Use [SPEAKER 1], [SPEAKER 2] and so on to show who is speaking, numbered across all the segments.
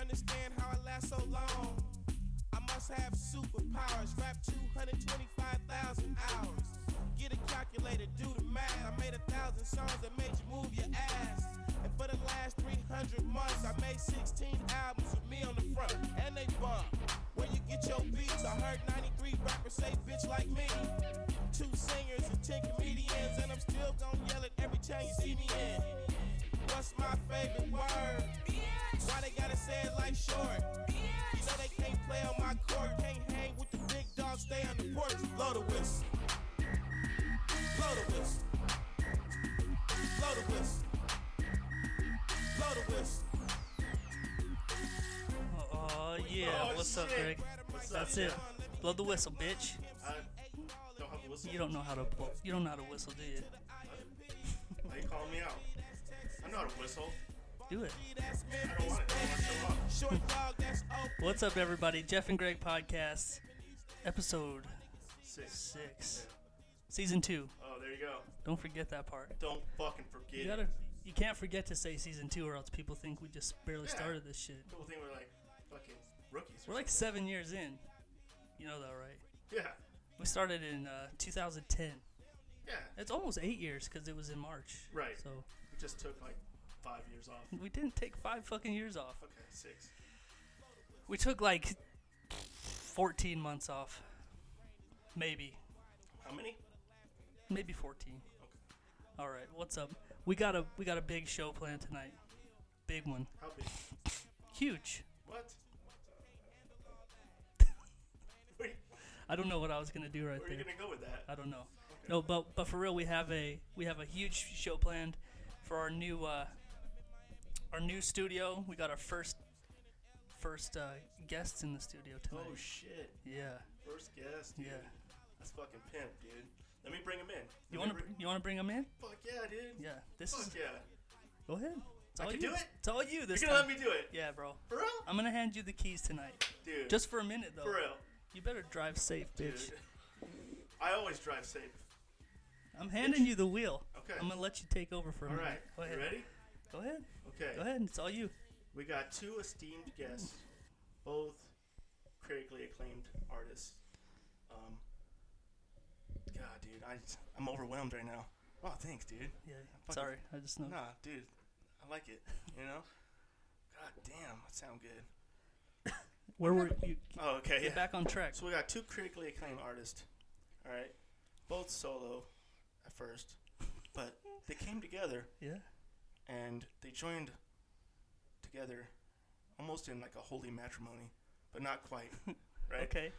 [SPEAKER 1] understand how I last so long. I must have superpowers. Rap 225,000 hours. Get a calculator, do the math. I made a thousand songs that made you move your ass. And for the last 300 months, I made 16 albums with me on the front, and they bump. Where you get your beats, I heard 93 rappers say bitch like me. Two singers and 10 comedians, and I'm still gonna yell it every time you see me in. What's my favorite word? Why they gotta say it like short? You know they can't play on my court, can't hang with the big dogs, stay on the porch. Blow the whistle. Blow the whistle. Blow the whistle. Blow the whistle.
[SPEAKER 2] Oh yeah,
[SPEAKER 3] Oh,
[SPEAKER 2] what's up,
[SPEAKER 3] shit.
[SPEAKER 2] Greg?
[SPEAKER 3] What's up?
[SPEAKER 2] That's it. Blow the whistle, bitch.
[SPEAKER 3] I don't have to whistle.
[SPEAKER 2] You don't know how to blow. You don't know how to whistle, do you?
[SPEAKER 3] They call me out. I know how to whistle.
[SPEAKER 2] Do it.
[SPEAKER 1] That's
[SPEAKER 3] I don't
[SPEAKER 1] Memphis.
[SPEAKER 3] want it. I don't want to show up.
[SPEAKER 1] Short dog, that's open.
[SPEAKER 2] What's up, everybody? Jeff and Greg podcast, episode
[SPEAKER 3] Six.
[SPEAKER 2] six, season two.
[SPEAKER 3] Oh, there you go.
[SPEAKER 2] Don't forget that part.
[SPEAKER 3] Don't fucking forget.
[SPEAKER 2] You
[SPEAKER 3] it.
[SPEAKER 2] gotta. You can't forget to say season two, or else people think we just barely
[SPEAKER 3] Yeah.
[SPEAKER 2] started this shit.
[SPEAKER 3] People think we're like fucking rookies. or
[SPEAKER 2] We're like seven years in. You know that, right?
[SPEAKER 3] something. yeah,
[SPEAKER 2] We started in uh, 2010.
[SPEAKER 3] yeah.
[SPEAKER 2] It's almost eight years because it was in March.
[SPEAKER 3] Right.
[SPEAKER 2] So
[SPEAKER 3] We just took like five years off.
[SPEAKER 2] we didn't take five fucking years off.
[SPEAKER 3] Okay, six.
[SPEAKER 2] We took like 14 months off. Maybe.
[SPEAKER 3] How many?
[SPEAKER 2] Maybe 14.
[SPEAKER 3] Okay.
[SPEAKER 2] All right, what's up? We got a we got a big show planned tonight. Big one.
[SPEAKER 3] How big?
[SPEAKER 2] Huge.
[SPEAKER 3] What? Where,
[SPEAKER 2] I don't know what I was going to do right
[SPEAKER 3] where are you
[SPEAKER 2] there.
[SPEAKER 3] gonna go with that?
[SPEAKER 2] I don't know. No, but but for real, we have a we have a huge show planned for our new uh, our new studio. We got our first first uh, guests in the studio tonight.
[SPEAKER 3] Oh shit!
[SPEAKER 2] yeah,
[SPEAKER 3] First guest. Dude.
[SPEAKER 2] yeah.
[SPEAKER 3] That's fucking pimp, dude. Let me bring him in.
[SPEAKER 2] You
[SPEAKER 3] Let
[SPEAKER 2] want
[SPEAKER 3] me
[SPEAKER 2] to you want to bring them in?
[SPEAKER 3] bring- Fuck yeah, dude.
[SPEAKER 2] Yeah. This
[SPEAKER 3] Fuck
[SPEAKER 2] is
[SPEAKER 3] yeah.
[SPEAKER 2] go ahead. It's
[SPEAKER 3] I
[SPEAKER 2] all
[SPEAKER 3] can
[SPEAKER 2] you.
[SPEAKER 3] do it?
[SPEAKER 2] It's all you. This
[SPEAKER 3] You're gonna let
[SPEAKER 2] time.
[SPEAKER 3] me do it,
[SPEAKER 2] Yeah, bro.
[SPEAKER 3] for real?
[SPEAKER 2] I'm gonna hand you the keys tonight,
[SPEAKER 3] dude.
[SPEAKER 2] just for a minute though.
[SPEAKER 3] for real,
[SPEAKER 2] You better drive safe, bitch.
[SPEAKER 3] dude. I always drive safe.
[SPEAKER 2] I'm handing you the wheel.
[SPEAKER 3] Okay.
[SPEAKER 2] I'm gonna let you take over for a
[SPEAKER 3] All
[SPEAKER 2] minute.
[SPEAKER 3] right.
[SPEAKER 2] Go ahead.
[SPEAKER 3] You ready?
[SPEAKER 2] Go ahead.
[SPEAKER 3] Okay.
[SPEAKER 2] Go ahead. It's all you.
[SPEAKER 3] We got two esteemed guests, both critically acclaimed artists. Um, God, dude, I, I'm overwhelmed right now. Oh, thanks, dude.
[SPEAKER 2] Yeah.
[SPEAKER 3] Fucking-
[SPEAKER 2] Sorry. I just know.
[SPEAKER 3] Nah, dude, I like it. You know. God damn, that sound good.
[SPEAKER 2] Where were you?
[SPEAKER 3] Oh, okay.
[SPEAKER 2] Get
[SPEAKER 3] Yeah.
[SPEAKER 2] back on track.
[SPEAKER 3] So we got two critically acclaimed artists. All right, both solo at first, but they came together
[SPEAKER 2] Yeah.
[SPEAKER 3] and they joined together, almost in like a holy matrimony, but not quite. Right.
[SPEAKER 2] Okay.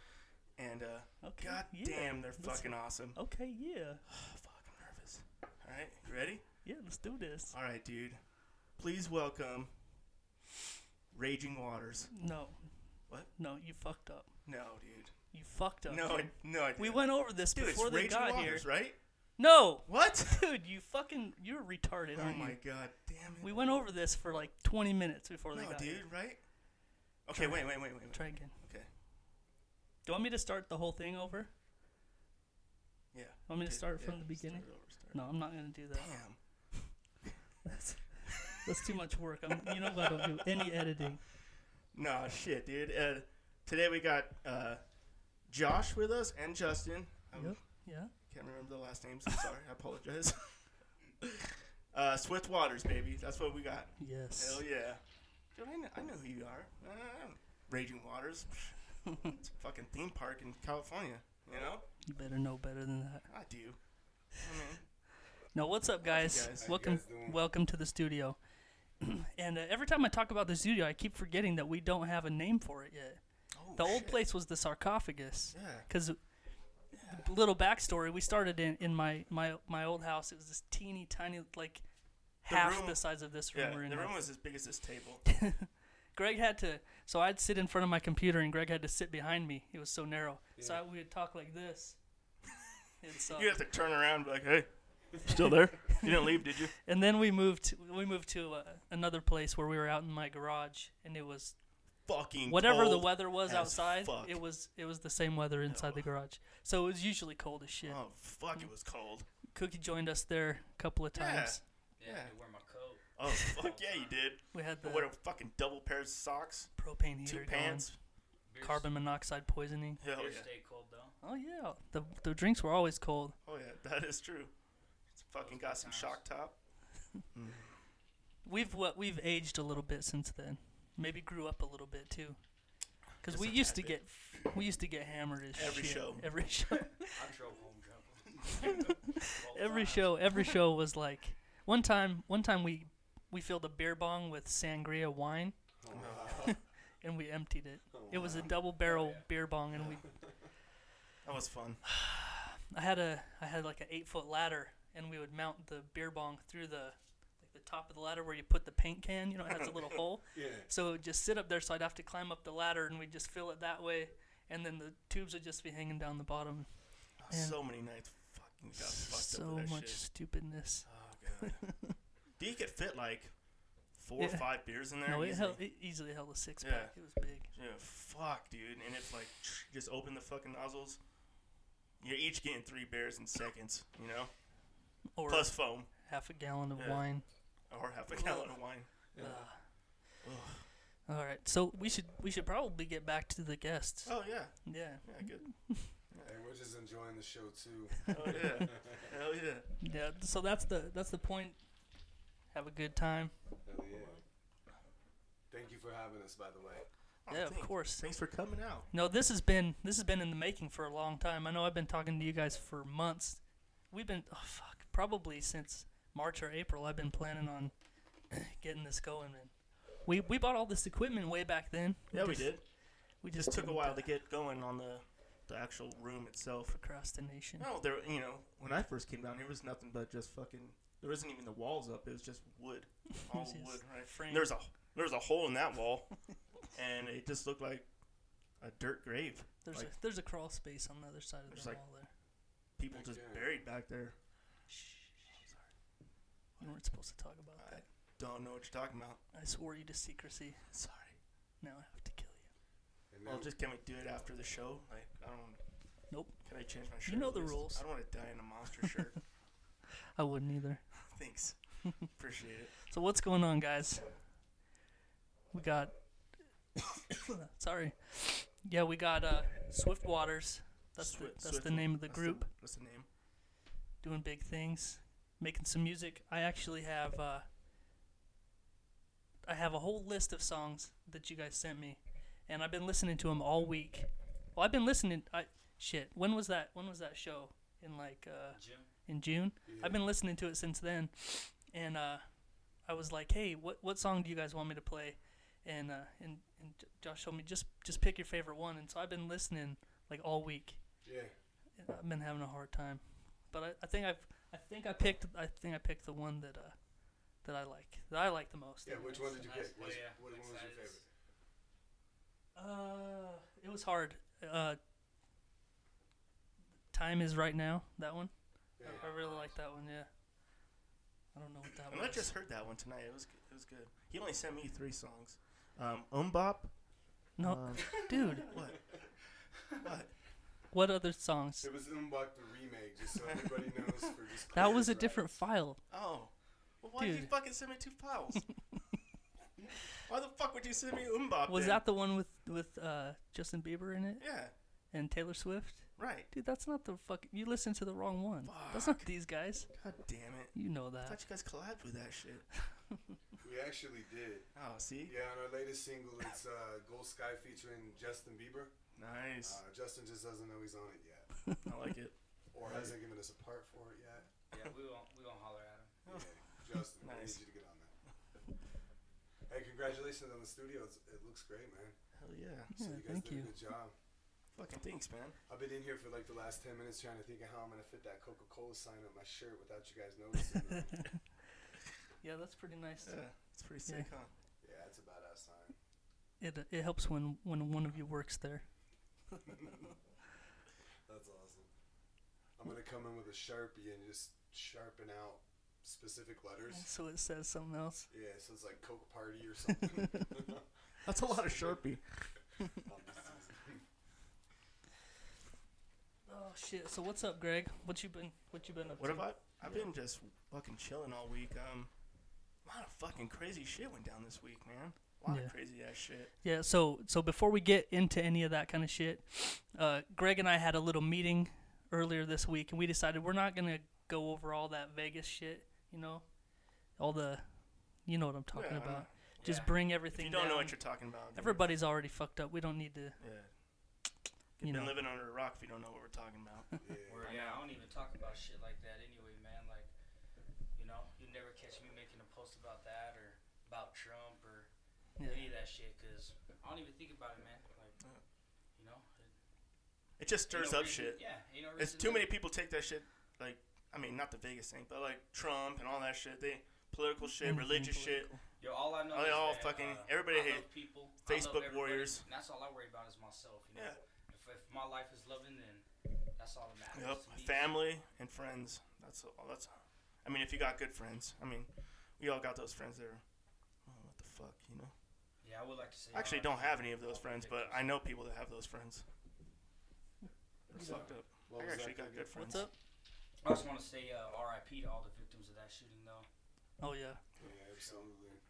[SPEAKER 3] And uh,
[SPEAKER 2] Okay.
[SPEAKER 3] god
[SPEAKER 2] yeah.
[SPEAKER 3] damn, they're
[SPEAKER 2] Let's-
[SPEAKER 3] fucking awesome.
[SPEAKER 2] Okay. Yeah.
[SPEAKER 3] Oh, fuck, I'm nervous. All right, you ready?
[SPEAKER 2] Yeah. Let's do this.
[SPEAKER 3] All right, dude. Please welcome Raging Waters.
[SPEAKER 2] No.
[SPEAKER 3] What?
[SPEAKER 2] No. You fucked up.
[SPEAKER 3] No, dude.
[SPEAKER 2] You fucked up.
[SPEAKER 3] No, I,
[SPEAKER 2] dude.
[SPEAKER 3] no. I
[SPEAKER 2] We went over this
[SPEAKER 3] Dude, it's
[SPEAKER 2] before they
[SPEAKER 3] Raging
[SPEAKER 2] got
[SPEAKER 3] Waters,
[SPEAKER 2] here.
[SPEAKER 3] right?
[SPEAKER 2] No.
[SPEAKER 3] What?
[SPEAKER 2] Dude, you fucking. You're retarded,
[SPEAKER 3] Oh
[SPEAKER 2] aren't
[SPEAKER 3] my
[SPEAKER 2] you?
[SPEAKER 3] god, damn it.
[SPEAKER 2] We went over this for like 20 minutes before they
[SPEAKER 3] No,
[SPEAKER 2] got
[SPEAKER 3] dude,
[SPEAKER 2] here.
[SPEAKER 3] right? Okay, wait, wait, wait, wait. wait.
[SPEAKER 2] Try again.
[SPEAKER 3] Okay.
[SPEAKER 2] Do you want me to start the whole thing over?
[SPEAKER 3] Yeah.
[SPEAKER 2] Want me to
[SPEAKER 3] Dude,
[SPEAKER 2] start from
[SPEAKER 3] yeah,
[SPEAKER 2] the beginning?
[SPEAKER 3] Start over, start.
[SPEAKER 2] No, I'm not gonna do that.
[SPEAKER 3] Damn.
[SPEAKER 2] That's, that's too much work. I'm, you know I don't do any editing.
[SPEAKER 3] Nah, shit, dude. Uh, today we got uh, Josh with us and Justin. Um,
[SPEAKER 2] Yep. Yeah.
[SPEAKER 3] Can't remember the last names. I'm sorry. I apologize. uh, Swift Waters, baby. That's what we got.
[SPEAKER 2] Yes.
[SPEAKER 3] Hell yeah. Dude, I know, I know who you are. Uh, Raging Waters. it's a fucking theme park in California. You know?
[SPEAKER 2] You better know better than that.
[SPEAKER 3] I do. I mean,
[SPEAKER 2] No, what's up, guys?
[SPEAKER 3] guys. How you
[SPEAKER 2] Welcome,
[SPEAKER 4] guys doing?
[SPEAKER 2] welcome to the studio. and uh, every time I talk about the studio, I keep forgetting that we don't have a name for it yet.
[SPEAKER 3] oh,
[SPEAKER 2] The old
[SPEAKER 3] shit.
[SPEAKER 2] place was the sarcophagus.
[SPEAKER 3] Yeah.
[SPEAKER 2] Because little backstory, we started in, in my, my my old house. It was this teeny tiny, like half
[SPEAKER 3] room-
[SPEAKER 2] the size of this room
[SPEAKER 3] Yeah,
[SPEAKER 2] we're in
[SPEAKER 3] the
[SPEAKER 2] now.
[SPEAKER 3] room was as big as this table.
[SPEAKER 2] Greg had to, so I'd sit in front of my computer and Greg had to sit behind me. It was so narrow. So I, we would talk like this. And, so,
[SPEAKER 3] You have to turn around and be like, hey, still there? You didn't leave, did you?
[SPEAKER 2] and then we moved. We moved to uh, another place where we were out in my garage, and it was
[SPEAKER 3] Fucking
[SPEAKER 2] whatever the
[SPEAKER 3] cold
[SPEAKER 2] weather was
[SPEAKER 3] as
[SPEAKER 2] outside.
[SPEAKER 3] fuck.
[SPEAKER 2] It was it was the same weather inside the garage. So it was usually cold as shit.
[SPEAKER 3] Oh, fuck, it was cold.
[SPEAKER 2] Cookie joined us there a couple of
[SPEAKER 3] Yeah.
[SPEAKER 2] times.
[SPEAKER 4] Yeah, I had to wear my coat.
[SPEAKER 3] Oh fuck yeah, you did.
[SPEAKER 2] We had
[SPEAKER 3] I
[SPEAKER 2] the
[SPEAKER 3] wear a fucking double pair of socks,
[SPEAKER 2] propane
[SPEAKER 3] two
[SPEAKER 2] heater going,
[SPEAKER 3] pants.
[SPEAKER 4] Beers,
[SPEAKER 2] carbon monoxide poisoning.
[SPEAKER 3] Hell
[SPEAKER 4] beers
[SPEAKER 3] yeah.
[SPEAKER 4] stay cold though.
[SPEAKER 2] Oh yeah, the the drinks were always cold.
[SPEAKER 3] Oh yeah, that is true. It's fucking got some shock top.
[SPEAKER 2] We've what we've aged a little bit since then. Maybe grew up a little bit too. Because
[SPEAKER 3] Just
[SPEAKER 2] we
[SPEAKER 3] a
[SPEAKER 2] used to
[SPEAKER 3] tad
[SPEAKER 2] get we used to get hammered as
[SPEAKER 3] Every
[SPEAKER 2] shit.
[SPEAKER 3] show.
[SPEAKER 2] Every show.
[SPEAKER 4] I drove home drunk.
[SPEAKER 2] every show. Every show was like one time. One time we we filled a beer bong with sangria wine
[SPEAKER 3] Oh.
[SPEAKER 2] and we emptied it. It was a double barrel beer bong, and we
[SPEAKER 3] That was fun.
[SPEAKER 2] I had a I had like an eight foot ladder, and we would mount the beer bong through the like the top of the ladder where you put the paint can. You know, it has a little hole.
[SPEAKER 5] Yeah.
[SPEAKER 2] So it would just sit up there. So I'd have to climb up the ladder, and we'd just fill it that way, and then the tubes would just be hanging down the bottom. Yeah.
[SPEAKER 3] So many nights fucking got fucked up
[SPEAKER 2] So
[SPEAKER 3] with that
[SPEAKER 2] much
[SPEAKER 3] shit.
[SPEAKER 2] stupidness.
[SPEAKER 3] Oh god. Do you could fit like four or
[SPEAKER 2] Yeah.
[SPEAKER 3] five beers in there?
[SPEAKER 2] No, it,
[SPEAKER 3] easily?
[SPEAKER 2] held, it easily held a six
[SPEAKER 3] Yeah.
[SPEAKER 2] pack. It was big.
[SPEAKER 3] Yeah, fuck, dude. And if like you just open the fucking nozzles, you're each getting three beers in seconds, you know,
[SPEAKER 2] Or
[SPEAKER 3] plus foam
[SPEAKER 2] half a gallon of
[SPEAKER 3] Yeah.
[SPEAKER 2] wine.
[SPEAKER 3] or half a gallon of wine.
[SPEAKER 5] Yeah.
[SPEAKER 2] All right, so we should we should probably get back to the guests.
[SPEAKER 3] Oh yeah,
[SPEAKER 2] Yeah,
[SPEAKER 3] yeah, good.
[SPEAKER 5] Hey, we're just enjoying the show too.
[SPEAKER 3] Oh yeah, hell yeah.
[SPEAKER 2] yeah. So that's the that's the point. Have a good time.
[SPEAKER 5] Hell yeah. Thank you for having us, by the way.
[SPEAKER 3] Oh,
[SPEAKER 2] yeah, of
[SPEAKER 3] thanks.
[SPEAKER 2] course.
[SPEAKER 3] Thanks for coming out.
[SPEAKER 2] No, this has been this has been in the making for a long time. I know I've been talking to you guys for months. We've been oh fuck, probably since March or April. I've been planning on getting this going. And we we bought all this equipment way back then.
[SPEAKER 3] Yeah, we
[SPEAKER 2] just-
[SPEAKER 3] did.
[SPEAKER 2] We
[SPEAKER 3] It
[SPEAKER 2] just
[SPEAKER 3] took a
[SPEAKER 2] didn't,
[SPEAKER 3] while
[SPEAKER 2] uh,
[SPEAKER 3] to get going on the the actual room itself.
[SPEAKER 2] procrastination.
[SPEAKER 3] No, there. You know, when I first came down here, it was nothing but just fucking. There wasn't even the walls up. It was just wood, all
[SPEAKER 2] was just
[SPEAKER 3] wood. Right.
[SPEAKER 2] frame.
[SPEAKER 3] There's a there's a hole in that wall, and it just looked like a dirt grave.
[SPEAKER 2] There's
[SPEAKER 3] like-
[SPEAKER 2] a there's a crawl space on the other side of
[SPEAKER 3] There's
[SPEAKER 2] the
[SPEAKER 3] like-
[SPEAKER 2] wall there.
[SPEAKER 3] People
[SPEAKER 5] Back
[SPEAKER 3] just
[SPEAKER 5] there.
[SPEAKER 3] buried back there.
[SPEAKER 2] You weren't supposed to talk about
[SPEAKER 3] I don't know what you're talking about.
[SPEAKER 2] that. I swore you to secrecy.
[SPEAKER 3] Sorry.
[SPEAKER 2] Now I have to kill you.
[SPEAKER 5] And
[SPEAKER 3] Well,
[SPEAKER 5] then-
[SPEAKER 3] just can we do it after the show? Like, I don't.
[SPEAKER 2] Nope.
[SPEAKER 3] Can I change my shirt?
[SPEAKER 2] know
[SPEAKER 3] at
[SPEAKER 2] the
[SPEAKER 3] least?
[SPEAKER 2] rules.
[SPEAKER 3] I don't want to die in a monster shirt.
[SPEAKER 2] I wouldn't either.
[SPEAKER 3] Thanks. Appreciate it.
[SPEAKER 2] So what's going on, guys? We got sorry. Yeah, we got uh, Swift Waters. That's
[SPEAKER 3] Swi-
[SPEAKER 2] the, that's the
[SPEAKER 3] Swiftly.
[SPEAKER 2] name of the
[SPEAKER 3] That's
[SPEAKER 2] group.
[SPEAKER 3] What's the name?
[SPEAKER 2] Doing big things, making some music. I actually have uh, I have a whole list of songs that you guys sent me, and I've been listening to them all week. Well, I've been listening. I shit. When was that? When was that show? In like uh,
[SPEAKER 4] Jim,
[SPEAKER 2] in June.
[SPEAKER 5] Yeah.
[SPEAKER 2] I've been listening to it since then, and uh, I was like, "Hey, what what song do you guys want me to play?" And uh, and and J- Josh told me just just pick your favorite one, and so I've been listening like all week.
[SPEAKER 5] Yeah.
[SPEAKER 2] And I've been having a hard time, but I, I think I've I think I picked I think I picked the one that uh that I like that I like the most.
[SPEAKER 5] Yeah, which one did you
[SPEAKER 4] Nice.
[SPEAKER 5] get? Which,
[SPEAKER 4] Oh, yeah.
[SPEAKER 5] What
[SPEAKER 4] I'm
[SPEAKER 5] one was your
[SPEAKER 4] excited.
[SPEAKER 5] favorite?
[SPEAKER 2] Uh, it was hard. Uh, time is right now. That one.
[SPEAKER 5] Yeah.
[SPEAKER 2] I, I really like that one. Yeah. I don't know what that
[SPEAKER 3] And I
[SPEAKER 2] was.
[SPEAKER 3] just heard that one tonight. It was g- it was good. He only sent me three songs. Um, Umbop.
[SPEAKER 2] no,
[SPEAKER 3] um,
[SPEAKER 2] dude.
[SPEAKER 3] what? What?
[SPEAKER 2] What other songs?
[SPEAKER 5] It was Umbach the remake, just so everybody knows. For just
[SPEAKER 2] That
[SPEAKER 5] clear
[SPEAKER 2] was a
[SPEAKER 5] track.
[SPEAKER 2] different file.
[SPEAKER 3] Oh. Well, why did you
[SPEAKER 2] Dude.
[SPEAKER 3] fucking send me two files? why the fuck would you send me Umbop?
[SPEAKER 2] Was
[SPEAKER 3] then?
[SPEAKER 2] that the one with with uh, Justin Bieber in it
[SPEAKER 3] Yeah.
[SPEAKER 2] and Taylor Swift?
[SPEAKER 3] Right.
[SPEAKER 2] Dude, that's not the fuck. You listened to the wrong one. That's not these guys.
[SPEAKER 3] God damn it.
[SPEAKER 2] You know
[SPEAKER 3] I
[SPEAKER 2] that.
[SPEAKER 3] thought you guys collabed with that shit.
[SPEAKER 5] We actually did.
[SPEAKER 3] Oh, see?
[SPEAKER 5] Yeah, on our latest single, it's uh, Gold Sky featuring Justin Bieber.
[SPEAKER 3] Nice.
[SPEAKER 5] Uh, Justin just doesn't know he's on it yet,
[SPEAKER 3] I like it.
[SPEAKER 5] or hasn't given us a part for it yet.
[SPEAKER 4] yeah, we won't we won't holler at him.
[SPEAKER 2] Oh.
[SPEAKER 5] Yeah, Justin, I
[SPEAKER 3] Nice.
[SPEAKER 5] need you to get on that. Hey, congratulations on the studio. It's, it looks great, man.
[SPEAKER 3] Hell yeah.
[SPEAKER 2] Yeah,
[SPEAKER 5] so you guys
[SPEAKER 2] thank
[SPEAKER 5] did
[SPEAKER 2] you.
[SPEAKER 5] a good job.
[SPEAKER 3] Fucking thanks, man.
[SPEAKER 5] I've been in here for like the last 10 minutes trying to think of how I'm going to fit that Coca-Cola sign on my shirt without you guys noticing. though.
[SPEAKER 2] Yeah, that's pretty nice.
[SPEAKER 3] Yeah. It's pretty sick,
[SPEAKER 2] Yeah.
[SPEAKER 3] huh?
[SPEAKER 5] yeah, that's a badass sign.
[SPEAKER 2] It it helps when when one of you works there.
[SPEAKER 5] That's awesome. I'm going to come in with a Sharpie and just sharpen out specific letters.
[SPEAKER 2] So it says something else.
[SPEAKER 5] Yeah, so it's like Coke Party or something.
[SPEAKER 3] That's a lot of Sharpie.
[SPEAKER 2] Oh shit. So what's up, Greg? What you been what you been up
[SPEAKER 3] What
[SPEAKER 2] to?
[SPEAKER 3] have I? I've been just fucking chilling all week. Um, wow, lot of fucking crazy shit went down this week, man. A lot
[SPEAKER 2] Yeah.
[SPEAKER 3] of crazy ass shit.
[SPEAKER 2] Yeah, so so before we get into any of that kind of shit, uh, Greg and I had a little meeting earlier this week, and we decided we're not gonna go over all that Vegas shit. You know, all the, you know what I'm talking
[SPEAKER 3] Yeah, I
[SPEAKER 2] about.
[SPEAKER 3] know.
[SPEAKER 2] Just
[SPEAKER 4] Yeah.
[SPEAKER 2] bring
[SPEAKER 3] If
[SPEAKER 2] everything.
[SPEAKER 3] you don't know
[SPEAKER 2] down.
[SPEAKER 3] what you're talking about, then-
[SPEAKER 2] Everybody's already fucked up. We don't need to.
[SPEAKER 3] Yeah.
[SPEAKER 2] You
[SPEAKER 3] You've
[SPEAKER 2] know.
[SPEAKER 3] been living under a rock if you don't know what we're talking about.
[SPEAKER 5] Yeah.
[SPEAKER 4] Where, yeah, I don't even talk about shit like that anyway, man. Like, you know, you never catch me making a post about that or about Trump or
[SPEAKER 2] Yeah.
[SPEAKER 4] any of that shit because I don't even think about it, man. Like,
[SPEAKER 5] Uh.
[SPEAKER 4] you know, it-
[SPEAKER 3] It just
[SPEAKER 4] ain't
[SPEAKER 3] stirs
[SPEAKER 4] no
[SPEAKER 3] up
[SPEAKER 4] reason-
[SPEAKER 3] shit.
[SPEAKER 4] Yeah, ain't no
[SPEAKER 3] It's
[SPEAKER 4] reason
[SPEAKER 3] too
[SPEAKER 4] to-
[SPEAKER 3] many people take that shit like I mean not the Vegas thing, but like Trump and all that shit. They political shit,
[SPEAKER 2] Anything
[SPEAKER 3] religious shit.
[SPEAKER 2] political.
[SPEAKER 4] Yo, all I know
[SPEAKER 3] Oh, they
[SPEAKER 4] is
[SPEAKER 3] all
[SPEAKER 4] that,
[SPEAKER 3] fucking-
[SPEAKER 4] uh,
[SPEAKER 3] everybody
[SPEAKER 4] I
[SPEAKER 3] hate
[SPEAKER 4] love people. I love
[SPEAKER 3] Facebook
[SPEAKER 4] everybody,
[SPEAKER 3] warriors.
[SPEAKER 4] And that's all I worry about is myself. You know?
[SPEAKER 3] Yeah.
[SPEAKER 4] If, if my life is loving, then that's all that matters.
[SPEAKER 3] Yep.
[SPEAKER 4] to me.
[SPEAKER 3] Family and friends. That's all that's I mean if you got good friends. I mean we all got those friends that are oh, what the fuck, you know.
[SPEAKER 4] Yeah, I would like to say.
[SPEAKER 3] I actually
[SPEAKER 4] all
[SPEAKER 3] don't
[SPEAKER 4] right.
[SPEAKER 3] have any of those friends, but I know people that have those friends. That's fucked up.
[SPEAKER 5] What
[SPEAKER 3] I
[SPEAKER 5] was
[SPEAKER 3] actually
[SPEAKER 5] that
[SPEAKER 3] got
[SPEAKER 5] again?
[SPEAKER 3] good friends.
[SPEAKER 2] What's up?
[SPEAKER 4] I just want to say uh, R.I.P. to all the victims of that shooting, though.
[SPEAKER 2] Oh yeah,
[SPEAKER 5] Yeah, absolutely.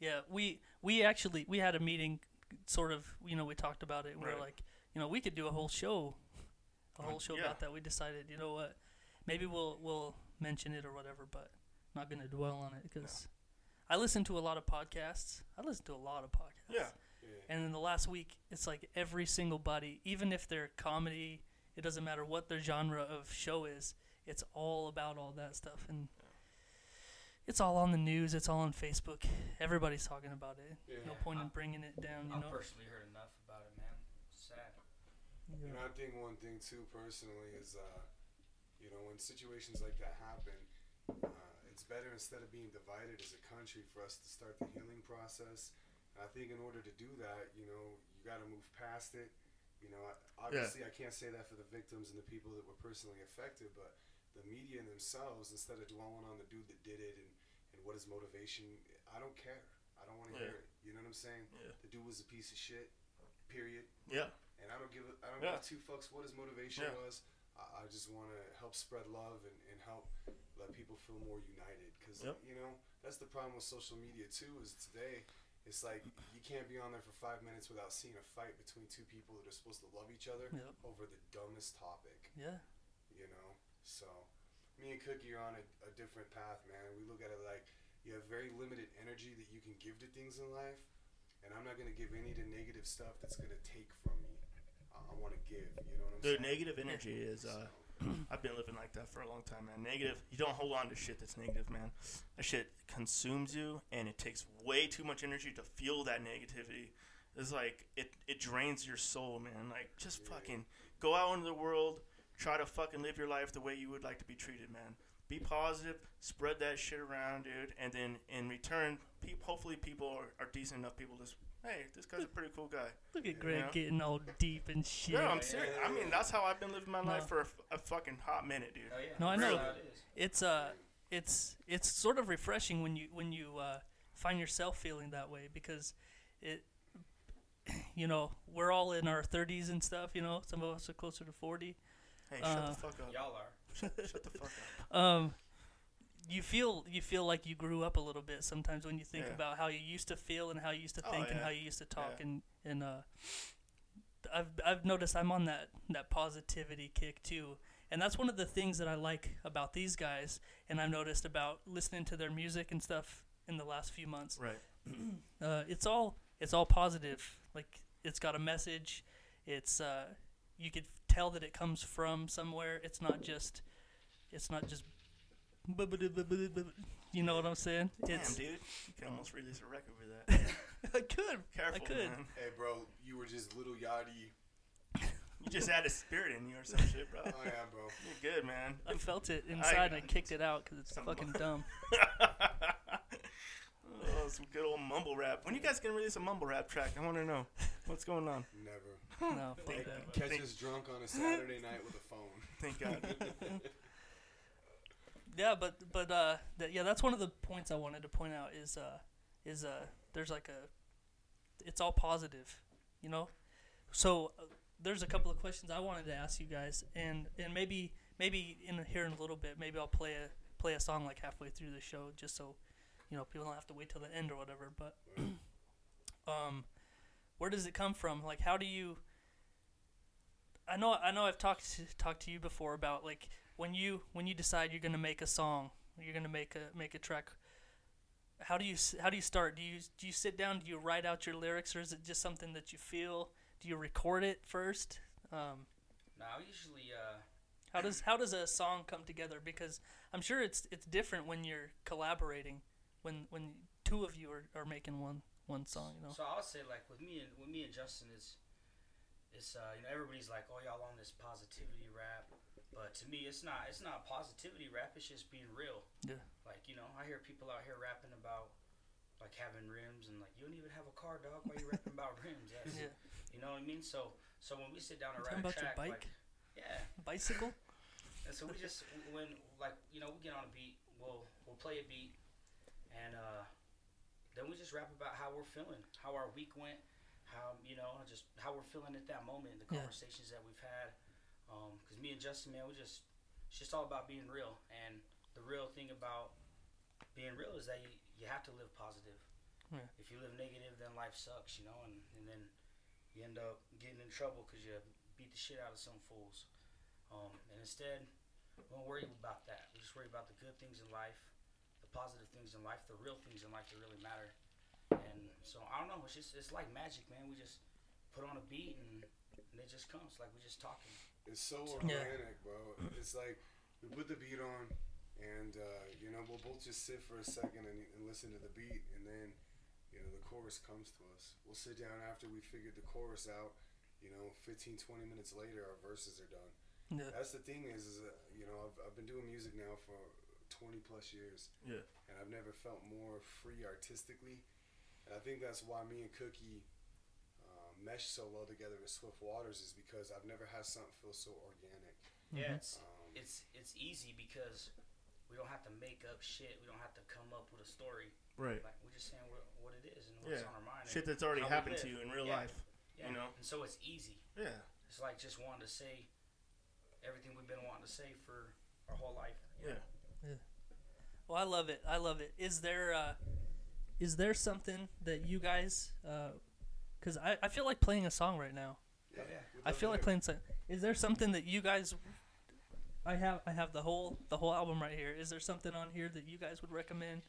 [SPEAKER 2] yeah. We we actually we had a meeting, sort of. You know, we talked about it. and We
[SPEAKER 3] Right.
[SPEAKER 2] were like, you know, we could do a whole show, a
[SPEAKER 3] Uh,
[SPEAKER 2] whole show
[SPEAKER 3] yeah.
[SPEAKER 2] about that. We decided, you know what, maybe we'll we'll mention it or whatever, but not gonna dwell on it because I listen to a lot of podcasts. I listen to a lot of podcasts.
[SPEAKER 3] Yeah.
[SPEAKER 5] Yeah.
[SPEAKER 2] And then the last week, it's like every single body, even if they're comedy, it doesn't matter what their genre of show is, it's all about all that stuff. And it's all on the news, it's all on Facebook. Everybody's talking about it.
[SPEAKER 5] Yeah.
[SPEAKER 2] No point in bringing it down, you
[SPEAKER 4] I've
[SPEAKER 2] know?
[SPEAKER 4] personally heard enough about it, man. Sad.
[SPEAKER 5] And I think one thing too, personally, is uh, you know when situations like that happen, uh, it's better instead of being divided as a country for us to start the healing process. And I think in order to do that, you know, you got to move past it. You know, I, obviously, I can't say that for the victims and the people that were personally affected, but the media and themselves, instead of dwelling on the dude that did it and, and what his motivation, I don't care. I don't want to
[SPEAKER 3] Yeah.
[SPEAKER 5] hear it. You know what I'm saying?
[SPEAKER 3] Yeah.
[SPEAKER 5] The dude was a piece of shit. Period
[SPEAKER 3] Yeah.
[SPEAKER 5] and I don't give a, I don't
[SPEAKER 3] Yeah.
[SPEAKER 5] give two fucks what his motivation
[SPEAKER 3] Yeah.
[SPEAKER 5] was. I, I just want to help spread love and, and help let people feel more united because
[SPEAKER 3] Yep.
[SPEAKER 5] you know that's the problem with social media too. Is today it's like you can't be on there for five minutes without seeing a fight between two people that are supposed to love each other
[SPEAKER 2] Yep.
[SPEAKER 5] over the dumbest topic.
[SPEAKER 2] Yeah.
[SPEAKER 5] You know, so me and Cookie are on a, a different path, man. We look at it like you have very limited energy that you can give to things in life, and I'm not gonna give any to negative stuff that's gonna take from me. I, I want to give. You know what I'm
[SPEAKER 3] Dude,
[SPEAKER 5] saying?
[SPEAKER 3] negative energy is. Uh, I've been living like that for a long time, man. Negative. You don't hold on to shit that's negative, man. That shit consumes you, and it takes way too much energy to feel that negativity. It's like it it drains your soul, man. Like just fucking go out into the world, try to fucking live your life the way you would like to be treated, man. Be positive, spread that shit around, dude, and then in return, peop hopefully people are, are decent enough people to. s- Hey, this guy's a pretty cool guy.
[SPEAKER 2] Look at Greg
[SPEAKER 3] Yeah.
[SPEAKER 2] getting all deep and shit.
[SPEAKER 3] Yeah, I'm serious. I mean, that's how I've been living my
[SPEAKER 2] No.
[SPEAKER 3] life for a, f- a fucking hot minute, dude.
[SPEAKER 4] Oh, yeah.
[SPEAKER 2] No, I know.
[SPEAKER 4] That's how it is.
[SPEAKER 2] it's uh it's it's sort of refreshing when you when you uh, find yourself feeling that way because it you know we're all in our 30s and stuff you know some of us are closer to 40
[SPEAKER 3] Hey, shut
[SPEAKER 2] Uh,
[SPEAKER 3] the fuck up.
[SPEAKER 4] Y'all are.
[SPEAKER 3] Shut the fuck up.
[SPEAKER 2] um you feel you feel like you grew up a little bit sometimes when you think
[SPEAKER 3] Yeah.
[SPEAKER 2] about how you used to feel and how you used to
[SPEAKER 3] Oh,
[SPEAKER 2] think and
[SPEAKER 3] yeah.
[SPEAKER 2] how you used to talk
[SPEAKER 3] Yeah.
[SPEAKER 2] and and uh I've I've noticed I'm on that that positivity kick too. And that's one of the things that I like about these guys and I've noticed about listening to their music and stuff in the last few months.
[SPEAKER 3] Right.
[SPEAKER 2] Uh, it's all it's all positive. Like it's got a message. It's uh, you could tell that it comes from somewhere. It's not just it's not just bu- bu- bu- bu- bu- bu- you know what I'm saying?
[SPEAKER 3] Damn,
[SPEAKER 2] It's
[SPEAKER 3] dude. You can almost release a record with that.
[SPEAKER 2] I could
[SPEAKER 3] Careful,
[SPEAKER 2] I could.
[SPEAKER 3] man.
[SPEAKER 5] Hey, bro, you were just little yachty.
[SPEAKER 3] You just had a spirit in you or some shit, bro.
[SPEAKER 5] I am, bro.
[SPEAKER 3] You're good, man.
[SPEAKER 2] I felt it inside and I kicked it out because it's
[SPEAKER 3] Some-
[SPEAKER 2] fucking dumb.
[SPEAKER 3] oh, some good old mumble rap. When you guys gonna release a mumble rap track? I want to know what's going on.
[SPEAKER 5] Never
[SPEAKER 2] No, fuck that.
[SPEAKER 5] catch us drunk on a Saturday night with a phone.
[SPEAKER 3] Thank God.
[SPEAKER 2] Yeah, but but uh, th- yeah, that's one of the points I wanted to point out is uh, is uh, there's like a, it's all positive, you know. So uh, there's a couple of questions I wanted to ask you guys, and and maybe maybe in here in a little bit, maybe I'll play a play a song like halfway through the show just so you know people don't have to wait till the end or whatever. But um, where does it come from? Like, how do you? I know I know I've talked to, talked to you before about like when you when you decide you're gonna make a song, you're gonna make a make a track. How do you s- how do you start? Do you do you sit down? Do you write out your lyrics, or is it just something that you feel? Do you record it first? Um,
[SPEAKER 4] Now usually, uh,
[SPEAKER 2] how does how does a song come together? Because I'm sure it's it's different when you're collaborating, when when two of you are, are making one one song. You know.
[SPEAKER 4] so I would say like with me and with me and Justin is, it's uh, you know everybody's like oh y'all on this positivity rap, but to me it's not it's not positivity rap. It's just being real.
[SPEAKER 2] Yeah.
[SPEAKER 4] Like you know I hear people out here rapping about like having rims and like you don't even have a car, dog. Why you rapping about rims? That's,
[SPEAKER 2] Yeah.
[SPEAKER 4] You know what I mean? So so when we sit down and
[SPEAKER 2] Talking
[SPEAKER 4] write a
[SPEAKER 2] about your
[SPEAKER 4] track,
[SPEAKER 2] bike,
[SPEAKER 4] like yeah.
[SPEAKER 2] bicycle.
[SPEAKER 4] And so we just when like you know we get on a beat, we'll we'll play a beat, and uh, then we just rap about how we're feeling, how our week went, how you know just how we're feeling at that moment, the
[SPEAKER 2] Yeah.
[SPEAKER 4] conversations that we've had. Because me and Justin, man, we just it's just all about being real, and the real thing about being real is that you, you have to live positive.
[SPEAKER 2] Yeah.
[SPEAKER 4] If you live negative, then life sucks, you know, and, and then you end up getting in trouble because you beat the shit out of some fools. Um, and instead, we don't worry about that. We just worry about the good things in life, the positive things in life, the real things in life that really matter. And so I don't know. It's just it's like magic, man. We just put on a beat and, and it just comes. Like we just talking.
[SPEAKER 5] It's so
[SPEAKER 2] Yeah.
[SPEAKER 5] organic, bro. It's like we put the beat on, and uh, you know we'll both just sit for a second and, and listen to the beat, and then you know the chorus comes to us. We'll sit down after we figured the chorus out. You know, 15, 20 minutes later, our verses are done.
[SPEAKER 2] Yeah.
[SPEAKER 5] That's the thing is, is uh, you know I've, I've been doing music now for 20 plus years.
[SPEAKER 3] Yeah.
[SPEAKER 5] And I've never felt more free artistically, and I think that's why me and Cookie uh, mesh so well together with Swift Waters is because I've never had something feel so organic.
[SPEAKER 3] Mm-hmm.
[SPEAKER 4] Yeah, it's
[SPEAKER 5] Um,
[SPEAKER 4] it's it's easy because we don't have to make up shit. We don't have to come up with a story.
[SPEAKER 3] Right.
[SPEAKER 4] Like we're just saying what, what it is and what's
[SPEAKER 3] Yeah.
[SPEAKER 4] on our mind.
[SPEAKER 3] Shit
[SPEAKER 4] and
[SPEAKER 3] that's already
[SPEAKER 4] how we
[SPEAKER 3] happened
[SPEAKER 4] live.
[SPEAKER 3] to you in real
[SPEAKER 4] Yeah.
[SPEAKER 3] life. you know?
[SPEAKER 4] And so it's easy.
[SPEAKER 3] Yeah.
[SPEAKER 4] It's like just wanting to say everything we've been wanting to say for our whole life. you
[SPEAKER 3] Yeah.
[SPEAKER 4] know?
[SPEAKER 2] Well, I love it. I love it. Is there uh, is there something that you guys? Because I, I feel like playing a song right now.
[SPEAKER 4] Yeah.
[SPEAKER 2] I feel like playing some. Is there something that you guys? I have I have the whole the whole album right here. Is there something on here that you guys would recommend?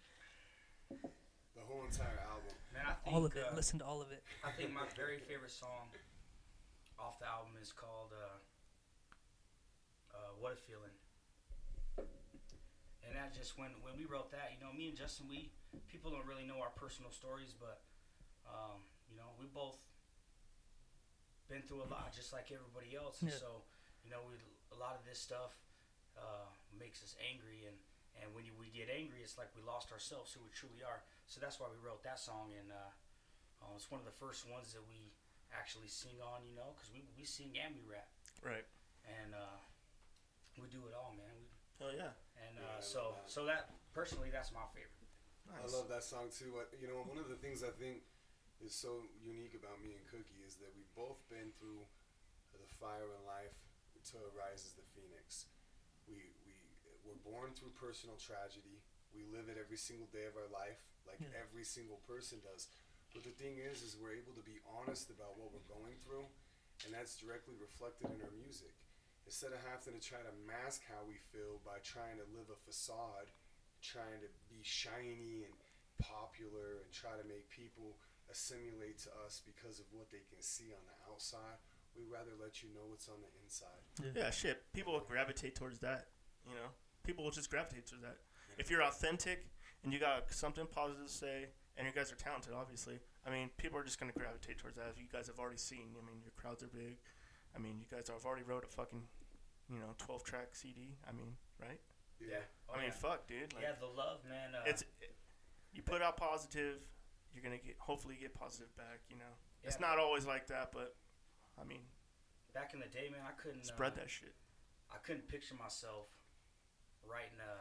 [SPEAKER 5] the whole entire album.
[SPEAKER 4] Man, I think
[SPEAKER 2] All of it.
[SPEAKER 4] uh,
[SPEAKER 2] Listen to all of it.
[SPEAKER 4] I think my very favorite song off the album is called uh, uh, "What a Feeling," and that just when when we wrote that, you know, me and Justin, we people don't really know our personal stories, but um, you know, we both been through a lot, just like everybody else, and
[SPEAKER 2] Yeah.
[SPEAKER 4] so you know, we a lot of this stuff uh, makes us angry, and and when you, we get angry, it's like we lost ourselves, who we truly are. So that's why we wrote that song, and uh, uh, it's one of the first ones that we actually sing on, you know, because we, we sing and we rap,
[SPEAKER 3] Right.
[SPEAKER 4] and uh, we do it all, man. We,
[SPEAKER 3] Oh yeah.
[SPEAKER 4] and uh,
[SPEAKER 5] Yeah, I love
[SPEAKER 4] so
[SPEAKER 5] that.
[SPEAKER 4] so that personally, that's my favorite.
[SPEAKER 5] I love that song too. I, you know, one of the things I think is so unique about me and Cookie is that we've both been through the fire in life to rise as the phoenix. We we were born through personal tragedy. We live it every single day of our life, like
[SPEAKER 2] Yeah.
[SPEAKER 5] every single person does. But the thing is, is we're able to be honest about what we're going through, and that's directly reflected in our music. Instead of having to try to mask how we feel by trying to live a facade, trying to be shiny and popular, and try to make people assimilate to us because of what they can see on the outside, we rather let you know what's on the inside.
[SPEAKER 3] Yeah, shit. People will gravitate towards that. You know, people will just gravitate towards that. If you're authentic and you got something positive to say, and you guys are talented, obviously, I mean, people are just gonna gravitate towards that. If you guys have already seen, I mean, your crowds are big. I mean, you guys have already wrote a fucking, you know, 12 track CD. I mean, right?
[SPEAKER 4] Oh,
[SPEAKER 3] I mean,
[SPEAKER 4] yeah.
[SPEAKER 3] fuck, dude. Like,
[SPEAKER 4] yeah, the love, man. Uh,
[SPEAKER 3] it's you put out positive, you're gonna get hopefully get positive back. You know, it's
[SPEAKER 4] Yeah.
[SPEAKER 3] not always like that, but I mean,
[SPEAKER 4] back in the day, man. I couldn't
[SPEAKER 3] spread
[SPEAKER 4] uh,
[SPEAKER 3] that shit.
[SPEAKER 4] I couldn't picture myself writing a,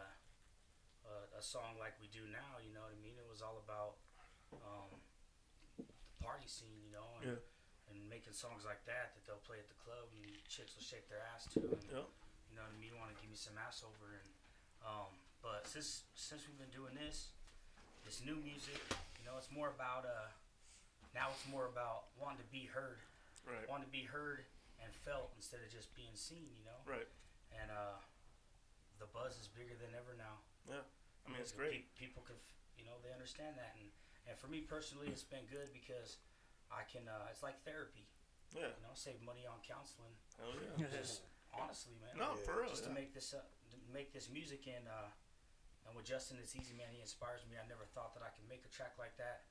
[SPEAKER 4] a a song like we do now. You know what I mean? It was all about um, the party scene, you know, and, and making songs like that that they'll play at the club and chicks will shake their ass to. And,
[SPEAKER 3] Yep.
[SPEAKER 4] You know what I mean? You want to give me some ass over and um, But since since we've been doing this, this new music, you know, it's more about uh, now it's more about wanting to be heard,
[SPEAKER 3] Right.
[SPEAKER 4] wanting to be heard and felt instead of just being seen, you know.
[SPEAKER 3] Right.
[SPEAKER 4] And uh, the buzz is bigger than ever now.
[SPEAKER 3] I mean, it's
[SPEAKER 4] Pe-
[SPEAKER 3] great.
[SPEAKER 4] people can, f- you know, they understand that, and and for me personally, it's been good because I can. Uh, it's like therapy.
[SPEAKER 3] Yeah.
[SPEAKER 4] You know, save money on counseling.
[SPEAKER 3] Hell yeah.
[SPEAKER 2] It is.
[SPEAKER 4] Honestly, man.
[SPEAKER 3] No, for real.
[SPEAKER 4] just
[SPEAKER 3] yeah.
[SPEAKER 4] to make this uh, to make this music and uh, and with Justin, it's easy, man. He inspires me. I never thought that I could make a track like that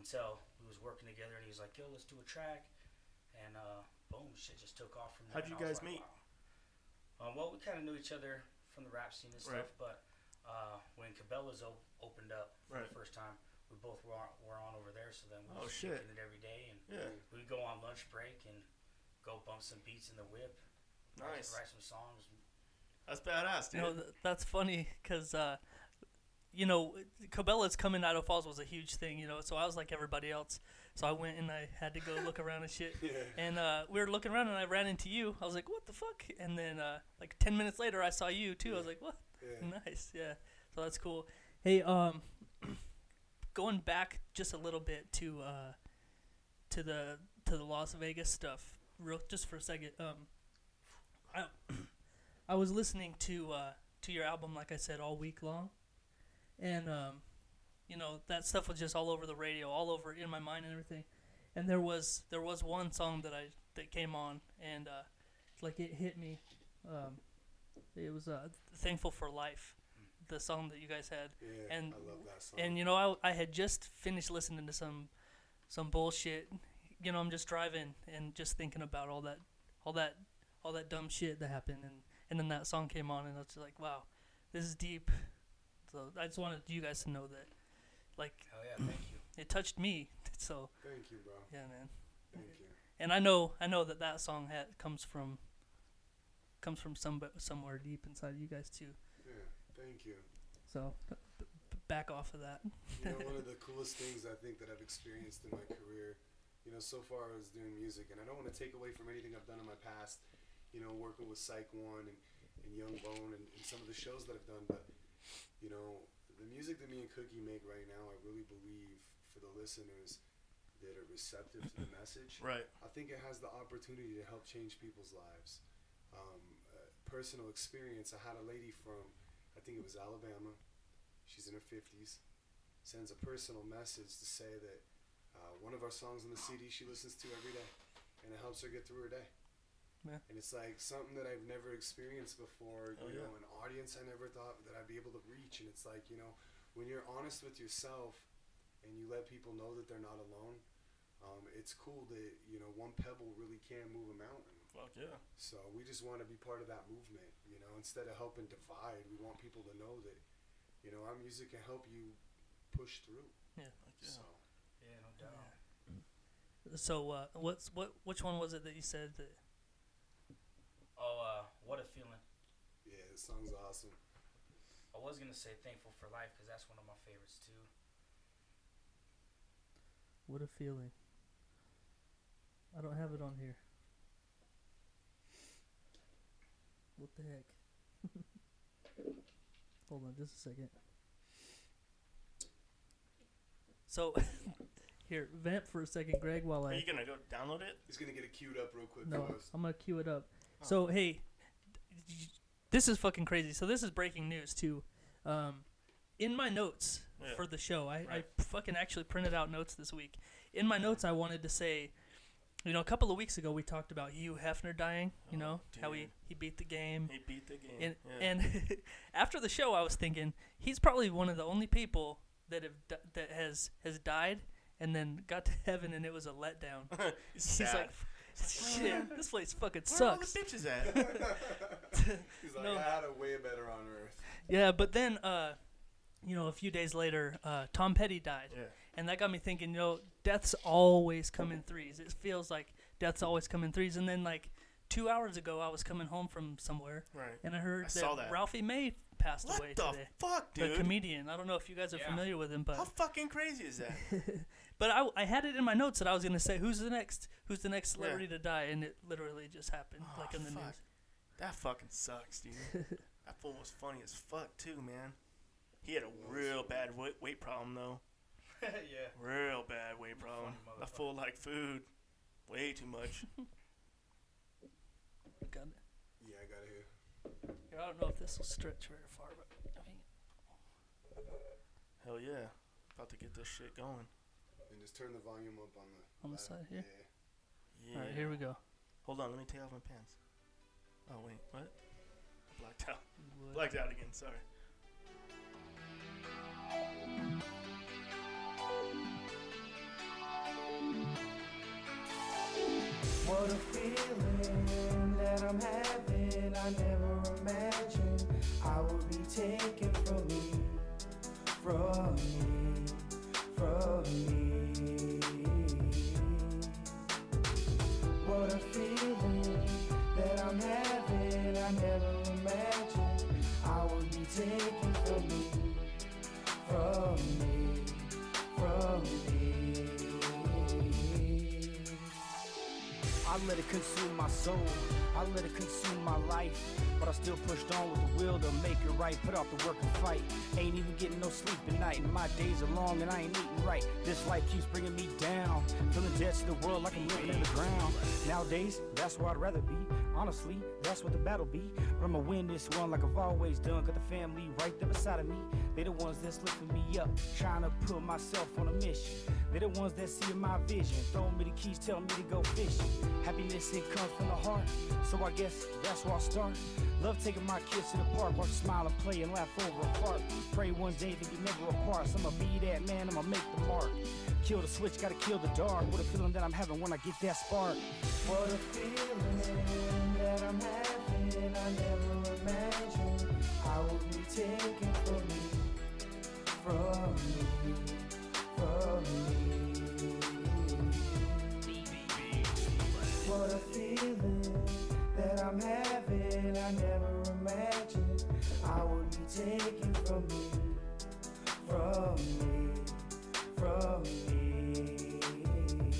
[SPEAKER 4] until we was working together, and he was like, "Yo, let's do a track," and uh, boom, shit just took off from there.
[SPEAKER 3] How'd you
[SPEAKER 4] and I was
[SPEAKER 3] guys
[SPEAKER 4] like,
[SPEAKER 3] meet?
[SPEAKER 4] wow. Um, well, we kind of knew each other from the rap scene and stuff, but uh, when Cabela's op- opened up for
[SPEAKER 3] Right.
[SPEAKER 4] the first time, we both were on, were on over there. So then we
[SPEAKER 3] Oh,
[SPEAKER 4] was
[SPEAKER 3] shit.
[SPEAKER 4] kicking it every day, and
[SPEAKER 3] Yeah.
[SPEAKER 4] we'd go on lunch break and go bump some beats in the whip, write-
[SPEAKER 3] Nice.
[SPEAKER 4] write some songs,
[SPEAKER 3] That's badass, dude.
[SPEAKER 2] No, th- that's funny because uh, you know Cabela's coming out of Falls was a huge thing, you know. So I was like everybody else. So I went and I had to go look around and shit.
[SPEAKER 5] Yeah.
[SPEAKER 2] And uh, we were looking around and I ran into you. I was like, "What the fuck?" And then uh, like ten minutes later, I saw you too. I was like, "What?
[SPEAKER 5] Yeah.
[SPEAKER 2] Nice, yeah." So that's cool. Hey, um, going back just a little bit to uh, to the to the Las Vegas stuff, real just for a second. Um, I I was listening to uh, to your album, like I said, all week long, and um, you know that stuff was just all over the radio, all over in my mind and everything. And there was there was one song that I that came on, and uh, like it hit me. Um, it was uh, "Thankful for Life," the song that you guys had
[SPEAKER 5] Yeah.
[SPEAKER 2] And-
[SPEAKER 5] I love that song.
[SPEAKER 2] and you know I, I had just finished listening to some some bullshit you know i'm just driving and just thinking about all that all that all that dumb shit that happened and and then that song came on and i was just like wow this is deep so i just wanted you guys to know that like
[SPEAKER 4] Oh yeah, thank you.
[SPEAKER 2] it touched me so
[SPEAKER 5] Thank you, bro.
[SPEAKER 2] yeah man
[SPEAKER 5] Thank you.
[SPEAKER 2] and i know i know that that song ha- comes from comes from some somewhere deep inside you guys too
[SPEAKER 5] Yeah. Thank you.
[SPEAKER 2] so b- b- b- back off of that
[SPEAKER 5] you know, one of the coolest things I think that I've experienced in my career, you know, so far is doing music, and I don't want to take away from anything I've done in my past, you know, working with Psych One and, and Young Bone and, and some of the shows that I've done, but you know, the music that me and Cookie make right now, I really believe for the listeners that are receptive to the message,
[SPEAKER 3] Right.
[SPEAKER 5] I think it has the opportunity to help change people's lives. Um, uh, personal experience, I had a lady from, I think it was Alabama, she's in her 50s, sends a personal message to say that uh, one of our songs on the CD she listens to every day, and it helps her get through her day.
[SPEAKER 2] Yeah.
[SPEAKER 5] And it's like something that I've never experienced before,
[SPEAKER 3] Oh,
[SPEAKER 5] you
[SPEAKER 3] yeah.
[SPEAKER 5] know, an audience I never thought that I'd be able to reach. And it's like, you know, when you're honest with yourself and you let people know that they're not alone, um, it's cool that you know one pebble really can move a mountain.
[SPEAKER 3] Fuck yeah.
[SPEAKER 5] So we just want to be part of that movement. You know, instead of helping divide, we want people to know that you know our music can help you push through.
[SPEAKER 3] Fuck yeah.
[SPEAKER 5] So
[SPEAKER 4] Yeah, no doubt.
[SPEAKER 2] so uh, what's what which one was it that you said that
[SPEAKER 4] Oh, uh, what a feeling.
[SPEAKER 5] yeah, this song's awesome.
[SPEAKER 4] I was going to say Thankful for Life because that's one of my favorites too.
[SPEAKER 2] What a feeling. I don't have it on here. What the heck? Hold on just a second. So, here, vamp for a second, Greg, while
[SPEAKER 3] Are
[SPEAKER 2] I.
[SPEAKER 3] you gonna go download it?
[SPEAKER 5] He's gonna get it queued up real quick
[SPEAKER 2] No,
[SPEAKER 5] for us.
[SPEAKER 2] I'm gonna cue it up.
[SPEAKER 3] Oh.
[SPEAKER 2] So hey, this is fucking crazy. So this is breaking news too. Um, in my notes
[SPEAKER 3] Yeah.
[SPEAKER 2] for the show, I,
[SPEAKER 3] Right.
[SPEAKER 2] I fucking actually printed out notes this week. In my notes, I wanted to say, you know, a couple of weeks ago we talked about Hugh Hefner dying. You
[SPEAKER 3] Oh,
[SPEAKER 2] know how he
[SPEAKER 3] dude.
[SPEAKER 2] he beat the game.
[SPEAKER 3] He beat the game.
[SPEAKER 2] And,
[SPEAKER 3] yeah.
[SPEAKER 2] and after the show, I was thinking he's probably one of the only people that have di- that has has died and then got to heaven and it was a letdown.
[SPEAKER 3] he's
[SPEAKER 2] He's
[SPEAKER 3] sad.
[SPEAKER 2] like, shit, this place fucking
[SPEAKER 3] Where are all
[SPEAKER 2] sucks.
[SPEAKER 3] the bitches at?
[SPEAKER 5] He's like,
[SPEAKER 2] No.
[SPEAKER 5] I had a way better on earth.
[SPEAKER 2] Yeah, but then, uh, you know, a few days later, uh, Tom Petty died.
[SPEAKER 3] Yeah.
[SPEAKER 2] And that got me thinking, you know, deaths always come in threes. It feels like deaths always come in threes. And then, like, two hours ago, I was coming home from somewhere
[SPEAKER 3] right.
[SPEAKER 2] and I heard
[SPEAKER 3] I
[SPEAKER 2] that,
[SPEAKER 3] saw that.
[SPEAKER 2] Ralphie May passed
[SPEAKER 3] What
[SPEAKER 2] away
[SPEAKER 3] the
[SPEAKER 2] today.
[SPEAKER 3] fuck,
[SPEAKER 2] The
[SPEAKER 3] dude?
[SPEAKER 2] comedian. I don't know if you guys are
[SPEAKER 4] Yeah.
[SPEAKER 2] familiar with him, but
[SPEAKER 3] How fucking crazy is that?
[SPEAKER 2] but I, I had it in my notes that I was gonna say who's the next who's the next celebrity to die, and it literally just happened
[SPEAKER 3] Oh,
[SPEAKER 2] like in the
[SPEAKER 3] fuck.
[SPEAKER 2] news.
[SPEAKER 3] that fucking sucks, dude. That fool was funny as fuck too, man. He had a real bad weight, weight problem though.
[SPEAKER 4] yeah.
[SPEAKER 3] Real bad weight problem.
[SPEAKER 4] Funny
[SPEAKER 3] That fool liked food way too much.
[SPEAKER 2] God,
[SPEAKER 5] Yeah, I got it here.
[SPEAKER 2] here, I don't know if this will stretch very far, but I mean,
[SPEAKER 3] Hell yeah. About to get this shit going.
[SPEAKER 5] And just turn the volume up on the
[SPEAKER 2] On the
[SPEAKER 5] left.
[SPEAKER 2] side here?
[SPEAKER 5] Yeah.
[SPEAKER 3] Yeah.
[SPEAKER 2] all right, here we go.
[SPEAKER 3] Hold on, let me take off my pants. Oh wait, what? I blacked out. Blacked out again, sorry.
[SPEAKER 6] What a feeling that I'm having. I never imagined I would be taken from me, from me, from me. What a feeling that I'm having. I never imagined I would be taken from me, from me, from me. I let it consume my soul. I let it consume my life. But I still pushed on with the will to make it right. Put out the work and fight. Ain't even getting no sleep at night. And my days are long and I ain't eating right. This life keeps bringing me down. Feeling dead to the world like I'm living in the ground. Nowadays, that's where I'd rather be. Honestly, that's what the battle be. But I'ma win this one like I've always done. Got the family right there beside of me. They the ones that's lifting me up. Trying to put myself on a mission. They the ones that see my vision. Throwing me the keys, telling me to go fishing. Happiness, it comes from the heart. So I guess that's where I start. Love taking my kids to the park. Watch them smile and play and laugh over a park. Pray one day that we never apart. So I'ma be that man, I'ma make the mark. Kill the switch, gotta kill the dark. What a feeling that I'm having when I get that spark. What a feeling that I'm having. I never imagined I would be taken from me, from me, from me. What a feeling that I'm having. I never imagined I would be taken from me, from me, from me.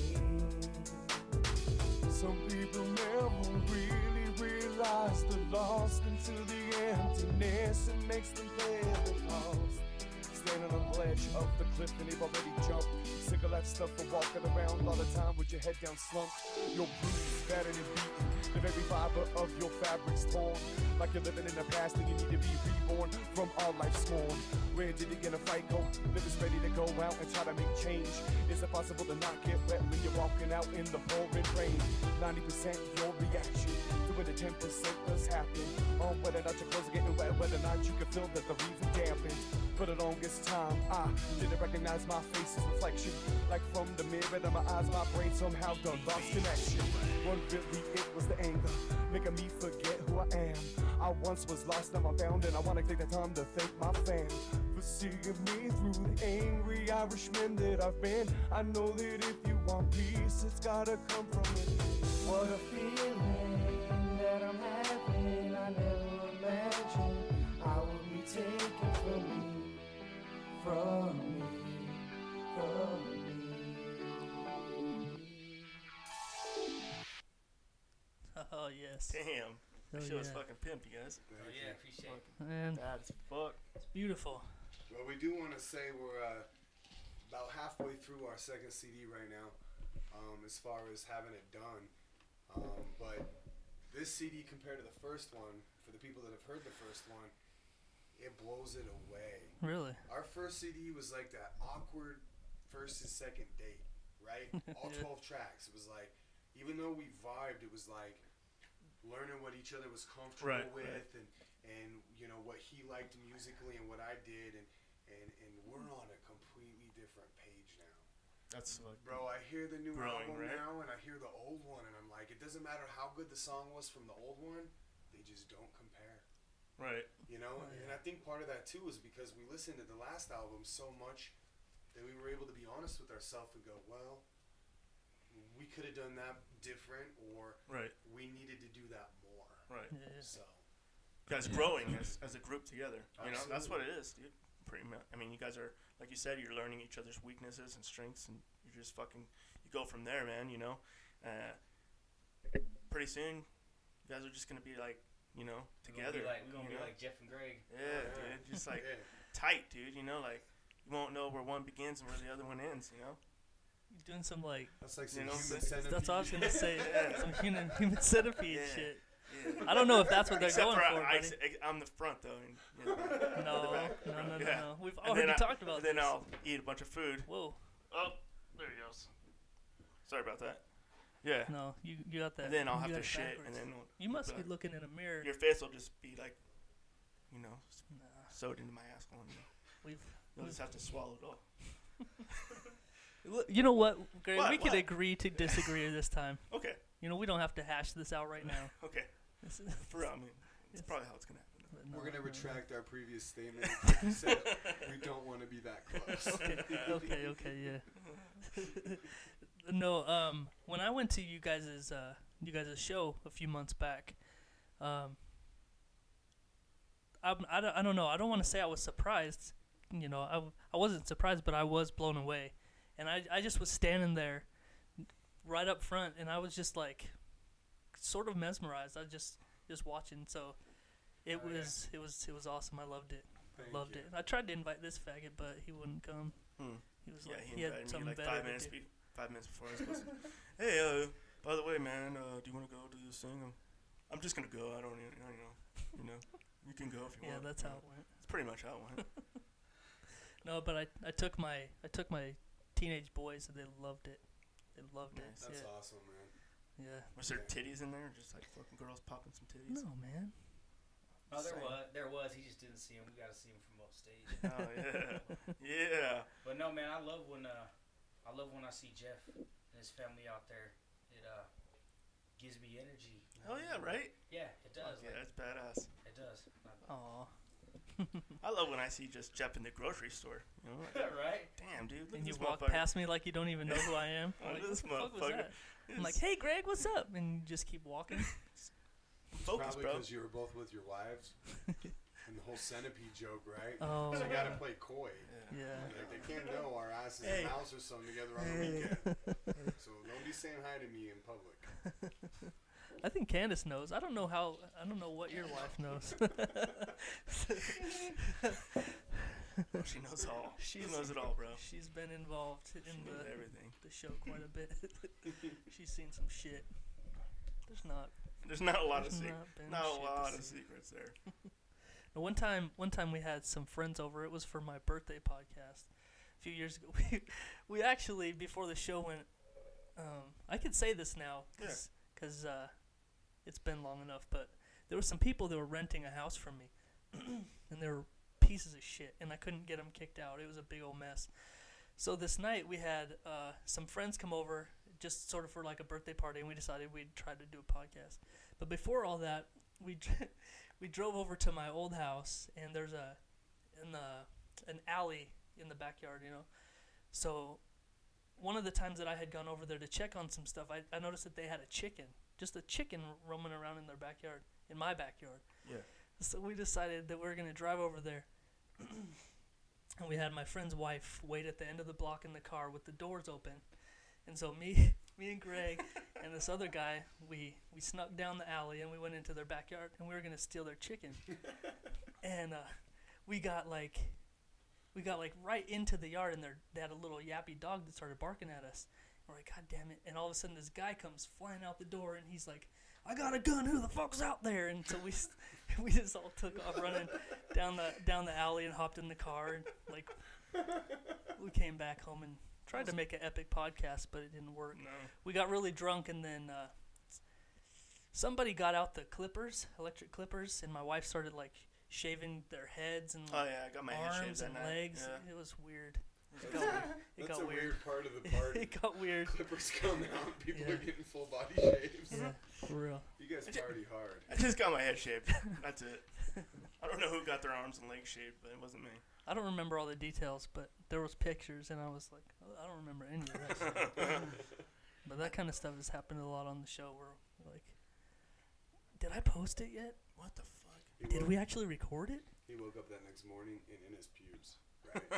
[SPEAKER 6] Some people never really realize they're lost into the emptiness. It makes them feel the lost. Standing on the ledge of the cliff and they've already jumped. Sick of that stuff of walking around all the time with your head down slumped. Your bruised, battered and beaten. If every fiber of your fabric's torn. Like you're living in the past and you need to be reborn from all life's scorn. Where did it get a fight go? Livers ready to go out and try to make change. It's impossible to not get wet when you're walking out in the pouring rain. 90% your reaction to what the 10% does happen. On whether or not your clothes are getting wet, whether or not you can feel that the reason dampens. For the longest time, I didn't recognize my face's reflection. Like from the mirror to my eyes, my brain somehow done lost connection. One really, it was the anger, making me forget who I am. I once was lost, now I'm found, and I wanna take the time to thank my fam. For seeing me through the angry Irishman that I've been. I know that if you want peace, it's gotta come from within. What a feeling that I'm having. I never imagined I would be taken from me, from me, from me.
[SPEAKER 2] Oh yes,
[SPEAKER 3] Damn. That
[SPEAKER 2] Hell
[SPEAKER 3] shit was
[SPEAKER 2] yeah.
[SPEAKER 3] fucking pimp, you guys.
[SPEAKER 4] Oh, yeah, appreciate it.
[SPEAKER 2] man,
[SPEAKER 3] Bad as fuck.
[SPEAKER 2] it's beautiful.
[SPEAKER 5] Well, we do want to say we're uh, about halfway through our second CD right now, um, as far as having it done. Um, but this CD, compared to the first one, for the people that have heard the first one, it blows it away.
[SPEAKER 2] Really?
[SPEAKER 5] Our first CD was like that awkward first and second date, right? All
[SPEAKER 2] Yeah.
[SPEAKER 5] 12 tracks. It was like, even though we vibed, it was like learning what each other was comfortable
[SPEAKER 3] Right,
[SPEAKER 5] with
[SPEAKER 3] right.
[SPEAKER 5] and and you know what he liked musically and what I did and and and we're on a completely different page now.
[SPEAKER 3] That's fuck.
[SPEAKER 5] Bro, I hear the new
[SPEAKER 3] Growing,
[SPEAKER 5] album
[SPEAKER 3] right?
[SPEAKER 5] now and I hear the old one and I'm like it doesn't matter how good the song was from the old one, they just don't compare
[SPEAKER 3] Right.
[SPEAKER 5] you know and i think part of that too is because we listened to the last album so much that we were able to be honest with ourselves and go well we could have done that different or
[SPEAKER 3] Right.
[SPEAKER 5] we needed to do that more
[SPEAKER 3] Right.
[SPEAKER 2] Yeah.
[SPEAKER 5] so
[SPEAKER 3] guys growing as, as a group together. You know, that's what it is,
[SPEAKER 5] Absolutely.
[SPEAKER 3] dude. Pretty much. I mean, you guys are like you said, you're learning each other's weaknesses and strengths, and you just fucking you go from there, man. You know, uh, pretty soon, you guys are just gonna be like you know,
[SPEAKER 4] We're gonna be
[SPEAKER 3] together.
[SPEAKER 4] like we're gonna be
[SPEAKER 3] you know?
[SPEAKER 4] like uh, Jeff and Greg.
[SPEAKER 3] yeah, dude, just like
[SPEAKER 5] yeah.
[SPEAKER 3] tight, dude. You know, like you won't know where one begins and where the other one ends. You know,
[SPEAKER 2] You're doing some like
[SPEAKER 5] That's like
[SPEAKER 3] You
[SPEAKER 5] some
[SPEAKER 3] know,
[SPEAKER 5] human
[SPEAKER 3] that's-
[SPEAKER 5] centipede.
[SPEAKER 2] that's what I was gonna say.
[SPEAKER 3] Yeah.
[SPEAKER 2] Some human human centipede
[SPEAKER 3] Yeah.
[SPEAKER 2] shit.
[SPEAKER 3] yeah.
[SPEAKER 2] I don't know if that's what they're
[SPEAKER 3] Except
[SPEAKER 2] going
[SPEAKER 3] for
[SPEAKER 2] for,
[SPEAKER 3] I,
[SPEAKER 2] buddy.
[SPEAKER 3] I, am the front though. And, you know,
[SPEAKER 2] No,
[SPEAKER 3] back.
[SPEAKER 2] no, no, no,
[SPEAKER 3] Yeah.
[SPEAKER 2] no. We've
[SPEAKER 3] and then
[SPEAKER 2] already
[SPEAKER 3] I-
[SPEAKER 2] talked about
[SPEAKER 3] Then
[SPEAKER 2] this.
[SPEAKER 3] I'll eat a bunch of food.
[SPEAKER 2] Whoa,
[SPEAKER 3] Oh, there he goes. Sorry about that. Yeah.
[SPEAKER 2] no, you you got that.
[SPEAKER 3] and then I'll
[SPEAKER 2] you
[SPEAKER 3] have
[SPEAKER 2] got it
[SPEAKER 3] to shit, and
[SPEAKER 2] backwards.
[SPEAKER 3] then
[SPEAKER 2] you must be
[SPEAKER 3] back.
[SPEAKER 2] looking in a mirror.
[SPEAKER 3] your face will just be like, you know, s-
[SPEAKER 2] Nah,
[SPEAKER 3] sewed into my asshole. And
[SPEAKER 2] we've.
[SPEAKER 3] you'll just have to swallow it all.
[SPEAKER 2] Look, You know what, Greg?
[SPEAKER 3] What,
[SPEAKER 2] we could
[SPEAKER 3] what?
[SPEAKER 2] agree to disagree this time.
[SPEAKER 3] Okay.
[SPEAKER 2] You know, we don't have to hash this out right now.
[SPEAKER 3] Okay.
[SPEAKER 2] This is,
[SPEAKER 3] For real, I mean, it's
[SPEAKER 2] Yes.
[SPEAKER 3] probably how it's gonna happen. though.
[SPEAKER 2] no,
[SPEAKER 5] We're gonna
[SPEAKER 2] no, no.
[SPEAKER 5] retract our previous statement. We said we don't want to be that close.
[SPEAKER 2] okay, okay, okay, yeah. no, um, when I went to you guys' uh, you guys' show a few months back, um, I'm, I don't, I don't know. I don't want to say I was surprised. You know, I, w- I wasn't surprised, but I was blown away, and I I just was standing there, right up front, and I was just like, sort of mesmerized. I just just watching. So, it
[SPEAKER 5] Oh, yeah.
[SPEAKER 2] was it was it was awesome. I loved it.
[SPEAKER 5] Thank
[SPEAKER 2] Loved
[SPEAKER 5] you.
[SPEAKER 2] it. I tried to invite this faggot, but he wouldn't come.
[SPEAKER 3] Hmm.
[SPEAKER 2] He was
[SPEAKER 3] Yeah,
[SPEAKER 2] like,
[SPEAKER 3] he,
[SPEAKER 2] he, had
[SPEAKER 3] invited me
[SPEAKER 2] something
[SPEAKER 3] like
[SPEAKER 2] better
[SPEAKER 3] five
[SPEAKER 2] to
[SPEAKER 3] minutes,
[SPEAKER 2] do.
[SPEAKER 3] be, five minutes before I was supposed to. Hey, uh, by the way, man, uh, do you want to go do this thing? I'm, I'm just gonna go. I don't, e- I don't know. You know, you can go if you
[SPEAKER 2] Yeah,
[SPEAKER 3] want.
[SPEAKER 2] that's
[SPEAKER 3] you
[SPEAKER 2] how
[SPEAKER 3] know.
[SPEAKER 2] it went.
[SPEAKER 3] It's pretty much how it went.
[SPEAKER 2] No, but I, I took my I took my teenage boys and they loved it. They loved it.
[SPEAKER 3] Nice.
[SPEAKER 5] That's
[SPEAKER 2] yeah.
[SPEAKER 5] awesome, man.
[SPEAKER 2] yeah.
[SPEAKER 3] Was there titties in there? Just like fucking girls popping some titties.
[SPEAKER 2] No man.
[SPEAKER 4] No, Oh, there
[SPEAKER 3] Same.
[SPEAKER 4] was there was. He just didn't see him. We gotta see him from upstage.
[SPEAKER 3] Oh yeah, yeah.
[SPEAKER 4] But no, man, I love when uh, I love when I see Jeff and his family out there. It uh, gives me energy. you
[SPEAKER 3] Hell
[SPEAKER 4] know?
[SPEAKER 3] yeah, right?
[SPEAKER 4] Yeah, it does. Like,
[SPEAKER 3] yeah, that's badass.
[SPEAKER 4] it does.
[SPEAKER 2] Aw.
[SPEAKER 3] I love when I see just Jeff in the grocery store. You know, like,
[SPEAKER 4] right?
[SPEAKER 3] damn dude, look
[SPEAKER 2] And
[SPEAKER 3] at
[SPEAKER 2] you
[SPEAKER 3] this
[SPEAKER 2] walk
[SPEAKER 3] motherfucker.
[SPEAKER 2] past me like you don't even know who I am.
[SPEAKER 3] Look
[SPEAKER 2] I'm like,
[SPEAKER 3] at
[SPEAKER 2] what
[SPEAKER 3] this
[SPEAKER 2] the fuck was
[SPEAKER 3] motherfucker.
[SPEAKER 2] that? I'm like,
[SPEAKER 3] It's
[SPEAKER 2] hey Greg, what's up? And you just keep walking.
[SPEAKER 3] focus,
[SPEAKER 5] Probably
[SPEAKER 3] bro.
[SPEAKER 5] because you were both with your wives, and the whole centipede joke, right?
[SPEAKER 2] Oh.
[SPEAKER 5] So you gotta play coy.
[SPEAKER 3] Yeah.
[SPEAKER 2] Yeah.
[SPEAKER 5] Like they can't know our asses
[SPEAKER 3] Hey.
[SPEAKER 5] and mouse or something together on the weekend. So don't be saying hi to me in public.
[SPEAKER 2] I think Candace knows. I don't know how. I don't know what your wife knows.
[SPEAKER 3] Oh, she knows all. She
[SPEAKER 2] She's-
[SPEAKER 3] knows it all, bro.
[SPEAKER 2] She's been involved in
[SPEAKER 3] She knows
[SPEAKER 2] the
[SPEAKER 3] everything.
[SPEAKER 2] the show quite a bit. She's seen some shit. There's not
[SPEAKER 3] There's not a lot of
[SPEAKER 2] There's
[SPEAKER 3] secrets.
[SPEAKER 2] not been
[SPEAKER 3] Not
[SPEAKER 2] shit
[SPEAKER 3] a
[SPEAKER 2] to
[SPEAKER 3] lot of
[SPEAKER 2] see.
[SPEAKER 3] secrets there.
[SPEAKER 2] Now, One time, one time we had some friends over. It was for my birthday podcast a few years ago. We, we actually before the show went. Um, I could say this now because uh, it's been long enough. But there were some people that were renting a house from me, and they were pieces of shit, and I couldn't get them kicked out. It was a big old mess. So this night we had uh, some friends come over, just sort of for like a birthday party, and we decided we'd try to do a podcast. But before all that, we dr- we drove over to my old house, and there's a in the an alley in the backyard, you know. So one of the times that I had gone over there to check on some stuff, I, I noticed that they had a chicken, just a chicken roaming around in their backyard, in my backyard.
[SPEAKER 3] Yeah.
[SPEAKER 2] So we decided that we were going to drive over there. and we had my friend's wife wait at the end of the block in the car with the doors open. And so me, me and Greg and this other guy, we, we snuck down the alley and we went into their backyard and we were going to steal their chicken. and uh, we got like we got like right into the yard and there they had a little yappy dog that started barking at us. We're like, God damn it! And all of a sudden, this guy comes flying out the door, and he's like, "I got a gun. Who the fuck's out there?" And so we, s- we just all took off running down the down the alley and hopped in the car, and like, we came back home and tried to make an epic podcast, but it didn't work.
[SPEAKER 3] No.
[SPEAKER 2] We got really drunk, and then uh, somebody got out the clippers, electric clippers, and my wife started like shaving their heads and
[SPEAKER 3] Oh
[SPEAKER 2] like,
[SPEAKER 3] yeah, I got my head shaved
[SPEAKER 2] arms
[SPEAKER 3] that
[SPEAKER 2] and
[SPEAKER 3] night.
[SPEAKER 2] legs.
[SPEAKER 3] Yeah.
[SPEAKER 2] It was weird. It
[SPEAKER 5] That's
[SPEAKER 2] got,
[SPEAKER 5] a,
[SPEAKER 2] weird. it
[SPEAKER 5] that's
[SPEAKER 2] got
[SPEAKER 5] a
[SPEAKER 2] weird.
[SPEAKER 5] weird part of the party.
[SPEAKER 2] it got weird.
[SPEAKER 5] Clippers come out, people
[SPEAKER 2] Yeah.
[SPEAKER 5] are getting full body shaves.
[SPEAKER 2] Yeah, for real.
[SPEAKER 5] You guys party hard.
[SPEAKER 3] I just got my head shaved. That's it. I don't know who got their arms and legs shaved, but it wasn't me.
[SPEAKER 2] I don't remember all the details, but there was pictures, and I was like, "Oh, I don't remember any of that. shit." but that kind of stuff has happened a lot on the show. Where we're like, did I post it yet?
[SPEAKER 3] What the fuck?
[SPEAKER 5] He
[SPEAKER 2] Did
[SPEAKER 5] woke,
[SPEAKER 2] we actually record it?
[SPEAKER 5] he woke up that next morning and in his pubes. Right. It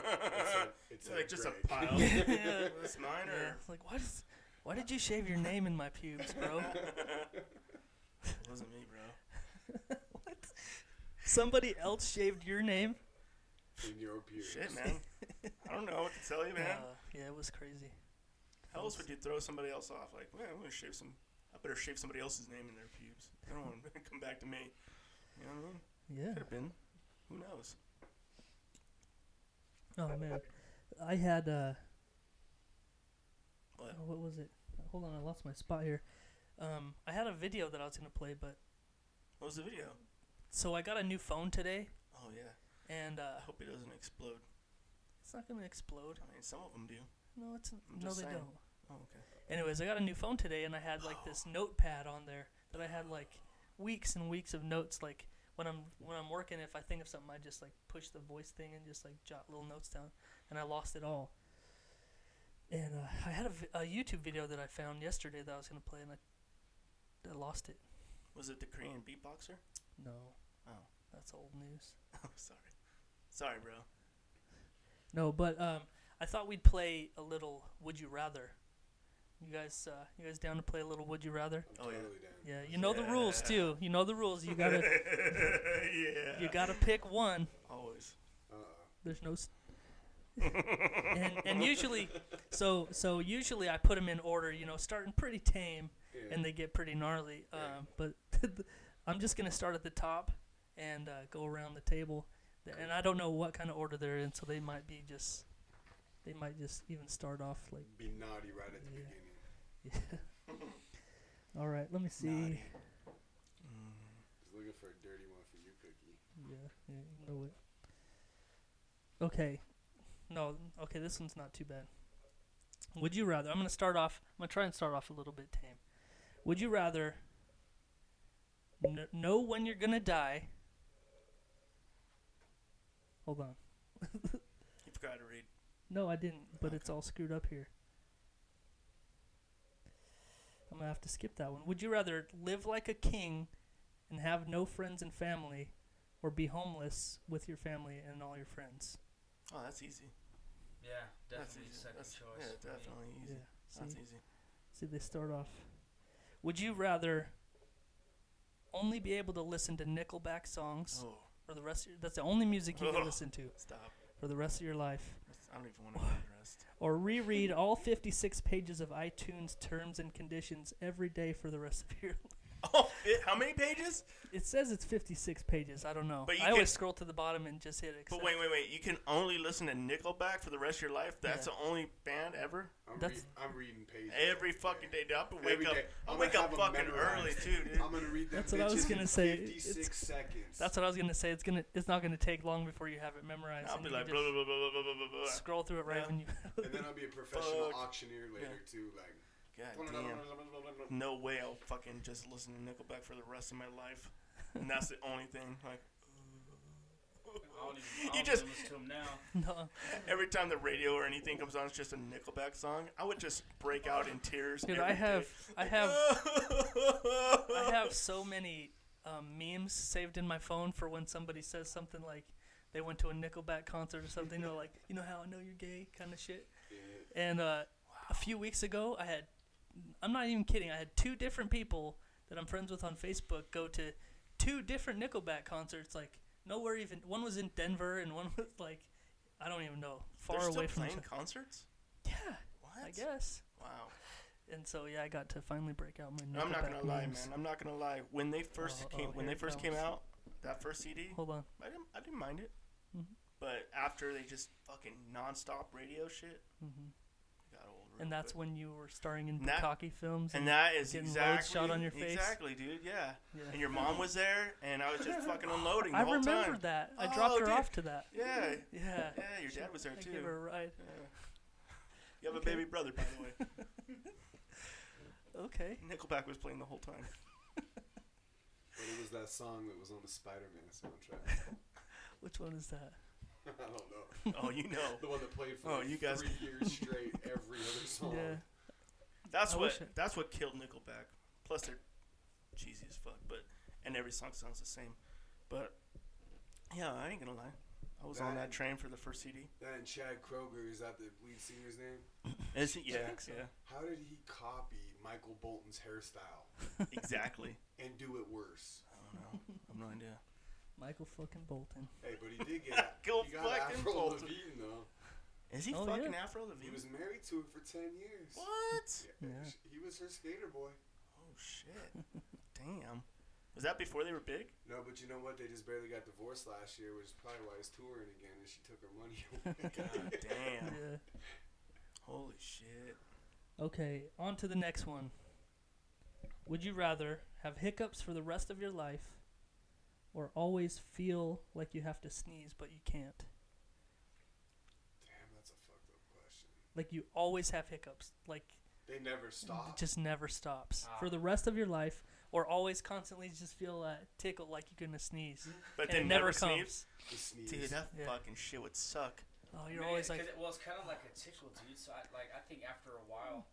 [SPEAKER 5] said- it
[SPEAKER 3] It's
[SPEAKER 5] said
[SPEAKER 3] like just a
[SPEAKER 5] Greg.
[SPEAKER 3] pile.
[SPEAKER 2] yeah.
[SPEAKER 3] It's mine
[SPEAKER 2] yeah.
[SPEAKER 3] or
[SPEAKER 2] It's Like, why does, why did you shave your name in my pubes, bro?
[SPEAKER 3] it wasn't me, bro.
[SPEAKER 2] somebody else shaved your name?
[SPEAKER 5] in your period.
[SPEAKER 3] Shit, man. I don't know what to tell you, man.
[SPEAKER 2] Uh, yeah, it was crazy.
[SPEAKER 3] How else would you throw somebody else off? Like, man, I'm gonna shave some. I better shave somebody else's name in their pubes. I don't want to come back to me. You know what I mean?
[SPEAKER 2] Yeah.
[SPEAKER 3] Could have been. Who knows?
[SPEAKER 2] Oh man, I had uh,
[SPEAKER 3] What?
[SPEAKER 2] oh, what was it? Hold on, I lost my spot here. Um, I had a video that I was gonna play, but
[SPEAKER 3] What was the video?
[SPEAKER 2] so I got a new phone today,
[SPEAKER 3] Oh yeah.
[SPEAKER 2] and uh,
[SPEAKER 3] I hope it doesn't explode.
[SPEAKER 2] it's not gonna explode.
[SPEAKER 3] I mean, some of them do.
[SPEAKER 2] No, it's
[SPEAKER 3] I'm
[SPEAKER 2] no,
[SPEAKER 3] just
[SPEAKER 2] they
[SPEAKER 3] saying.
[SPEAKER 2] don't.
[SPEAKER 3] Oh okay.
[SPEAKER 2] Anyways, I got a new phone today, and I had like this notepad on there that I had like weeks and weeks of notes. Like when I'm when I'm working, if I think of something, I just like push the voice thing and just like jot little notes down. And I lost it all. And uh, I had a, vi- a YouTube video that I found yesterday that I was gonna play, and I, I lost it.
[SPEAKER 3] Was it the Korean beatboxer?
[SPEAKER 2] No.
[SPEAKER 3] Oh.
[SPEAKER 2] That's old news.
[SPEAKER 3] Oh sorry. Sorry, bro.
[SPEAKER 2] No, but um, I thought we'd play a little "Would You Rather." You guys, uh, you guys down to play a little "Would You Rather"?
[SPEAKER 5] I'm
[SPEAKER 3] Oh, yeah.
[SPEAKER 5] totally down.
[SPEAKER 2] Yeah, you know the rules too. You know the rules. You gotta,
[SPEAKER 3] yeah.
[SPEAKER 2] you gotta pick one.
[SPEAKER 3] Always.
[SPEAKER 5] Uh-oh.
[SPEAKER 2] There's no. s and and usually, so so usually I put them in order. You know, starting pretty tame,
[SPEAKER 5] Yeah.
[SPEAKER 2] and they get pretty gnarly.
[SPEAKER 5] Yeah.
[SPEAKER 2] Um, but I'm just gonna start at the top and uh, go around the table, Th- and I don't know what kind of order they're in, so they might be just, they might just even start off like.
[SPEAKER 5] Be naughty right at the
[SPEAKER 2] Yeah.
[SPEAKER 5] beginning.
[SPEAKER 2] All right, let me see.
[SPEAKER 5] Just looking for a dirty one for you, Cookie.
[SPEAKER 2] Yeah, yeah, no way. Okay. No, okay, this one's not too bad. Would you rather? I'm going to start off, I'm going to try and start off a little bit tame. Would you rather kn- know when you're going to die? Hold on.
[SPEAKER 3] You forgot to read.
[SPEAKER 2] No, I didn't, but it's all screwed up here. I'm going to have to skip that one. Would you rather live like a king and have no friends and family or be homeless with your family and all your friends?
[SPEAKER 3] Oh, that's easy.
[SPEAKER 4] Yeah, definitely
[SPEAKER 3] that's easy.
[SPEAKER 4] second
[SPEAKER 3] That's-
[SPEAKER 4] choice.
[SPEAKER 3] Yeah,
[SPEAKER 4] for me.
[SPEAKER 3] definitely easy.
[SPEAKER 2] Yeah.
[SPEAKER 3] That's
[SPEAKER 2] See,
[SPEAKER 3] easy.
[SPEAKER 2] see, they start off. Would you rather only be able to listen to Nickelback songs
[SPEAKER 3] Oh,
[SPEAKER 2] for the rest of your, that's the only music you
[SPEAKER 3] Ugh.
[SPEAKER 2] can listen to
[SPEAKER 3] stop.
[SPEAKER 2] for the rest of your life
[SPEAKER 3] That's- I don't even want to read the rest.
[SPEAKER 2] or reread all 56 pages of iTunes terms and conditions every day for the rest of your life?
[SPEAKER 3] Oh, it, how many pages?
[SPEAKER 2] It says it's 56 pages. I don't know.
[SPEAKER 3] But you
[SPEAKER 2] I always
[SPEAKER 3] can-
[SPEAKER 2] scroll to the bottom and just hit accept.
[SPEAKER 3] But wait, wait, wait. You can only listen to Nickelback for the rest of your life? That's
[SPEAKER 2] Yeah.
[SPEAKER 3] the only band ever?
[SPEAKER 5] I'm,
[SPEAKER 2] That's-
[SPEAKER 5] re- I'm reading pages.
[SPEAKER 3] Every fucking day, dude. I'll be
[SPEAKER 5] Every
[SPEAKER 3] wake up.
[SPEAKER 5] day.
[SPEAKER 3] I'll
[SPEAKER 5] I'm
[SPEAKER 3] wake
[SPEAKER 5] gonna
[SPEAKER 3] up
[SPEAKER 5] have 'em
[SPEAKER 3] fucking early,
[SPEAKER 5] memorized.
[SPEAKER 3] too, dude.
[SPEAKER 5] I'm gonna read that.
[SPEAKER 2] That's what I was
[SPEAKER 5] bitches in
[SPEAKER 2] gonna say.
[SPEAKER 5] 56
[SPEAKER 2] It's-
[SPEAKER 5] seconds.
[SPEAKER 2] That's what I was gonna say. It's gonna. It's not gonna take long before you have it memorized.
[SPEAKER 3] I'll
[SPEAKER 2] and
[SPEAKER 3] be
[SPEAKER 2] you
[SPEAKER 3] like,
[SPEAKER 2] can
[SPEAKER 3] blah,
[SPEAKER 2] just
[SPEAKER 3] blah, blah, blah, blah, blah, blah, blah.
[SPEAKER 2] scroll through it right
[SPEAKER 3] Yeah.
[SPEAKER 2] when you.
[SPEAKER 5] and then I'll be a professional
[SPEAKER 3] Fuck.
[SPEAKER 5] auctioneer later too. Like,
[SPEAKER 3] God damn. No way I'll fucking just listen to Nickelback for the rest of my life. And that's the only thing. Like,
[SPEAKER 4] I don't even, I
[SPEAKER 3] You
[SPEAKER 4] don't
[SPEAKER 3] just-
[SPEAKER 4] even listen to 'em now.
[SPEAKER 2] no,
[SPEAKER 3] every time the radio or anything comes on, it's just a Nickelback song. I would just break out in tears.
[SPEAKER 2] dude.
[SPEAKER 3] every
[SPEAKER 2] I have.
[SPEAKER 3] day.
[SPEAKER 2] I have. I
[SPEAKER 3] I
[SPEAKER 2] have so many um, memes saved in my phone for when somebody says something like they went to a Nickelback concert or something. They're like, you know how I know you're gay, kind of shit. And uh, a few weeks ago, I had. I'm not even kidding. I had two different people that I'm friends with on Facebook go to two different Nickelback concerts. Like nowhere even. One was in Denver and one was like, I don't even know, far
[SPEAKER 3] They're still
[SPEAKER 2] away from each
[SPEAKER 3] playing
[SPEAKER 2] other.
[SPEAKER 3] concerts.
[SPEAKER 2] Yeah,
[SPEAKER 3] What?
[SPEAKER 2] I guess.
[SPEAKER 3] Wow.
[SPEAKER 2] And so yeah, I got to finally break out my. Nickelback
[SPEAKER 3] I'm not gonna lie, man.
[SPEAKER 2] memes.
[SPEAKER 3] I'm not gonna lie. When they first
[SPEAKER 2] Oh, oh,
[SPEAKER 3] came, when
[SPEAKER 2] here
[SPEAKER 3] they
[SPEAKER 2] it
[SPEAKER 3] first came
[SPEAKER 2] comes.
[SPEAKER 3] out, that first CD,
[SPEAKER 2] Hold on.
[SPEAKER 3] I didn't, I didn't mind it.
[SPEAKER 2] Mm-hmm.
[SPEAKER 3] But after they just fucking nonstop radio shit,
[SPEAKER 2] Mm-hmm.
[SPEAKER 3] it got old. real
[SPEAKER 2] And that's
[SPEAKER 3] quick.
[SPEAKER 2] when you were starring in
[SPEAKER 3] And that-
[SPEAKER 2] Bukaki films.
[SPEAKER 3] And that is
[SPEAKER 2] getting
[SPEAKER 3] exactly
[SPEAKER 2] loads shot on your face.
[SPEAKER 3] Exactly, dude. Yeah.
[SPEAKER 2] Yeah.
[SPEAKER 3] And your mom was there, and I was just fucking unloading the
[SPEAKER 2] I
[SPEAKER 3] whole
[SPEAKER 2] remember
[SPEAKER 3] time.
[SPEAKER 2] that. I
[SPEAKER 3] Oh,
[SPEAKER 2] dropped her
[SPEAKER 3] dude.
[SPEAKER 2] off to that.
[SPEAKER 3] Yeah.
[SPEAKER 2] Yeah.
[SPEAKER 3] Yeah. Your dad was there
[SPEAKER 2] I
[SPEAKER 3] too.
[SPEAKER 2] gave her a ride.
[SPEAKER 3] You have a baby brother, by the way.
[SPEAKER 2] Okay.
[SPEAKER 3] Nickelback was playing the whole time.
[SPEAKER 5] But it was that song that was on the Spider-Man soundtrack.
[SPEAKER 2] Which one is that?
[SPEAKER 5] I don't know.
[SPEAKER 3] Oh, you know.
[SPEAKER 5] The one that played for
[SPEAKER 3] Oh,
[SPEAKER 5] like
[SPEAKER 3] you guys-
[SPEAKER 5] three years straight, every other song.
[SPEAKER 2] Yeah.
[SPEAKER 3] That's
[SPEAKER 2] I
[SPEAKER 3] what
[SPEAKER 2] wish it-
[SPEAKER 3] that's what killed Nickelback. Plus they're cheesy as fuck, but and every song sounds the same. But yeah, I ain't gonna lie. I was on
[SPEAKER 5] That-
[SPEAKER 3] that train for the first CD.
[SPEAKER 5] That and Chad Kroger is that the lead singer's name?
[SPEAKER 3] Is it? Yeah,
[SPEAKER 2] think so.
[SPEAKER 3] yeah,
[SPEAKER 5] How did he copy Michael Bolton's hairstyle
[SPEAKER 3] exactly.
[SPEAKER 5] and do it worse?
[SPEAKER 3] I don't know. I have no idea.
[SPEAKER 2] Michael fucking Bolton.
[SPEAKER 5] Hey, but he did get.
[SPEAKER 3] Go
[SPEAKER 5] he got
[SPEAKER 3] fucking
[SPEAKER 5] Avril
[SPEAKER 3] Bolton.
[SPEAKER 5] Lavigne, though.
[SPEAKER 3] Is he
[SPEAKER 2] Oh,
[SPEAKER 3] fucking
[SPEAKER 2] yeah.
[SPEAKER 3] Afro
[SPEAKER 5] He
[SPEAKER 3] Lavigne?
[SPEAKER 5] was married to her for ten years.
[SPEAKER 3] what?
[SPEAKER 2] Yeah.
[SPEAKER 5] Sh- He was her skater boy.
[SPEAKER 3] Oh shit! Damn. Was that before they were big?
[SPEAKER 5] No, but you know what? They just barely got divorced last year, which is probably why he's touring again, and she took her money. away.
[SPEAKER 3] God damn.
[SPEAKER 2] Yeah.
[SPEAKER 3] Holy shit.
[SPEAKER 2] Okay, on to the next one. Would you rather have hiccups for the rest of your life or always feel like you have to sneeze but you can't?
[SPEAKER 5] Damn, that's a fucked up question.
[SPEAKER 2] Like you always have hiccups. Like
[SPEAKER 5] They never
[SPEAKER 2] it
[SPEAKER 5] stop.
[SPEAKER 2] just never stops.
[SPEAKER 4] Ah.
[SPEAKER 2] For the rest of your life or always constantly just feel uh, tickled like you're going to sneeze.
[SPEAKER 3] But
[SPEAKER 2] And
[SPEAKER 3] then
[SPEAKER 2] it never
[SPEAKER 3] sneeze?
[SPEAKER 2] comes.
[SPEAKER 5] They sneeze.
[SPEAKER 3] Dude, that
[SPEAKER 2] Yeah.
[SPEAKER 3] fucking shit would suck.
[SPEAKER 2] Oh, you're
[SPEAKER 4] Man,
[SPEAKER 2] always
[SPEAKER 4] 'cause
[SPEAKER 2] like,
[SPEAKER 4] it- well, it's kind of like a tickle, dude. So I like I think after a while,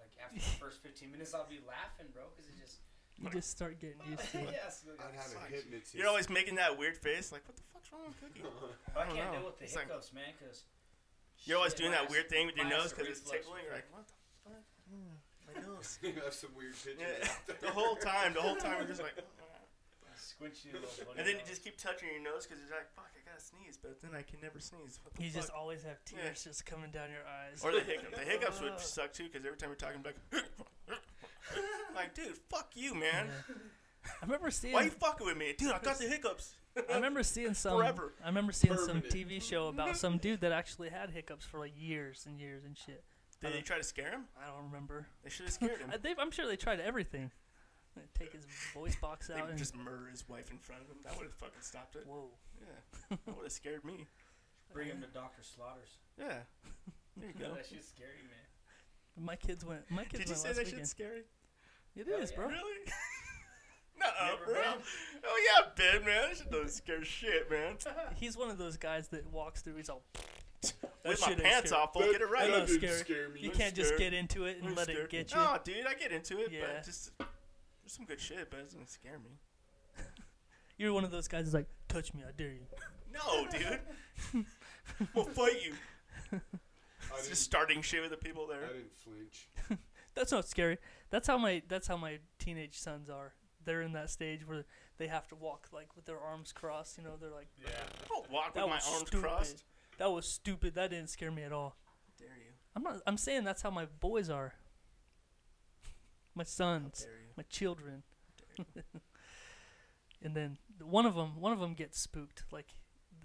[SPEAKER 4] like after the first 15 minutes, I'll be laughing, bro, because it just
[SPEAKER 2] you just start getting used to it.
[SPEAKER 4] yes. Like,
[SPEAKER 5] I'd have
[SPEAKER 4] fuck.
[SPEAKER 5] a hypnotist.
[SPEAKER 3] You're always making that weird face, like, what the fuck's wrong with Cookie?
[SPEAKER 4] I
[SPEAKER 3] don't
[SPEAKER 4] can't
[SPEAKER 3] know.
[SPEAKER 4] deal with the
[SPEAKER 3] It's like-
[SPEAKER 4] hiccups, man, because
[SPEAKER 3] You're always doing that weird thing with your
[SPEAKER 4] my
[SPEAKER 3] nose
[SPEAKER 4] acid
[SPEAKER 3] because it's
[SPEAKER 4] reflux
[SPEAKER 3] tickling.
[SPEAKER 4] was
[SPEAKER 3] You're like, what the fuck? Mm, My nose.
[SPEAKER 5] you have some weird pictures.
[SPEAKER 3] Yeah,
[SPEAKER 5] out there.
[SPEAKER 3] the whole time, the whole time, you're just like,
[SPEAKER 4] squinching a little funny.
[SPEAKER 3] and then you
[SPEAKER 4] bro.
[SPEAKER 3] just keep touching your nose because you're like, fuck, I gotta sneeze, but then I can never sneeze. What the
[SPEAKER 2] You
[SPEAKER 3] fuck? Oh,
[SPEAKER 2] just always have tears just coming down your eyes.
[SPEAKER 3] or the hiccup. The hiccups would suck too because every time you're talking, I'm like, like, dude, fuck you, man.
[SPEAKER 2] I remember seeing
[SPEAKER 3] Why you fucking with me, dude? I got the hiccups.
[SPEAKER 2] I remember seeing some.
[SPEAKER 3] Forever.
[SPEAKER 2] I remember seeing
[SPEAKER 5] Permanent.
[SPEAKER 2] some TV show about some dude that actually had hiccups for like years and years and shit.
[SPEAKER 3] Did they try to scare him?
[SPEAKER 2] I don't remember.
[SPEAKER 3] They should have scared him.
[SPEAKER 2] I, they, I'm sure they tried everything. They Take his voice box
[SPEAKER 3] They
[SPEAKER 2] out
[SPEAKER 3] would
[SPEAKER 2] and
[SPEAKER 3] just murder his wife in front of him. That would have fucking stopped it.
[SPEAKER 2] whoa.
[SPEAKER 3] Yeah, that would have scared me.
[SPEAKER 4] bring him to Doctor Slaughter's.
[SPEAKER 3] Yeah, there you go.
[SPEAKER 4] That shit's scary, man.
[SPEAKER 2] My kids went. My kids
[SPEAKER 3] Did you
[SPEAKER 2] went
[SPEAKER 3] say
[SPEAKER 2] last
[SPEAKER 3] that
[SPEAKER 2] weekend.
[SPEAKER 3] shit's scary?
[SPEAKER 2] It
[SPEAKER 4] Oh,
[SPEAKER 2] is,
[SPEAKER 4] yeah.
[SPEAKER 2] bro.
[SPEAKER 3] Really? no,
[SPEAKER 4] Never
[SPEAKER 3] bro.
[SPEAKER 4] been.
[SPEAKER 3] Oh yeah, Ben, man. That shit doesn't scare shit, man.
[SPEAKER 2] He's one of those guys that walks through. He's all. That
[SPEAKER 3] With my
[SPEAKER 2] shit ain't
[SPEAKER 3] pants
[SPEAKER 2] scary.
[SPEAKER 3] off, we'll get it right.
[SPEAKER 2] That
[SPEAKER 5] That
[SPEAKER 2] is
[SPEAKER 5] didn't
[SPEAKER 2] scary.
[SPEAKER 5] scare me.
[SPEAKER 2] You
[SPEAKER 3] I'm
[SPEAKER 2] can't just
[SPEAKER 3] scared.
[SPEAKER 2] get into it and let it get you.
[SPEAKER 3] No, dude, I get into it,
[SPEAKER 2] Yeah.
[SPEAKER 3] but just there's some good shit, but it doesn't scare me.
[SPEAKER 2] You're one of those guys that's like, touch me, I dare you.
[SPEAKER 3] No, dude. we'll fight you.
[SPEAKER 5] I
[SPEAKER 3] It's
[SPEAKER 5] didn't,
[SPEAKER 3] just starting shit with the people
[SPEAKER 5] I
[SPEAKER 3] there.
[SPEAKER 5] didn't flinch.
[SPEAKER 2] That's not scary. That's how my that's how my teenage sons are. They're in that stage where they have to walk like with their arms crossed. You know, they're like,
[SPEAKER 3] I don't walk
[SPEAKER 2] that
[SPEAKER 3] with my
[SPEAKER 2] was
[SPEAKER 3] arms
[SPEAKER 2] stupid.
[SPEAKER 3] crossed.
[SPEAKER 2] That was stupid. That didn't scare me at all.
[SPEAKER 3] Dare you?
[SPEAKER 2] I'm not. I'm saying that's how my boys are. My sons,
[SPEAKER 3] Dare you?
[SPEAKER 2] my children. and then the- one of them, one of them gets spooked. Like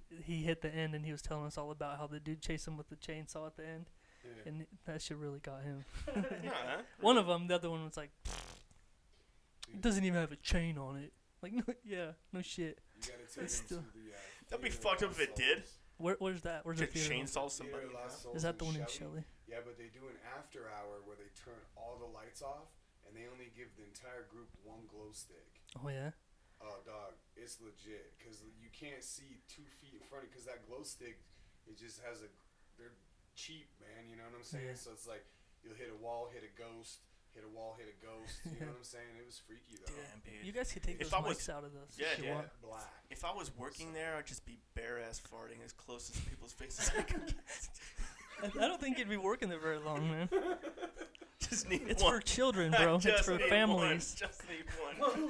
[SPEAKER 2] th- he hit the end, and he was telling us all about how the dude chased him with the chainsaw at the end,
[SPEAKER 5] Yeah.
[SPEAKER 2] and that shit really got him.
[SPEAKER 3] Nah.
[SPEAKER 2] One of them, the other one was like, it doesn't even have a chain on it. Like, no, yeah, no shit.
[SPEAKER 5] You gotta take him
[SPEAKER 2] Still-
[SPEAKER 5] to the. Uh,
[SPEAKER 3] That'd be
[SPEAKER 5] Theater of
[SPEAKER 3] fucked up
[SPEAKER 5] Lost
[SPEAKER 3] if it did.
[SPEAKER 5] Souls.
[SPEAKER 2] Where, where's that? Where's the
[SPEAKER 3] Just
[SPEAKER 2] funeral?
[SPEAKER 3] chainsaw
[SPEAKER 5] Theater
[SPEAKER 3] somebody.
[SPEAKER 5] of Lost
[SPEAKER 2] Is
[SPEAKER 5] Souls
[SPEAKER 2] that the one in
[SPEAKER 5] Shelley.
[SPEAKER 2] Shelley?
[SPEAKER 5] Yeah, but they do an after hour where they turn all the lights off and they only give the entire group one glow stick.
[SPEAKER 2] Oh yeah.
[SPEAKER 5] Oh, dog, it's legit because you can't see two feet in front of because that glow stick, it just has a. They're cheap, man. You know what I'm saying?
[SPEAKER 2] Yeah.
[SPEAKER 5] So it's like you'll hit a wall, hit a ghost, hit a wall, hit a ghost. You know what I'm saying? It was freaky though.
[SPEAKER 3] Damn,
[SPEAKER 2] You
[SPEAKER 3] dude.
[SPEAKER 2] guys could take those
[SPEAKER 3] If I was-
[SPEAKER 2] mics out of those.
[SPEAKER 3] Yeah,
[SPEAKER 2] if you
[SPEAKER 3] yeah.
[SPEAKER 2] want.
[SPEAKER 5] Black.
[SPEAKER 3] If I was working there, I'd just be bare ass farting as close as people's faces I could get.
[SPEAKER 2] I, I don't think you'd be working there very long, man.
[SPEAKER 3] Just need
[SPEAKER 2] It's
[SPEAKER 3] one.
[SPEAKER 2] for children, bro.
[SPEAKER 3] just
[SPEAKER 2] it's for
[SPEAKER 3] need
[SPEAKER 2] families.
[SPEAKER 3] One.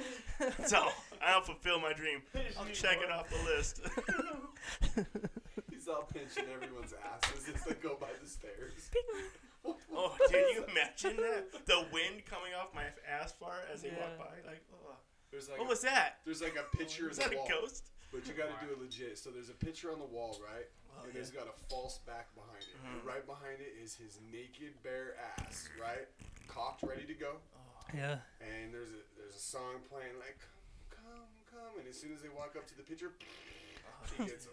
[SPEAKER 3] Just need one. so I don't fulfill my dream. I'll check it off the list.
[SPEAKER 5] He's all pinching everyone's asses as they go by the stairs.
[SPEAKER 3] oh, dude, you imagine that? The wind coming off my ass fart as they
[SPEAKER 2] Yeah.
[SPEAKER 3] walk by. Like, oh.
[SPEAKER 5] There's like
[SPEAKER 3] what
[SPEAKER 5] a-
[SPEAKER 3] was that?
[SPEAKER 5] There's like a picture in
[SPEAKER 3] Was
[SPEAKER 5] the
[SPEAKER 3] that a
[SPEAKER 5] wall.
[SPEAKER 3] ghost?
[SPEAKER 5] But you got to do it legit. So there's a picture on the wall, right?
[SPEAKER 3] Oh,
[SPEAKER 5] and
[SPEAKER 3] yeah.
[SPEAKER 5] there's got a false back behind it. And
[SPEAKER 2] Mm-hmm.
[SPEAKER 5] right behind it is his naked bare ass, right? Cocked, ready to go.
[SPEAKER 2] Yeah.
[SPEAKER 5] And there's a there's a song playing like come come come. And as soon as they walk up to the picture,
[SPEAKER 3] Oh,
[SPEAKER 5] he gets him.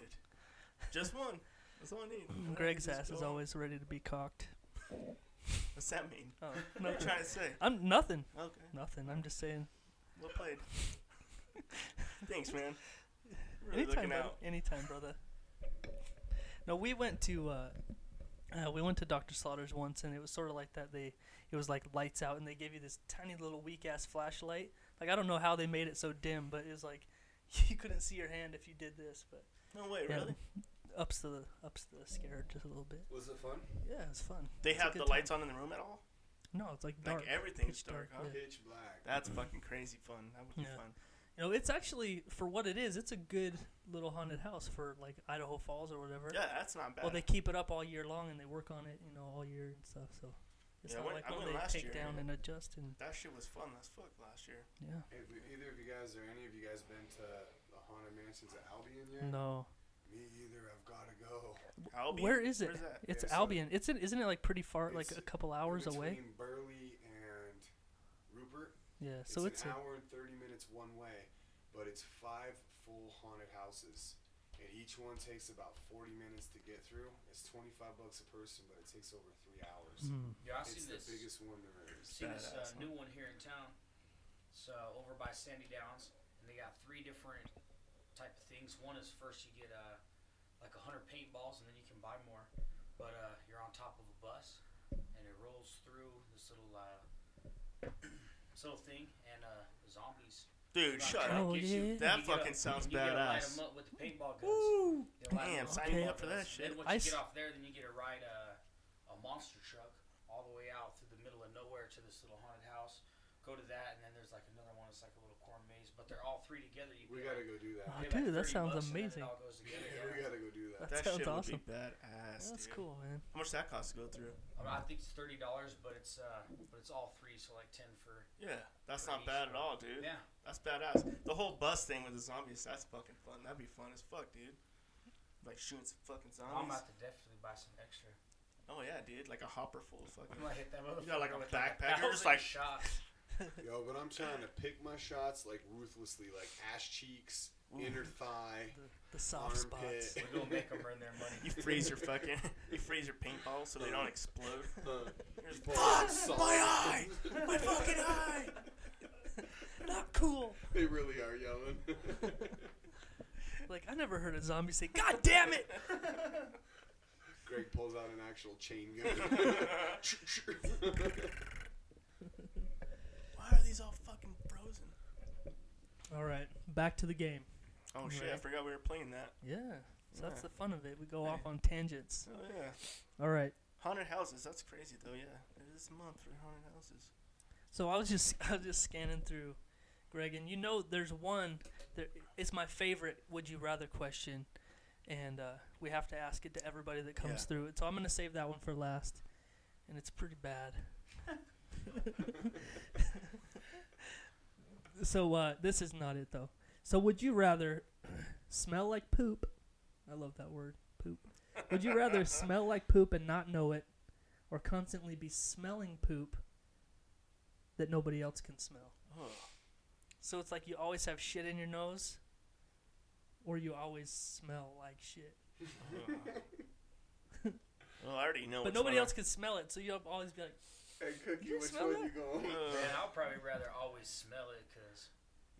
[SPEAKER 3] Just one. That's all I need. I need
[SPEAKER 2] Greg's
[SPEAKER 3] just
[SPEAKER 2] ass is
[SPEAKER 3] one.
[SPEAKER 2] always ready to be cocked.
[SPEAKER 3] What's that mean?
[SPEAKER 2] Oh,
[SPEAKER 3] What are
[SPEAKER 2] no,
[SPEAKER 3] you trying to say?
[SPEAKER 2] I'm nothing.
[SPEAKER 3] Okay.
[SPEAKER 2] Nothing. I'm just saying.
[SPEAKER 3] Well played. Thanks, man. Really
[SPEAKER 2] Anytime,
[SPEAKER 3] looking
[SPEAKER 2] brother.
[SPEAKER 3] out.
[SPEAKER 2] Anytime, brother. No, we went to uh, uh, we went to Doctor Slaughter's once, and it was sort of like that. They it was like lights out, and they gave you this tiny little weak ass flashlight. Like I don't know how they made it so dim, but it was like you couldn't see your hand if you did this. But
[SPEAKER 3] No way,
[SPEAKER 2] yeah,
[SPEAKER 3] really?
[SPEAKER 2] ups the ups the scare just a little bit.
[SPEAKER 5] Was it fun?
[SPEAKER 2] Yeah, it was fun.
[SPEAKER 3] They
[SPEAKER 2] It's a
[SPEAKER 3] have
[SPEAKER 2] good
[SPEAKER 3] the
[SPEAKER 2] time.
[SPEAKER 3] lights on in the room at all?
[SPEAKER 2] No, it's like dark.
[SPEAKER 3] Like everything's
[SPEAKER 2] Pitch
[SPEAKER 3] dark,
[SPEAKER 2] dark,
[SPEAKER 3] huh?
[SPEAKER 2] yeah.
[SPEAKER 5] Pitch black.
[SPEAKER 3] That's fucking crazy fun. That would be
[SPEAKER 2] Mm-hmm. Yeah.
[SPEAKER 3] fun.
[SPEAKER 2] You know, it's actually for what it is. It's a good little haunted house for like Idaho Falls or whatever.
[SPEAKER 3] Yeah, that's not bad.
[SPEAKER 2] Well, they keep it up all year long and they work on it, you know, all year and stuff. So it's
[SPEAKER 3] Yeah, I
[SPEAKER 2] not
[SPEAKER 3] went-
[SPEAKER 2] like
[SPEAKER 3] I
[SPEAKER 2] oh,
[SPEAKER 3] went
[SPEAKER 2] they
[SPEAKER 3] last
[SPEAKER 2] take
[SPEAKER 3] year,
[SPEAKER 2] down
[SPEAKER 3] yeah.
[SPEAKER 2] and adjust and
[SPEAKER 3] that shit was fun as fuck last year.
[SPEAKER 2] yeah.
[SPEAKER 5] Have you- either of you guys or any of you guys been to the haunted mansions at Albion yet?
[SPEAKER 2] No,
[SPEAKER 5] Me either. I've got to go.
[SPEAKER 3] Albion?
[SPEAKER 2] where is it?
[SPEAKER 3] Where's that?
[SPEAKER 2] It's
[SPEAKER 5] Yeah, so-
[SPEAKER 2] Albion. It's in, isn't it like pretty far, like
[SPEAKER 5] It's
[SPEAKER 2] a couple hours
[SPEAKER 5] Between
[SPEAKER 2] away?
[SPEAKER 5] Burley and Rupert.
[SPEAKER 2] Yeah. So it's,
[SPEAKER 5] an
[SPEAKER 2] a,
[SPEAKER 5] hour and 30 minutes one way, but it's five full haunted houses. And each one takes about 40 minutes to get through. It's 25 bucks a person, but it takes over three hours.
[SPEAKER 2] mm,
[SPEAKER 4] Yeah, I
[SPEAKER 5] It's
[SPEAKER 4] seen
[SPEAKER 5] the
[SPEAKER 4] this.
[SPEAKER 5] biggest one there is.
[SPEAKER 4] seen this uh,
[SPEAKER 3] badass, huh?
[SPEAKER 4] new one here in town. It's uh, over by Sandy Downs, and they got three different type of things. One is first you get uh, like a hundred paintballs, and then you can buy more. But uh, you're on top of a bus, and it rolls through this little uh, this little thing, and uh, zombies.
[SPEAKER 3] Dude, shut
[SPEAKER 2] Oh,
[SPEAKER 3] up.
[SPEAKER 4] Get
[SPEAKER 2] yeah.
[SPEAKER 4] you. You
[SPEAKER 3] That
[SPEAKER 4] get up-
[SPEAKER 3] fucking sounds
[SPEAKER 4] you gotta light
[SPEAKER 3] badass.
[SPEAKER 4] 'em up with the paintball guns.
[SPEAKER 3] Woo!
[SPEAKER 4] They'll light 'em
[SPEAKER 3] Damn,
[SPEAKER 4] up
[SPEAKER 3] sign
[SPEAKER 4] with
[SPEAKER 3] me
[SPEAKER 4] paintball
[SPEAKER 3] up for that
[SPEAKER 4] guns.
[SPEAKER 3] shit.
[SPEAKER 4] Then once
[SPEAKER 2] I
[SPEAKER 4] you get
[SPEAKER 2] s-
[SPEAKER 4] off there, then you get to ride a, a monster truck all the way out through the middle of nowhere to this little haunted house. Go to that, and then there's like another one. It's like a little corn maze, but they're all three together. You
[SPEAKER 5] We
[SPEAKER 4] pay
[SPEAKER 5] got to
[SPEAKER 4] like-
[SPEAKER 5] go do that.
[SPEAKER 2] Wow.
[SPEAKER 4] pay
[SPEAKER 2] Ah, Dude, that
[SPEAKER 4] 30
[SPEAKER 2] sounds
[SPEAKER 4] bucks, and then
[SPEAKER 2] amazing.
[SPEAKER 4] It all goes together.
[SPEAKER 5] we
[SPEAKER 4] yeah.
[SPEAKER 5] got to go do that.
[SPEAKER 2] That
[SPEAKER 3] That,
[SPEAKER 2] sounds
[SPEAKER 3] shit
[SPEAKER 2] awesome.
[SPEAKER 3] would be badass.
[SPEAKER 2] that's
[SPEAKER 3] dude.
[SPEAKER 2] cool, man.
[SPEAKER 3] How much that cost to go through?
[SPEAKER 4] I, mean, I think it's thirty dollars, but it's uh, but it's all three, so like ten for
[SPEAKER 3] Yeah, that's
[SPEAKER 4] For
[SPEAKER 3] not
[SPEAKER 4] each
[SPEAKER 3] bad
[SPEAKER 4] one.
[SPEAKER 3] at all, dude.
[SPEAKER 4] yeah.
[SPEAKER 3] That's badass. The whole bus thing with the zombies, that's fucking fun. That'd be fun as fuck, dude. Like shooting some fucking
[SPEAKER 4] I'm
[SPEAKER 3] zombies.
[SPEAKER 4] about to definitely buy some extra.
[SPEAKER 3] Oh yeah, dude. Like a hopper full of fucking.
[SPEAKER 4] I'm gonna hit that motherfucker.
[SPEAKER 3] You got, like, a
[SPEAKER 4] with
[SPEAKER 3] backpack, you're just
[SPEAKER 4] thousand
[SPEAKER 3] like-
[SPEAKER 4] shots.
[SPEAKER 5] Yo, but I'm trying to pick my shots like ruthlessly, like ass cheeks, inner thigh,
[SPEAKER 2] The soft
[SPEAKER 5] Armpit.
[SPEAKER 2] spots.
[SPEAKER 4] We're gonna make them earn their money.
[SPEAKER 3] You freeze your fucking. you freeze your paintball so they don't explode.
[SPEAKER 5] uh,
[SPEAKER 3] Here's-
[SPEAKER 5] fuck,
[SPEAKER 2] my eye! My fucking eye! Not cool.
[SPEAKER 5] They really are yelling.
[SPEAKER 2] Like I never heard a zombie say, "God damn it!"
[SPEAKER 5] Greg pulls out an actual chain gun.
[SPEAKER 3] Why are these all fucking frozen?
[SPEAKER 2] All right, back to the game.
[SPEAKER 3] Oh shit! I
[SPEAKER 2] Right.
[SPEAKER 3] forgot we were playing that.
[SPEAKER 2] Yeah. So that's
[SPEAKER 3] Yeah.
[SPEAKER 2] the fun of it. We go
[SPEAKER 3] Hey.
[SPEAKER 2] off on tangents.
[SPEAKER 3] Oh yeah.
[SPEAKER 2] All right.
[SPEAKER 3] Haunted houses. That's crazy though. Yeah, it is a month for haunted houses.
[SPEAKER 2] So I was just I was just scanning through, Greg, and you know there's one that it's my favorite would you rather question, and uh, we have to ask it to everybody that comes
[SPEAKER 3] Yeah.
[SPEAKER 2] through it. So I'm gonna save that one for last, and it's pretty bad. so uh, this is not it though. So would you rather smell like poop? I love that word, poop. Would you rather smell like poop and not know it, or constantly be smelling poop that nobody else can smell?
[SPEAKER 3] Oh.
[SPEAKER 2] So it's like you always have shit in your nose, or you always smell like shit.
[SPEAKER 3] Well, I already know.
[SPEAKER 2] but
[SPEAKER 3] which
[SPEAKER 2] nobody
[SPEAKER 3] one
[SPEAKER 2] else can smell it, so you'll always be like,
[SPEAKER 5] Hey, Cookie,
[SPEAKER 2] You
[SPEAKER 5] which
[SPEAKER 2] smell
[SPEAKER 5] one
[SPEAKER 2] that?
[SPEAKER 5] you going?
[SPEAKER 3] I- Uh,
[SPEAKER 4] Man, I'll probably rather always smell it, cause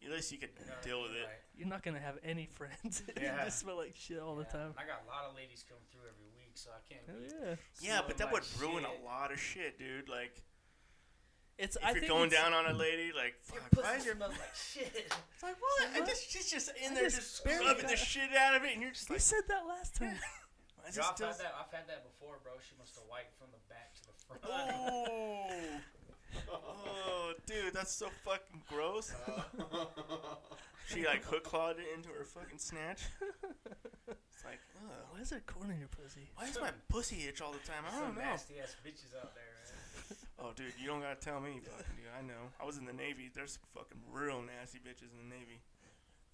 [SPEAKER 3] at least you could
[SPEAKER 4] you know,
[SPEAKER 3] deal with it.
[SPEAKER 4] right?
[SPEAKER 2] you're not gonna have any friends. you
[SPEAKER 4] Yeah.
[SPEAKER 2] just smell like shit all
[SPEAKER 4] Yeah,
[SPEAKER 2] the time.
[SPEAKER 4] and I got a lot of ladies coming through every week, so I can't.
[SPEAKER 2] Hell
[SPEAKER 4] be
[SPEAKER 2] yeah,
[SPEAKER 3] Yeah, but
[SPEAKER 4] smelling
[SPEAKER 3] that
[SPEAKER 4] like
[SPEAKER 3] would ruin
[SPEAKER 4] shit.
[SPEAKER 3] a lot of shit, dude. Like,
[SPEAKER 2] it's.
[SPEAKER 3] if
[SPEAKER 2] I
[SPEAKER 3] you're
[SPEAKER 2] think
[SPEAKER 3] going
[SPEAKER 2] it's-
[SPEAKER 3] down on a lady, like,
[SPEAKER 4] Your
[SPEAKER 3] fuck, why
[SPEAKER 4] pussy
[SPEAKER 3] is your
[SPEAKER 4] smells like shit.
[SPEAKER 3] It's like, what?
[SPEAKER 2] What?
[SPEAKER 3] I just, she's just in
[SPEAKER 2] I
[SPEAKER 3] there,
[SPEAKER 2] just
[SPEAKER 3] just
[SPEAKER 2] barely
[SPEAKER 3] rubbing
[SPEAKER 2] got
[SPEAKER 3] the
[SPEAKER 2] it.
[SPEAKER 3] shit out of it, and you're just
[SPEAKER 2] You
[SPEAKER 3] like,
[SPEAKER 2] said that last time.
[SPEAKER 3] why is
[SPEAKER 4] Yo,
[SPEAKER 3] it
[SPEAKER 4] I've
[SPEAKER 3] still?
[SPEAKER 4] had that. I've had that before, bro. She must have wiped from the back to the front.
[SPEAKER 3] Oh, oh, dude, that's so fucking gross. She like hook clawed it into her fucking snatch. It's like, ugh.
[SPEAKER 2] Why is there corn in your pussy?
[SPEAKER 3] Why does my pussy itch all the time? I don't
[SPEAKER 4] Some
[SPEAKER 3] know.
[SPEAKER 4] nasty ass bitches out there. Man.
[SPEAKER 3] Oh, dude, you don't gotta tell me, fucking dude. I know. I was in the Navy. There's fucking real nasty bitches in the Navy.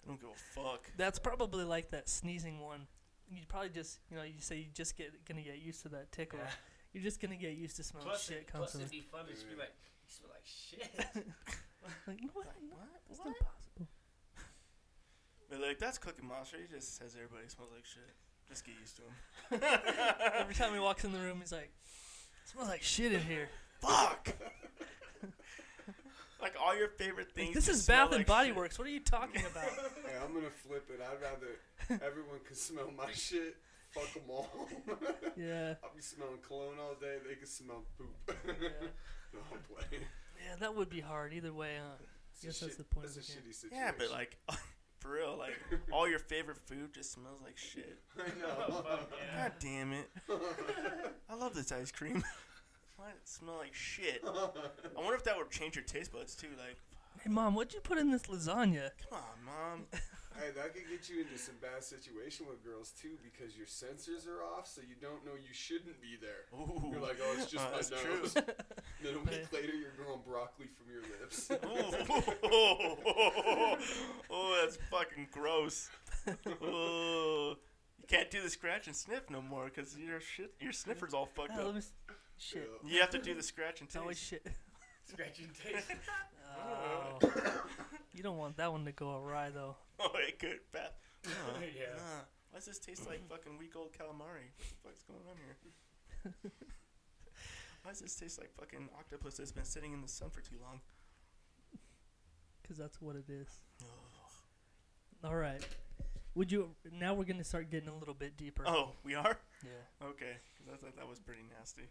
[SPEAKER 3] They don't give a fuck.
[SPEAKER 2] That's probably like that sneezing one. You probably just, you know, you say you just get gonna get used to that tickle.
[SPEAKER 4] Yeah.
[SPEAKER 2] You're just gonna get used to smelling
[SPEAKER 4] Plus,
[SPEAKER 2] Oh, shit
[SPEAKER 4] it, plus it'd
[SPEAKER 2] constantly.
[SPEAKER 4] be fun to just be like, you smell like shit.
[SPEAKER 2] Like, no,
[SPEAKER 3] Like, what?
[SPEAKER 2] that's
[SPEAKER 3] What?
[SPEAKER 2] not possible.
[SPEAKER 3] But like, that's Cookie Monster. He just says everybody smells like shit. Just get used to him.
[SPEAKER 2] Every time he walks in the room, he's like, "Smells like shit in here."
[SPEAKER 3] Fuck. like all your favorite things.
[SPEAKER 2] Like, this
[SPEAKER 3] just
[SPEAKER 2] is
[SPEAKER 3] smell
[SPEAKER 2] Bath and
[SPEAKER 3] like
[SPEAKER 2] Body
[SPEAKER 3] shit.
[SPEAKER 2] Works. What are you talking about?
[SPEAKER 5] hey, I'm gonna flip it. I'd rather everyone can smell my shit. Fuck them all.
[SPEAKER 2] yeah,
[SPEAKER 5] I'll be smelling cologne all day. They can smell poop. no, I'm playing.
[SPEAKER 2] yeah, that would be hard either way. Huh?
[SPEAKER 5] It's a
[SPEAKER 2] Guess that's
[SPEAKER 5] shit-
[SPEAKER 2] the point
[SPEAKER 5] That's a
[SPEAKER 2] of the game.
[SPEAKER 5] shitty situation.
[SPEAKER 3] Yeah, but like, for real, like all your favorite food just smells like shit.
[SPEAKER 5] I know.
[SPEAKER 3] God damn it! I love this ice cream. Why does it smell like shit? I wonder if that would change your taste buds too. Like,
[SPEAKER 2] Hey, mom, what'd you put in this lasagna?
[SPEAKER 3] come on, mom.
[SPEAKER 5] Hey, that could get you into some bad situation with girls too because your sensors are off, so you don't know you shouldn't be there.
[SPEAKER 3] Ooh.
[SPEAKER 5] You're like, oh, it's just
[SPEAKER 3] Uh,
[SPEAKER 5] my
[SPEAKER 3] that's
[SPEAKER 5] nose.
[SPEAKER 2] true.
[SPEAKER 5] then a week later, you're growing broccoli from your lips.
[SPEAKER 3] Ooh. oh, that's fucking gross. Ooh. You can't do the scratch and sniff no more because your shit, your sniffer's all fucked
[SPEAKER 2] Ah, let
[SPEAKER 3] up.
[SPEAKER 2] me s- shit.
[SPEAKER 5] Yeah.
[SPEAKER 3] You have to do the scratch and
[SPEAKER 2] Oh
[SPEAKER 3] taste.
[SPEAKER 2] shit.
[SPEAKER 3] Scratch and taste.
[SPEAKER 2] Oh. you don't want that one to go awry though.
[SPEAKER 3] oh, it could. Bad.
[SPEAKER 4] yeah.
[SPEAKER 3] Uh, why does this taste like fucking week old calamari? What the fuck's going on here? why does this taste like fucking octopus that's been sitting in the sun for too long?
[SPEAKER 2] Cause that's what it is. All right. Would you? Now we're gonna start getting a little bit deeper.
[SPEAKER 3] Oh, we are?
[SPEAKER 2] Yeah.
[SPEAKER 3] Okay. 'cause I thought that was pretty nasty.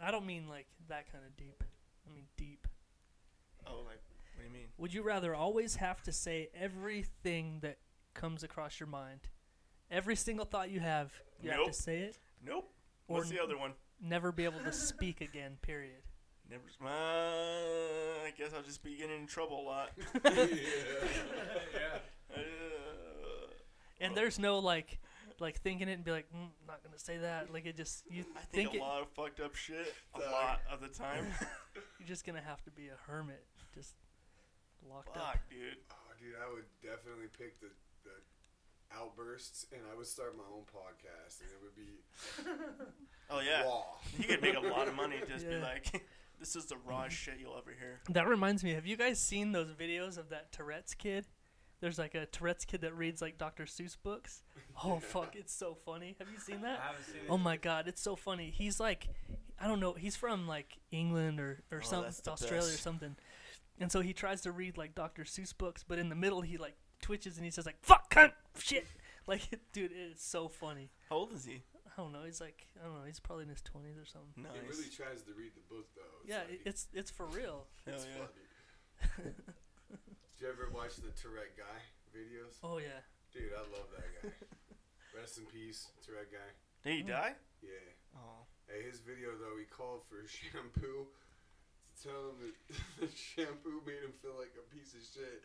[SPEAKER 2] I don't mean like that kind of deep. I mean deep.
[SPEAKER 3] Oh, like, what do you mean?
[SPEAKER 2] Would you rather always have to say everything that comes across your mind, every single thought you have, you
[SPEAKER 3] Nope.
[SPEAKER 2] have to say it,
[SPEAKER 3] Nope.
[SPEAKER 2] Or
[SPEAKER 3] What's the
[SPEAKER 2] n-
[SPEAKER 3] other one?
[SPEAKER 2] never be able to speak again? Period.
[SPEAKER 3] Never. s- Uh, I guess I'll just be getting in trouble a lot. Uh,
[SPEAKER 2] And there's no like, like thinking it and be like, mm, not gonna say that. Like it just you
[SPEAKER 3] I think,
[SPEAKER 2] think,
[SPEAKER 3] a
[SPEAKER 2] it,
[SPEAKER 3] lot of fucked up shit a
[SPEAKER 5] Sorry.
[SPEAKER 3] lot of the time.
[SPEAKER 2] you're just gonna have to be a hermit, just locked up.
[SPEAKER 3] Fuck, dude.
[SPEAKER 5] Oh, dude, I would definitely pick the, the outbursts, and I would start my own podcast, and it would be
[SPEAKER 3] Oh yeah.
[SPEAKER 5] raw.
[SPEAKER 3] You could make a lot of money just be
[SPEAKER 2] Yeah.
[SPEAKER 3] like, this is the rawest shit you'll ever hear.
[SPEAKER 2] That reminds me. Have you guys seen those videos of that Tourette's kid? There's like a Tourette's kid that reads like Dr. Seuss books. Oh fuck, it's so funny. Have you seen
[SPEAKER 4] I
[SPEAKER 2] that?
[SPEAKER 4] haven't seen it.
[SPEAKER 2] Oh my god, it's so funny. He's like, I don't know, he's from like England or or
[SPEAKER 3] Oh,
[SPEAKER 2] some
[SPEAKER 3] that's the
[SPEAKER 2] Australia or
[SPEAKER 3] best.
[SPEAKER 2] something, and so he tries to read like Dr. Seuss books, but in the middle he like twitches and he says like fuck cunt shit. Like, it- dude, it is so funny.
[SPEAKER 3] How old is he?
[SPEAKER 2] I don't know. He's like, I don't know. He's probably in his twenties or something.
[SPEAKER 3] Nice.
[SPEAKER 5] It really tries to read the book, though. It's
[SPEAKER 2] yeah,
[SPEAKER 5] like,
[SPEAKER 2] it, it's it's for real.
[SPEAKER 3] Hell
[SPEAKER 5] it's
[SPEAKER 3] yeah.
[SPEAKER 5] funny. Did you ever watch the Tourette guy videos?
[SPEAKER 2] Oh yeah.
[SPEAKER 5] Dude, I love that guy. Rest in peace, Tourette guy.
[SPEAKER 3] Did he die?
[SPEAKER 5] Yeah.
[SPEAKER 3] Oh.
[SPEAKER 5] Hey, his video though, he called for shampoo to tell him that the shampoo made him feel like a piece of shit.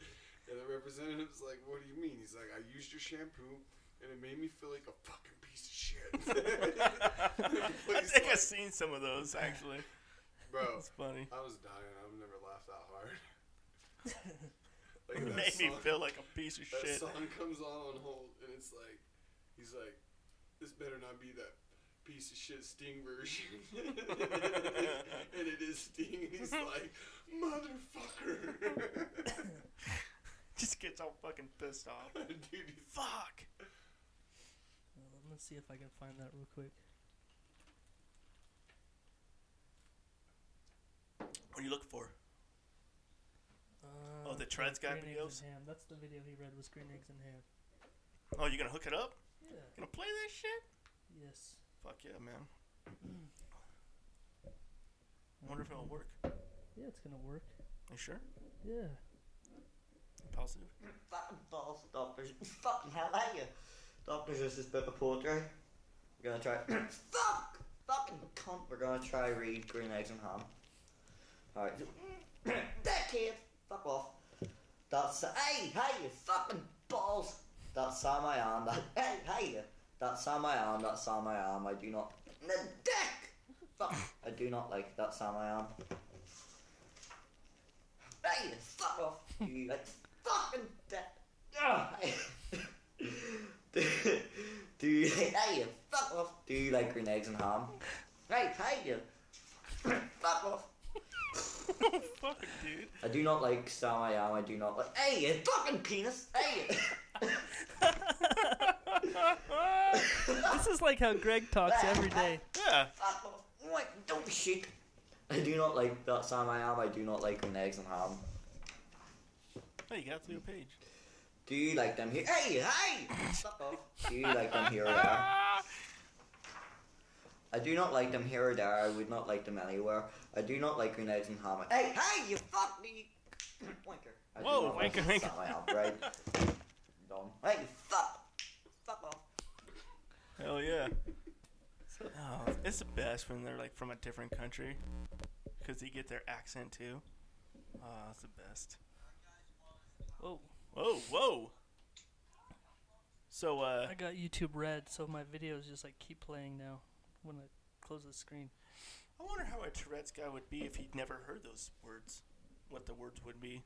[SPEAKER 5] And the representative's like, "What do you mean?" He's like, "I used your shampoo, and it made me feel like a fucking piece of shit."
[SPEAKER 3] I
[SPEAKER 5] He's
[SPEAKER 3] think I've
[SPEAKER 5] like,
[SPEAKER 3] seen some of those actually.
[SPEAKER 5] Bro,
[SPEAKER 3] It's funny.
[SPEAKER 5] I was dying. I've never laughed that hard. like that
[SPEAKER 3] Made me
[SPEAKER 5] song-
[SPEAKER 3] feel like a piece of
[SPEAKER 5] that
[SPEAKER 3] shit.
[SPEAKER 5] song comes on on hold, and it's like, he's like, this better not be that piece of shit Sting version. and it is Sting, and he's like, motherfucker.
[SPEAKER 3] Just gets all fucking pissed off.
[SPEAKER 5] Dude,
[SPEAKER 3] Fuck.
[SPEAKER 2] Uh, let's see if I can find that real quick.
[SPEAKER 3] What are you looking for?
[SPEAKER 2] Uh,
[SPEAKER 3] Oh, the Tourette's guy
[SPEAKER 2] Green Eggs
[SPEAKER 3] videos?
[SPEAKER 2] and Ham. That's the video he read was Green Eggs and Ham.
[SPEAKER 3] Oh, you gonna hook it up?
[SPEAKER 2] Yeah.
[SPEAKER 3] Gonna play that shit?
[SPEAKER 2] Yes.
[SPEAKER 3] Fuck yeah, man. Mm. Wonder if it'll work.
[SPEAKER 2] Yeah, it's gonna work.
[SPEAKER 3] You sure?
[SPEAKER 2] Yeah.
[SPEAKER 3] Positive?
[SPEAKER 7] Fucking balls, Doctor. Fucking hell are you? Doctor's just this bit of poetry. We're gonna try. Fuck! Fucking cunt. We're gonna try read Green Eggs and Ham. Alright. that kid! Fuck off. That's. Hey, hey, you fucking balls! That's Sam I am. That, hey, hey, you. That's Sam I am. That's Sam I am. I do not. The dick! Fuck. I do not like that Sam I am. Hey, you fuck off. You like, fucking dick. Ah, hey. do, do you hey you fuck off? Do you like green eggs and ham? Hey, hey you fuck off.
[SPEAKER 3] Fuck it, dude.
[SPEAKER 7] I do not like Sam I am, I do not like Hey you fucking penis! Hey you
[SPEAKER 2] this is like how Greg talks every day.
[SPEAKER 3] Yeah.
[SPEAKER 7] fuck off. Wait, don't shit. I do not like that Sam I am, I do not like green eggs and ham.
[SPEAKER 3] Hey, you got through a page.
[SPEAKER 7] Do you like them here? Hey, hey! Fuck off. Do you like them here or there? I do not like them here or there. I would not like them anywhere. I do not like green eggs and ham. Hey, hey, you fuck me! Wanker. I do
[SPEAKER 3] Whoa,
[SPEAKER 7] not like
[SPEAKER 3] wanker, wanker.
[SPEAKER 7] Sam I am, right? Dumb. Hey, fuck! Fuck off.
[SPEAKER 3] Hell yeah. Oh, it's the best when they're like from a different country. Because you get their accent too. Oh, it's the best.
[SPEAKER 2] Whoa.
[SPEAKER 3] Whoa. Whoa, whoa. So, uh,
[SPEAKER 2] I got YouTube Red, so my videos just like keep playing now when I close the screen.
[SPEAKER 3] I wonder how a Tourette's guy would be if he'd never heard those words. What the words would be.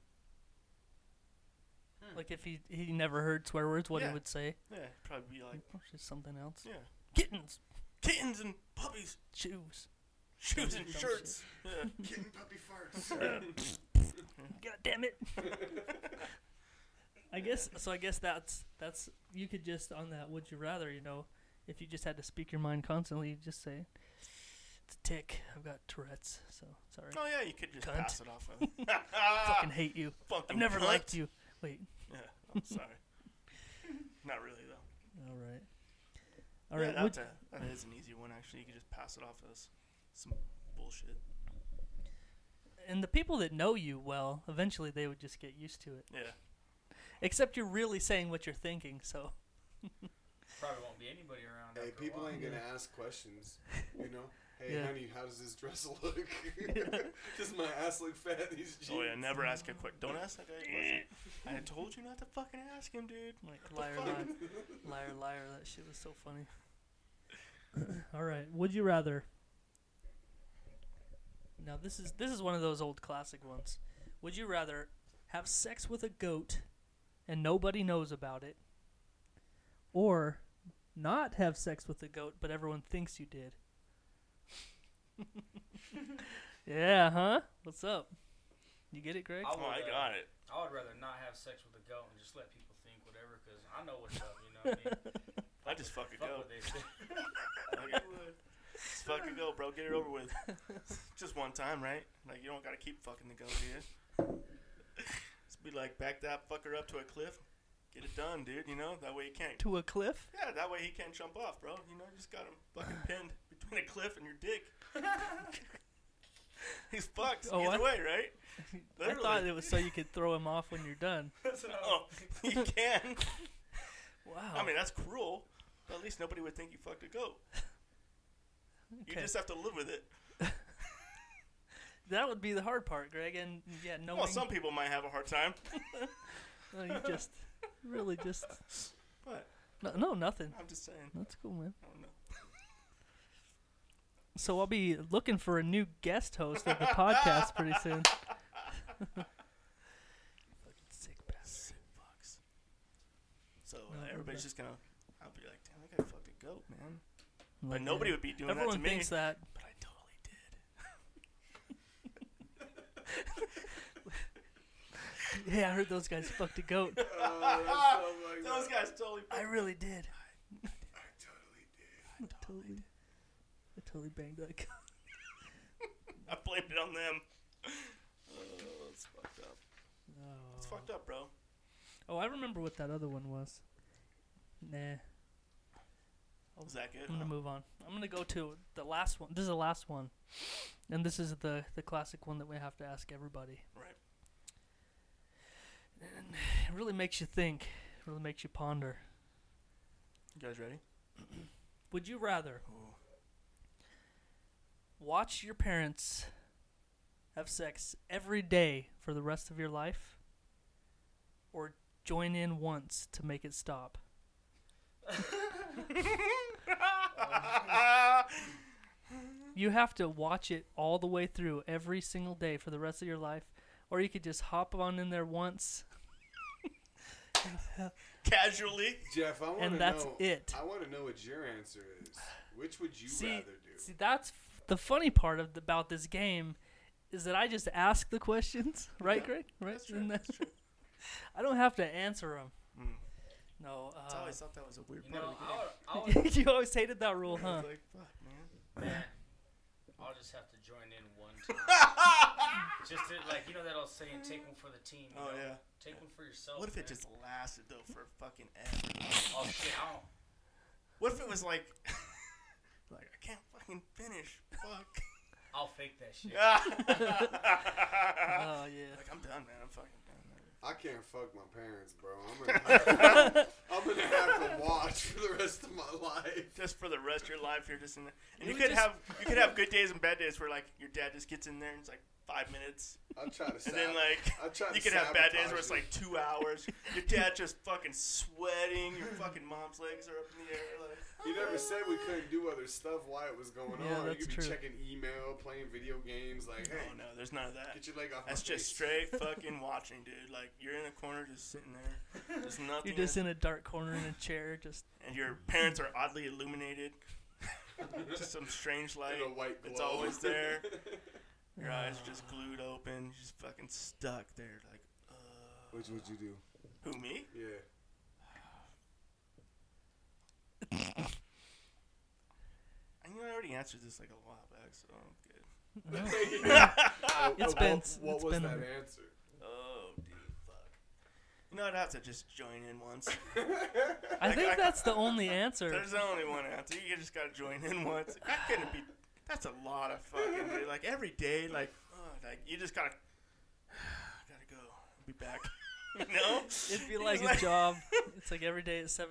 [SPEAKER 2] Like if he he never heard swear words, what
[SPEAKER 3] Hmm. Yeah.
[SPEAKER 2] he would say,
[SPEAKER 3] Yeah, it'd probably be like,
[SPEAKER 2] or just something else.
[SPEAKER 3] yeah,
[SPEAKER 2] Kittens,
[SPEAKER 3] kittens and puppies,
[SPEAKER 2] shoes.
[SPEAKER 3] shoes and shirts. Yeah.
[SPEAKER 5] Kitten puppy farts.
[SPEAKER 2] God damn it! I guess so. I guess that's that's you could just on that. Would you rather? You know, if you just had to speak your mind constantly, you'd just say it's a tick. I've got Tourette's, so sorry.
[SPEAKER 3] Oh yeah, you could just
[SPEAKER 2] Cunt.
[SPEAKER 3] pass it off. with- Ah.
[SPEAKER 2] fucking hate you.
[SPEAKER 3] Fucking
[SPEAKER 2] I've never
[SPEAKER 3] cunt.
[SPEAKER 2] liked you. Wait.
[SPEAKER 3] Yeah, I'm sorry. Not really though.
[SPEAKER 2] All right. All
[SPEAKER 3] Yeah,
[SPEAKER 2] right. would-
[SPEAKER 3] that's a, that is an easy one actually. You could just pass it off as some bullshit.
[SPEAKER 2] and the people that know you well, eventually they would just get used to it.
[SPEAKER 3] Yeah.
[SPEAKER 2] Except you're really saying what you're thinking, so
[SPEAKER 4] Probably won't be anybody around.
[SPEAKER 5] Hey,
[SPEAKER 4] after a
[SPEAKER 5] people
[SPEAKER 4] while.
[SPEAKER 5] ain't gonna ask questions, you know. Hey,
[SPEAKER 2] Yeah.
[SPEAKER 5] honey, how does this dress look? does my ass look fat in these jeans?
[SPEAKER 3] Oh yeah, never ask a quick. Don't ask that guy a question. I told you not to fucking ask him, dude.
[SPEAKER 2] like liar, liar, liar, liar. That shit was so funny. All right. Would you rather? Now this is this is one of those old classic ones. Would you rather have sex with a goat and nobody knows about it, or not have sex with a goat but everyone thinks you did? yeah, huh? What's up? You get it, Greg?
[SPEAKER 4] I would,
[SPEAKER 3] Oh, I
[SPEAKER 4] uh,
[SPEAKER 3] got it.
[SPEAKER 4] I would rather not have sex with a goat and just let people think whatever, because I know what's up. You know what I mean?
[SPEAKER 3] I just fuck a
[SPEAKER 4] Fuck
[SPEAKER 3] goat.
[SPEAKER 4] what they say.
[SPEAKER 3] Fuck it. Just fuck a goat, bro. Get it over with. Just one time, right? Like you don't gotta keep fucking the goat, dude. Just be like, back that fucker up to a cliff. Get it done, dude. You know that way you can't.
[SPEAKER 2] To a cliff?
[SPEAKER 3] Yeah, that way he can't jump off, bro. You know, you just got him fucking pinned between a cliff and your dick. He's fucked
[SPEAKER 2] Oh,
[SPEAKER 3] either
[SPEAKER 2] I-
[SPEAKER 3] way, right?
[SPEAKER 2] I thought
[SPEAKER 3] Literally.
[SPEAKER 2] it was so you could throw him off when you're done.
[SPEAKER 4] That's what I
[SPEAKER 3] Oh, you can.
[SPEAKER 2] Wow.
[SPEAKER 3] I mean, that's cruel. But at least nobody would think you fucked a goat. You
[SPEAKER 2] Okay.
[SPEAKER 3] just have to live with it.
[SPEAKER 2] That would be the hard part, Greg. And yeah, no
[SPEAKER 3] Well, some people might have a hard time,
[SPEAKER 2] you just really just
[SPEAKER 3] but
[SPEAKER 2] no, no nothing.
[SPEAKER 3] I'm just saying.
[SPEAKER 2] That's cool, man.
[SPEAKER 3] I don't know.
[SPEAKER 2] So I'll be looking for a new guest host of the podcast pretty soon. Fucking sick bastard.
[SPEAKER 3] Sick fucks. So uh,
[SPEAKER 2] No,
[SPEAKER 3] everybody's
[SPEAKER 2] okay.
[SPEAKER 3] just gonna. I'll be like, damn, I got fucked a goat, man.
[SPEAKER 2] Like,
[SPEAKER 3] But nobody
[SPEAKER 2] yeah.
[SPEAKER 3] would be doing
[SPEAKER 2] Everyone
[SPEAKER 3] that to me.
[SPEAKER 2] thinks that.
[SPEAKER 3] But I totally did.
[SPEAKER 2] Hey, I heard those guys fucked a goat.
[SPEAKER 5] Oh, that's so
[SPEAKER 3] Those
[SPEAKER 5] like
[SPEAKER 3] guys totally.
[SPEAKER 2] I really did.
[SPEAKER 5] I totally did.
[SPEAKER 2] I totally, I totally banged that goat.
[SPEAKER 3] I blamed it on them. Oh, it's fucked up. It's
[SPEAKER 2] Oh.
[SPEAKER 3] fucked up, bro.
[SPEAKER 2] oh, I remember what that other one was. Nah.
[SPEAKER 3] Is that good?
[SPEAKER 2] I'm gonna
[SPEAKER 3] huh?
[SPEAKER 2] move on. I'm gonna go to the last one. This is the last one, and this is the the classic one that we have to ask everybody.
[SPEAKER 3] Right.
[SPEAKER 2] And it really makes you think. It really makes you ponder.
[SPEAKER 3] You guys ready?
[SPEAKER 2] Would you rather
[SPEAKER 3] Ooh.
[SPEAKER 2] watch your parents have sex every day for the rest of your life, or join in once to make it stop? You have to watch it all the way through every single day for the rest of your life, or you could just hop on in there once.
[SPEAKER 3] Casually.
[SPEAKER 5] Jeff, I want to know.
[SPEAKER 2] And that's it.
[SPEAKER 5] I want to know what your answer is. Which would you
[SPEAKER 2] see,
[SPEAKER 5] rather do?
[SPEAKER 2] see, that's f- the funny part of about this game is that I just ask the questions, right, Greg? Right?
[SPEAKER 3] That's true,
[SPEAKER 2] Isn't
[SPEAKER 3] that's true. Hmm.
[SPEAKER 2] I don't have to answer them. No,
[SPEAKER 3] I
[SPEAKER 2] uh,
[SPEAKER 3] always thought that was a weird
[SPEAKER 4] You
[SPEAKER 3] part
[SPEAKER 4] know,
[SPEAKER 3] of
[SPEAKER 4] I
[SPEAKER 3] the game.
[SPEAKER 4] would, I would,
[SPEAKER 2] you always hated that rule, huh?
[SPEAKER 3] It's like, fuck, man.
[SPEAKER 4] man, I'll just have to join in one time. just to, like you know that old saying, take one for the team. You
[SPEAKER 3] Oh,
[SPEAKER 4] know?
[SPEAKER 3] yeah.
[SPEAKER 4] Take one for yourself.
[SPEAKER 3] What if it
[SPEAKER 4] man.
[SPEAKER 3] just lasted though for fucking ever?
[SPEAKER 4] Oh shit! I don't.
[SPEAKER 3] What if it was like, like I can't fucking finish. Fuck.
[SPEAKER 4] I'll fake that shit.
[SPEAKER 2] Oh yeah.
[SPEAKER 3] Like ah. I'm done, man. I'm fucking done.
[SPEAKER 5] I can't fuck my parents, bro. I'm gonna, have,
[SPEAKER 3] ah.
[SPEAKER 5] I'm gonna have to watch for the rest of my life.
[SPEAKER 3] Just for the rest of your life, you're just in there. And you,
[SPEAKER 2] You
[SPEAKER 3] could
[SPEAKER 2] just-
[SPEAKER 3] have you could have good days and bad days where like your dad just gets in there and it's like, five minutes,
[SPEAKER 5] I'll try to.
[SPEAKER 3] and then like
[SPEAKER 5] I'll try to
[SPEAKER 3] you can have bad days where
[SPEAKER 5] sabotage
[SPEAKER 3] it's
[SPEAKER 5] you.
[SPEAKER 3] like two hours. Your dad just fucking sweating. Your fucking mom's legs are up in the air. Like,
[SPEAKER 5] You never said we couldn't do other stuff while it was going
[SPEAKER 2] Yeah,
[SPEAKER 5] on.
[SPEAKER 2] that's
[SPEAKER 5] you could be
[SPEAKER 2] true.
[SPEAKER 5] checking email, playing video games, like, hey,
[SPEAKER 3] oh no, there's none of that.
[SPEAKER 5] get your leg off
[SPEAKER 3] That's
[SPEAKER 5] my
[SPEAKER 3] just
[SPEAKER 5] face.
[SPEAKER 3] straight fucking watching, dude. Like you're in a corner just sitting there. There's nothing.
[SPEAKER 2] You're just in
[SPEAKER 3] else,
[SPEAKER 2] a dark corner in a chair, just
[SPEAKER 3] and your parents are oddly illuminated. just some strange light.
[SPEAKER 5] In a white glow.
[SPEAKER 3] It's always there. Your eyes are just glued open. You're just fucking stuck there. Like, uh,
[SPEAKER 5] Which would you do?
[SPEAKER 3] who me?
[SPEAKER 5] Yeah.
[SPEAKER 3] I knew I already answered this like a while back, so I'm good.
[SPEAKER 5] Uh,
[SPEAKER 2] It's
[SPEAKER 5] what,
[SPEAKER 2] been-
[SPEAKER 5] What,
[SPEAKER 2] it's
[SPEAKER 5] was
[SPEAKER 2] been a
[SPEAKER 5] that
[SPEAKER 2] minute.
[SPEAKER 5] answer?
[SPEAKER 3] Oh, dude, fuck. You know, I'd have to just join in once.
[SPEAKER 2] I think
[SPEAKER 3] I-
[SPEAKER 2] that's the only answer.
[SPEAKER 3] ah. There's only one answer. You just gotta join in once. That couldn't be. That's a lot of fucking. Dude. Like every day, like, oh, like you just gotta. Gotta go. I'll be back. You know?
[SPEAKER 2] It'd be
[SPEAKER 3] He's
[SPEAKER 2] like a job. It's like every day at 7:30.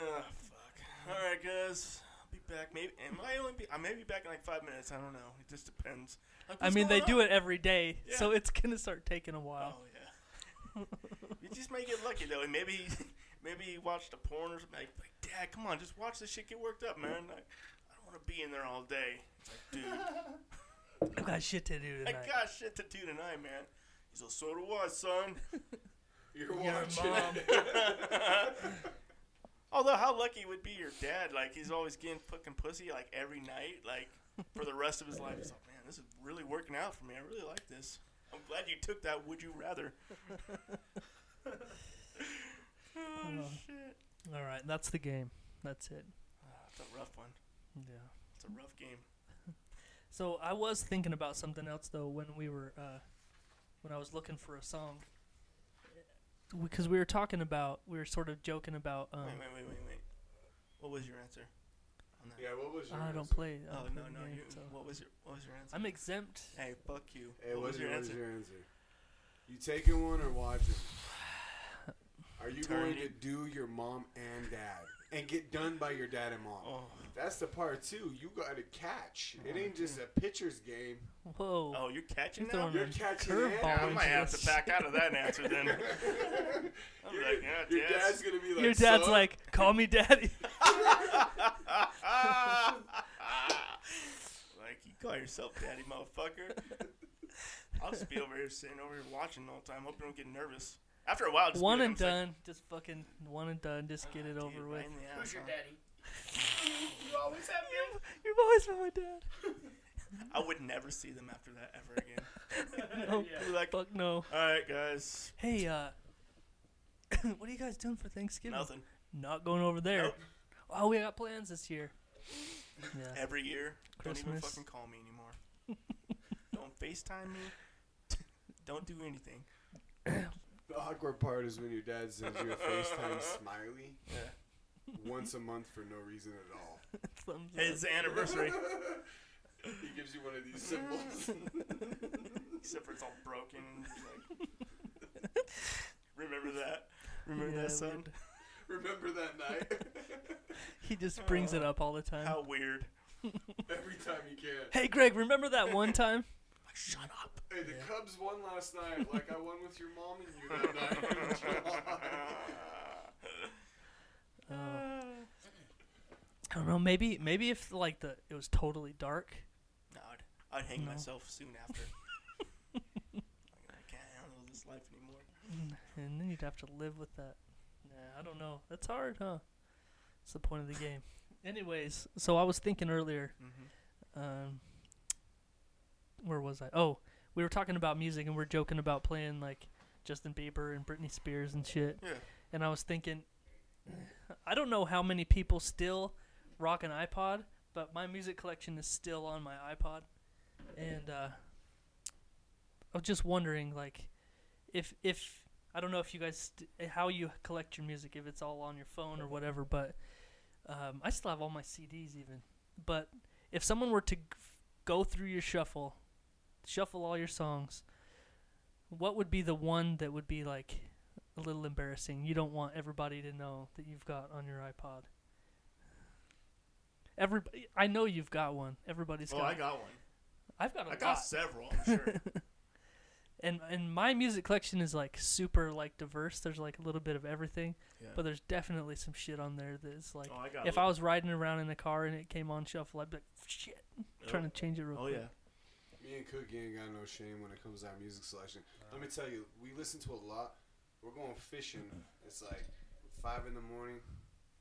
[SPEAKER 3] Oh, fuck. All right, guys. I'll be back. Maybe am I only be? I may be back in like five minutes. I don't know. It just depends. Like,
[SPEAKER 2] I
[SPEAKER 3] what's
[SPEAKER 2] mean, they
[SPEAKER 3] going
[SPEAKER 2] do
[SPEAKER 3] on?
[SPEAKER 2] it every day, so
[SPEAKER 3] Yeah.
[SPEAKER 2] it's gonna start taking a
[SPEAKER 3] Oh
[SPEAKER 2] while.
[SPEAKER 3] yeah. you just may get lucky though, and maybe maybe he watched a porn or something. Like, like, Dad, come on, just watch this shit get worked up, man. Like, I don't want to be in there all day. It's like, dude,
[SPEAKER 2] I've got shit to do
[SPEAKER 3] Oh, I
[SPEAKER 2] tonight.
[SPEAKER 3] got shit to do tonight, man. He's like, so do I, son.
[SPEAKER 5] You're
[SPEAKER 2] Your
[SPEAKER 5] watching.
[SPEAKER 2] mom.
[SPEAKER 3] Although, how lucky would be your dad? Like, he's always getting fucking pussy like every night, like for the rest of his life. It's like, man, this is really working out for me. I really like this. I'm glad you took that. Would you rather? oh
[SPEAKER 2] Uh,
[SPEAKER 3] shit.
[SPEAKER 2] All right, that's the game. That's it.
[SPEAKER 3] Ah, It's a rough one.
[SPEAKER 2] Yeah.
[SPEAKER 3] It's a rough game.
[SPEAKER 2] So I was thinking about something else though when we were uh, when I was looking for a song because we were talking about we were sort of joking about um,
[SPEAKER 3] Wait, wait, wait, wait, wait. What was your answer? On that?
[SPEAKER 5] Yeah, what was your
[SPEAKER 2] I don't
[SPEAKER 5] answer?
[SPEAKER 2] play. I
[SPEAKER 3] Oh
[SPEAKER 2] don't
[SPEAKER 3] no,
[SPEAKER 2] play the
[SPEAKER 3] no.
[SPEAKER 2] game,
[SPEAKER 3] You,
[SPEAKER 2] so.
[SPEAKER 3] what was your What was your answer?
[SPEAKER 2] I'm exempt.
[SPEAKER 3] hey, fuck you.
[SPEAKER 5] Hey,
[SPEAKER 3] what was your answer?
[SPEAKER 5] your answer? You taking one or watching? Are you going to
[SPEAKER 3] Eternity.
[SPEAKER 5] do your mom and dad and get done by your dad and mom?
[SPEAKER 3] Oh,
[SPEAKER 5] That's the part too. You got to catch. It ain't just a pitcher's game.
[SPEAKER 2] Whoa.
[SPEAKER 3] oh, you're catching
[SPEAKER 2] You're
[SPEAKER 3] now.
[SPEAKER 2] throwing
[SPEAKER 5] You're
[SPEAKER 2] a
[SPEAKER 5] catching
[SPEAKER 2] curveball
[SPEAKER 5] it.
[SPEAKER 3] I
[SPEAKER 5] I
[SPEAKER 2] into
[SPEAKER 3] might have
[SPEAKER 2] this.
[SPEAKER 3] to back out of that answer then. I'm "Ah, like, yeah,
[SPEAKER 5] your
[SPEAKER 3] yes.
[SPEAKER 5] dad's gonna be like.
[SPEAKER 2] Your dad's
[SPEAKER 5] "Son,
[SPEAKER 2] like, call me daddy.
[SPEAKER 3] like you call yourself daddy, motherfucker. I'll just be over here sitting over here watching the whole time. Hope you don't get nervous. After a while, just
[SPEAKER 2] one
[SPEAKER 3] be
[SPEAKER 2] and
[SPEAKER 3] like, I'm just like,
[SPEAKER 2] done. just fucking one and done. Just get it
[SPEAKER 3] "Ah,
[SPEAKER 2] over
[SPEAKER 3] dude,
[SPEAKER 2] with.
[SPEAKER 3] right in the
[SPEAKER 4] Who's
[SPEAKER 3] ass,
[SPEAKER 4] your
[SPEAKER 3] huh?"
[SPEAKER 4] daddy?
[SPEAKER 2] You've always been my dad.
[SPEAKER 3] I would never see them after that ever again.
[SPEAKER 2] No,
[SPEAKER 4] Yeah.
[SPEAKER 3] Be like, all
[SPEAKER 2] Oh, fuck no.
[SPEAKER 3] right, guys,
[SPEAKER 2] Hey, uh, what are you guys doing for Thanksgiving?
[SPEAKER 3] nothing.
[SPEAKER 2] Not going over there.
[SPEAKER 3] Nope.
[SPEAKER 2] Oh, we got plans this year. Yeah.
[SPEAKER 3] Every year, don't even
[SPEAKER 2] Christmas.
[SPEAKER 3] fucking call me anymore. don't Facetime me. don't do anything.
[SPEAKER 5] The awkward part is when your dad sends you a FaceTime smiley
[SPEAKER 3] Yeah.
[SPEAKER 5] once a month for no reason at all.
[SPEAKER 2] Thumbs
[SPEAKER 3] Hey, it's the anniversary,
[SPEAKER 5] He gives you one of these symbols.
[SPEAKER 3] except for it's all broken. and it's like- remember that? Remember
[SPEAKER 2] Yeah,
[SPEAKER 3] that, son?
[SPEAKER 2] weird.
[SPEAKER 5] Remember that night?
[SPEAKER 2] He just brings it up all the time.
[SPEAKER 3] Oh. How weird.
[SPEAKER 5] Every time you can.
[SPEAKER 2] Hey, Greg, remember that one time?
[SPEAKER 3] Like, shut up.
[SPEAKER 5] Hey, the Cubs won last night, like I won with your mom and you that night.
[SPEAKER 3] Ah.
[SPEAKER 2] Oh. I don't know. Maybe, maybe if like the it was totally dark.
[SPEAKER 3] No, I'd, I'd hang
[SPEAKER 2] No.
[SPEAKER 3] myself soon after. I can't handle this life anymore.
[SPEAKER 2] And then you'd have to live with that. Nah, I don't know. That's hard, huh? That's the point of the game. Anyways, so I was thinking earlier. Um, where was I? Oh, we were talking about music and we're joking about playing like Justin Bieber and Britney Spears and shit.
[SPEAKER 3] Yeah.
[SPEAKER 2] And I was thinking, I don't know how many people still rock an iPod, but my music collection is still on my iPod. And uh, I was just wondering, like, if if I don't know if you guys st- eh, how you collect your music, if it's all on your phone or whatever, but um, I still have all my CDs even. But if someone were to g- go through your shuffle, shuffle all your songs, what would be the one that would be like a little embarrassing? You don't want everybody to know that you've got on your iPod. Everybody, I know you've got one. Everybody's
[SPEAKER 3] Oh,
[SPEAKER 2] got.
[SPEAKER 3] I got one.
[SPEAKER 2] I've got a
[SPEAKER 3] I
[SPEAKER 2] lot.
[SPEAKER 3] got several, Oh, I'm sure.
[SPEAKER 2] and and my music collection is like super like diverse. There's like a little bit of everything,
[SPEAKER 1] Yeah.
[SPEAKER 2] but there's definitely some shit on there that's like
[SPEAKER 3] Oh, I got.
[SPEAKER 2] if
[SPEAKER 3] a-
[SPEAKER 2] I was riding around in the car and it came on shuffle, I'd be like, shit,
[SPEAKER 3] Oh.
[SPEAKER 2] trying to change it real
[SPEAKER 1] Oh
[SPEAKER 2] quick.
[SPEAKER 1] yeah.
[SPEAKER 5] Me and Cookie ain't got no shame when it comes to our music selection. Let me tell you, we listen to a lot. We're going fishing. It's like five in the morning.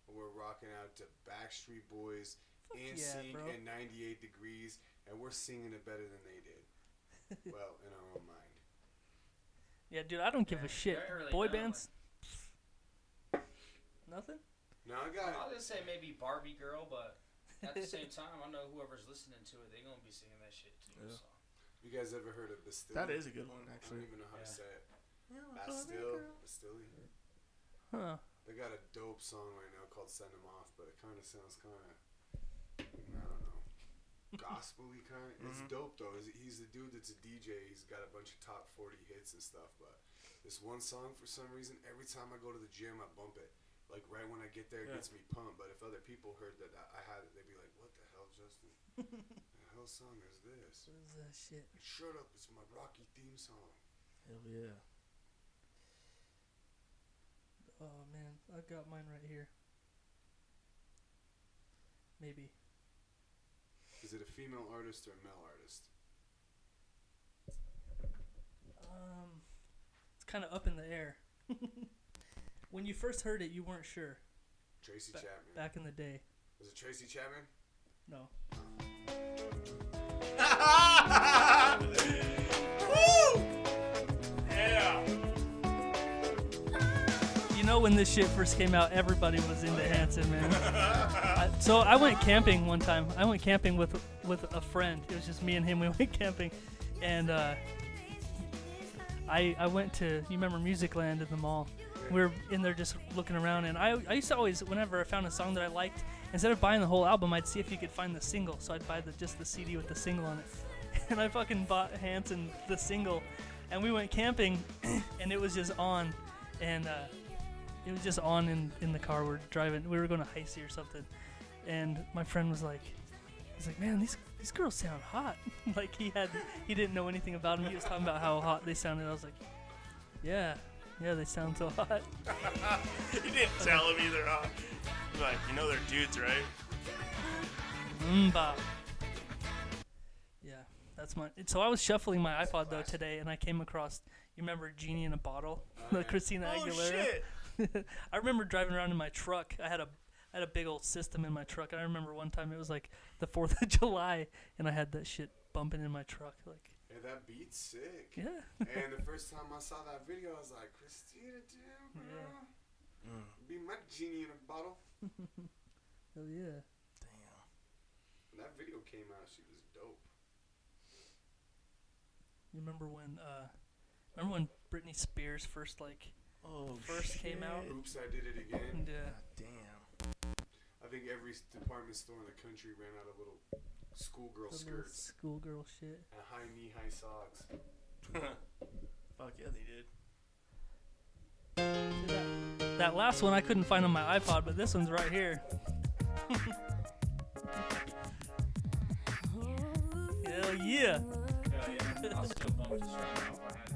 [SPEAKER 5] We're rocking out to Backstreet Boys, and
[SPEAKER 2] yeah,
[SPEAKER 5] NSYNC,
[SPEAKER 2] bro.
[SPEAKER 5] and 98 Degrees, and we're singing it better than they did. well, in our own mind.
[SPEAKER 2] Yeah, dude, I don't give
[SPEAKER 4] Yeah,
[SPEAKER 2] a shit.
[SPEAKER 4] they're really
[SPEAKER 2] Boy
[SPEAKER 4] dumb, like-
[SPEAKER 2] bands. Nothing.
[SPEAKER 5] Now
[SPEAKER 4] I
[SPEAKER 5] I got
[SPEAKER 4] was gonna say maybe Barbie girl, but at the same time, I know whoever's listening to it, they gonna be singing that shit too.
[SPEAKER 1] Yeah.
[SPEAKER 4] So.
[SPEAKER 5] you guys ever heard of Bastille?
[SPEAKER 1] That is a good one,
[SPEAKER 5] I don't
[SPEAKER 1] actually. Oh,
[SPEAKER 5] even know how
[SPEAKER 4] Yeah.
[SPEAKER 5] to say it. Bastille, Bastille.
[SPEAKER 2] Huh.
[SPEAKER 5] They got a dope song right now called "Send 'Em Off," but it kind of sounds kind of I don't know, gospely kind. of. It's dope though. He's, he's the dude that's a DJ. He's got a bunch of top forty hits and stuff. But this one song, for some reason, every time I go to the gym, I bump it. Like right when I get there, it
[SPEAKER 1] Yeah.
[SPEAKER 5] gets me pumped. But if other people heard that I I had it, they'd be like, "What the hell, Justin? the hell song is this?"
[SPEAKER 2] What is that shit?
[SPEAKER 5] Shut up! It's my Rocky theme song.
[SPEAKER 1] Hell yeah.
[SPEAKER 2] Oh man, I've got mine right here. Maybe.
[SPEAKER 5] Is it a female artist or a male artist?
[SPEAKER 2] Um, it's kind of up in the air. when you first heard it, you weren't sure
[SPEAKER 5] Tracy
[SPEAKER 2] Ba-
[SPEAKER 5] Chapman.
[SPEAKER 2] back in the day.
[SPEAKER 5] Was it Tracy Chapman?
[SPEAKER 2] No. You know when this shit first came out, everybody was into Hanson, man. I, so I went camping one time. I went camping with with a friend. It was just me and him. We went camping, and uh, I I went to you remember Musicland in the mall. We were in there just looking around, and I I used to always whenever I found a song that I liked, instead of buying the whole album, I'd see if you could find the single. So I'd buy the just the CD with the single on it, and I fucking bought Hanson the single, and we went camping, and it was just on, and. Uh, it was just on in, in the car. We're driving. We were going to Heisey or something, and my friend was like, "He's like, man, these these girls sound hot." like he had he didn't know anything about them. He was talking about how hot they sounded. I was like, "Yeah, yeah, they sound so hot."
[SPEAKER 3] you didn't tell him either. Huh? You're Like you know they're dudes, right?
[SPEAKER 2] Mmm. Yeah, that's my. So I was shuffling my iPod though today, and I came across. You remember Genie in a Bottle, the Christina
[SPEAKER 3] Oh
[SPEAKER 2] Aguilera.
[SPEAKER 3] shit!
[SPEAKER 2] I remember driving around in my truck. I had a I had a big old system in my truck. And I remember one time it was like the Fourth of July, and I had that shit bumping in my truck. Like,
[SPEAKER 5] Yeah, that beat's sick.
[SPEAKER 2] yeah,
[SPEAKER 5] and the first time I saw that video, I was like, Christina Jam, girl. Be my genie in a bottle.
[SPEAKER 2] hell yeah.
[SPEAKER 5] When that video came out, she was dope.
[SPEAKER 2] You remember when? uh Remember when Britney Spears first like
[SPEAKER 1] Oh,
[SPEAKER 2] first came out?
[SPEAKER 5] Oops, I did it again.
[SPEAKER 2] And, uh,
[SPEAKER 1] damn.
[SPEAKER 5] I think every s- department store in the country ran out of little schoolgirl
[SPEAKER 2] the little
[SPEAKER 5] skirts
[SPEAKER 2] schoolgirl shit.
[SPEAKER 5] and high knee high socks.
[SPEAKER 1] Fuck yeah, they did.
[SPEAKER 2] See that? That last one I couldn't find on my iPod, but this one's right here. Hell yeah!
[SPEAKER 4] I'll still bump this right now if I had it.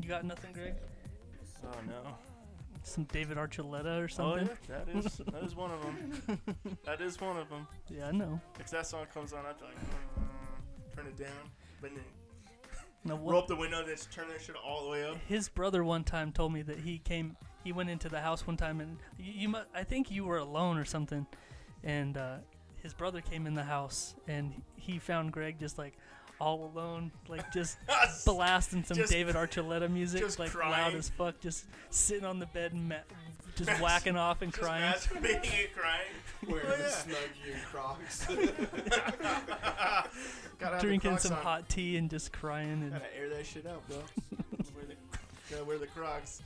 [SPEAKER 2] You got nothing, Greg?
[SPEAKER 1] Oh no.
[SPEAKER 2] Some David Archuleta or something?
[SPEAKER 1] Oh yeah, that is that is one of them. that is one of them.
[SPEAKER 2] yeah, I know.
[SPEAKER 1] If that song comes on, I'd be like, "Mm, turn it down, but then
[SPEAKER 2] Now,
[SPEAKER 1] roll
[SPEAKER 2] what,
[SPEAKER 1] up the window, then just turn that shit all the way up.
[SPEAKER 2] his brother one time told me that he came, he went into the house one time, and you, you mu- I think you were alone or something, and uh, his brother came in the house and he found Greg just like all alone, like just blasting some
[SPEAKER 1] Just-
[SPEAKER 2] David Archuleta music,
[SPEAKER 1] just
[SPEAKER 2] like loud
[SPEAKER 1] crying.
[SPEAKER 2] as fuck, just sitting on the bed and ma- just whacking off and
[SPEAKER 1] Just
[SPEAKER 2] crying.
[SPEAKER 1] masturbating and crying.
[SPEAKER 5] Wearing
[SPEAKER 1] Oh,
[SPEAKER 5] a
[SPEAKER 1] yeah.
[SPEAKER 5] Snuggie and Crocs.
[SPEAKER 1] Gotta have the
[SPEAKER 2] Drinking
[SPEAKER 1] Crocs
[SPEAKER 2] some
[SPEAKER 1] on.
[SPEAKER 2] hot tea and just crying and
[SPEAKER 1] Gotta air that shit out, bro. wear the, gotta wear the Crocs.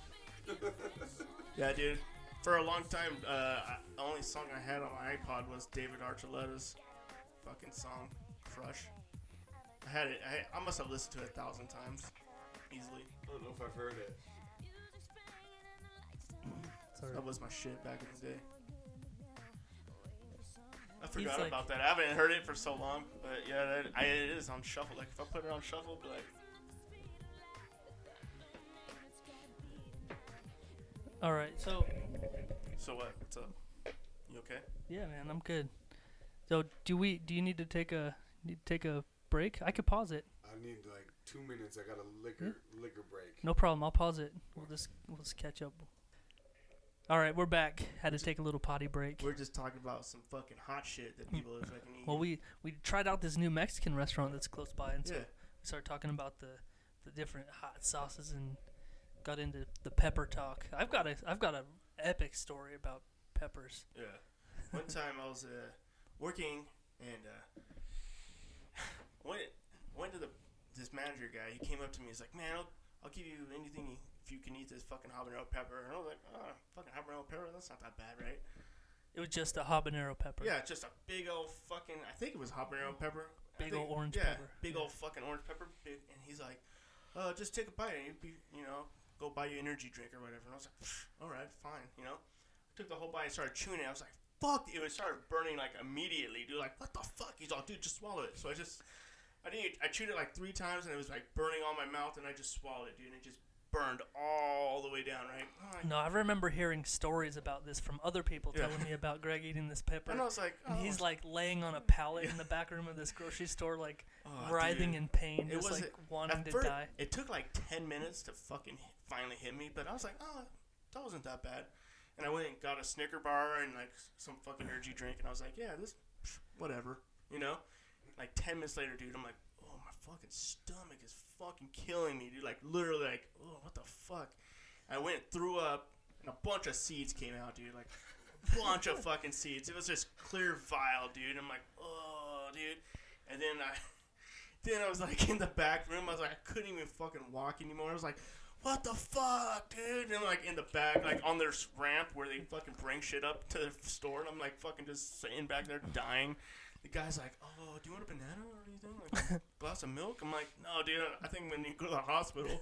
[SPEAKER 1] yeah, dude. For a long time, uh, I- the only song I had on my iPod was David Archuleta's fucking song, Crush. I had it. I, I must have listened to it a thousand times, easily.
[SPEAKER 5] I don't know if I've heard it.
[SPEAKER 2] sorry.
[SPEAKER 1] That was my shit back in the day.
[SPEAKER 3] I forgot
[SPEAKER 2] like-
[SPEAKER 3] about that. I haven't heard it for so long, but yeah, that, I, it is on shuffle. Like if I put it on shuffle, it'd be like
[SPEAKER 2] All right, so
[SPEAKER 3] so what? What's up? You okay?
[SPEAKER 2] yeah, man, I'm good. So do we? Do you need to take a need to take a break? I could pause it.
[SPEAKER 5] I need like two minutes. I got a liquor liquor break.
[SPEAKER 2] No problem. I'll pause it. We'll just we'll just catch up. All right, we're back. Had to take a little potty break.
[SPEAKER 3] We're just talking about some fucking hot shit that people are fucking eating.
[SPEAKER 2] Well, we we tried out this new Mexican restaurant that's close by, and so
[SPEAKER 3] yeah,
[SPEAKER 2] we started talking about the the different hot sauces and got into the pepper talk. I've got a I've got a epic story about peppers.
[SPEAKER 3] yeah. One time I was uh, working and uh, went went to the this manager guy. He came up to me. He's like, "Man, I'll, I'll give you anything you- if you can eat this fucking habanero pepper." And I was like, "Oh, fucking habanero pepper? That's not that bad, right?"
[SPEAKER 2] It was just a habanero pepper.
[SPEAKER 3] Yeah, just a big old fucking. I think it was habanero pepper. I
[SPEAKER 2] Big
[SPEAKER 3] think-
[SPEAKER 2] ol' orange
[SPEAKER 3] yeah,
[SPEAKER 2] pepper.
[SPEAKER 3] Big old fucking orange pepper. Big, and he's like, "Uh, just take a bite and you'd be, you know, go buy you an energy drink or whatever." And I was like, "All right, fine," you know. I took the whole bite and started chewing it. I was like, "Fuck!" It was started burning like immediately, dude. Like, what the fuck? He's all, "Dude, just swallow it." So I just, I didn't. I chewed it like three times and it was like burning all my mouth, and I just swallowed it, dude, and it just burned all the way down. Right. I'm like,
[SPEAKER 2] No, I remember hearing stories about this from other people
[SPEAKER 3] Yeah.
[SPEAKER 2] telling me about Greg eating this pepper.
[SPEAKER 3] And I was like,
[SPEAKER 2] And
[SPEAKER 3] oh.
[SPEAKER 2] he's like laying on a pallet in the back room of this grocery store, like
[SPEAKER 3] Oh,
[SPEAKER 2] writhing
[SPEAKER 3] dude.
[SPEAKER 2] in pain,
[SPEAKER 3] It
[SPEAKER 2] just
[SPEAKER 3] was
[SPEAKER 2] like wanting
[SPEAKER 3] at
[SPEAKER 2] to
[SPEAKER 3] first-
[SPEAKER 2] die.
[SPEAKER 3] It took like ten minutes to fucking hit- finally hit me, but I was like, oh, that wasn't that bad. And I went and got a Snicker bar and like s- some fucking energy drink, and I was like, yeah, this, pff, whatever, you know. Like ten minutes later, dude, I'm like, oh my fucking stomach is fucking killing me, dude. Like literally, like, oh what the fuck. I went and threw up, and a bunch of seeds came out, dude. Like bunch of fucking seeds. It was just clear vial, dude. I'm like, oh, dude. And then I, then I was like in the back room. I was like, I couldn't even fucking walk anymore. I was like, what the fuck, dude? And like in the back, like on their s- ramp where they fucking bring shit up to the store, and I'm like fucking just sitting back there dying. The guy's like, "Oh, do you want a banana or anything? Like a glass of milk?" I'm like, "No, dude. I think we need to go to the hospital."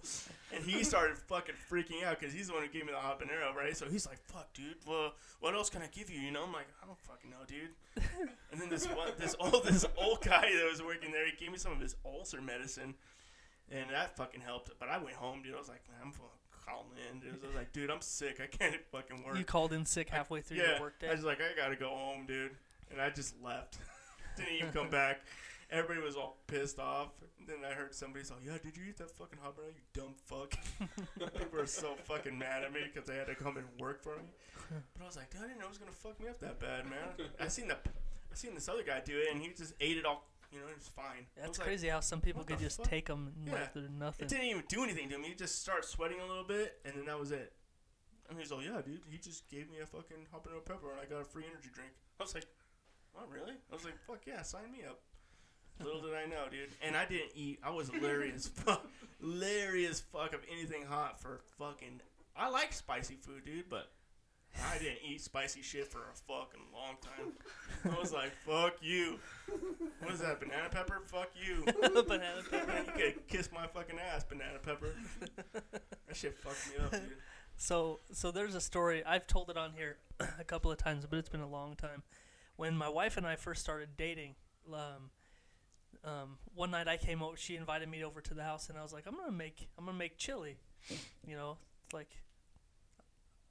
[SPEAKER 3] And he started fucking freaking out because he's the one who gave me the habanero, right? So he's like, "Fuck, dude. Well, what else can I give you?" You know, I'm like, "I don't fucking know, dude." And then this one, this old, this old guy that was working there, he gave me some of his ulcer medicine, and that fucking helped. But I went home, dude. I was like, "Man, I'm fucking calling in." Dude. I was like, "Dude, I'm sick. I can't fucking work."
[SPEAKER 2] You called in sick halfway through
[SPEAKER 3] yeah,
[SPEAKER 2] your workday.
[SPEAKER 3] I was like, I gotta go home, dude. And I just left. Didn't even come back. Everybody was all pissed off. And then I heard somebody say, Yeah, did you eat that fucking habanero, you dumb fuck? People were so fucking mad at me because they had to come and work for me. But I was like, Dude, I didn't know it was gonna fuck me up that bad, man. I seen the, I seen this other guy do it, and he just ate it all. You know, he was fine. I
[SPEAKER 2] That's
[SPEAKER 3] was like,
[SPEAKER 2] crazy how some people
[SPEAKER 3] what
[SPEAKER 2] could
[SPEAKER 3] the
[SPEAKER 2] just
[SPEAKER 3] fuck?
[SPEAKER 2] take 'em take them
[SPEAKER 3] Yeah.
[SPEAKER 2] like they're nothing.
[SPEAKER 3] it didn't even do anything to me. He just started sweating a little bit, and then that was it. And he's like, "Yeah, dude, he just gave me a fucking habanero pepper, and I got a free energy drink." I was like, "Oh, really?" I was like, "Fuck yeah, sign me up." little did I know, dude. And I didn't eat. I was hilarious, fuck, hilarious fuck of anything hot for fucking. I like spicy food, dude, but I didn't eat spicy shit for a fucking long time. I was like, "Fuck you." What is that? Banana pepper? Fuck you.
[SPEAKER 2] Banana pepper.
[SPEAKER 3] Man, you could kiss my fucking ass, banana pepper. That shit fucked me up, dude.
[SPEAKER 2] So so there's a story I've told it on here a couple of times, but it's been a long time. When my wife and I first started dating, um, um, one night I came over. She invited me over to the house, and I was like, "I'm gonna make I'm gonna make chili." You know, like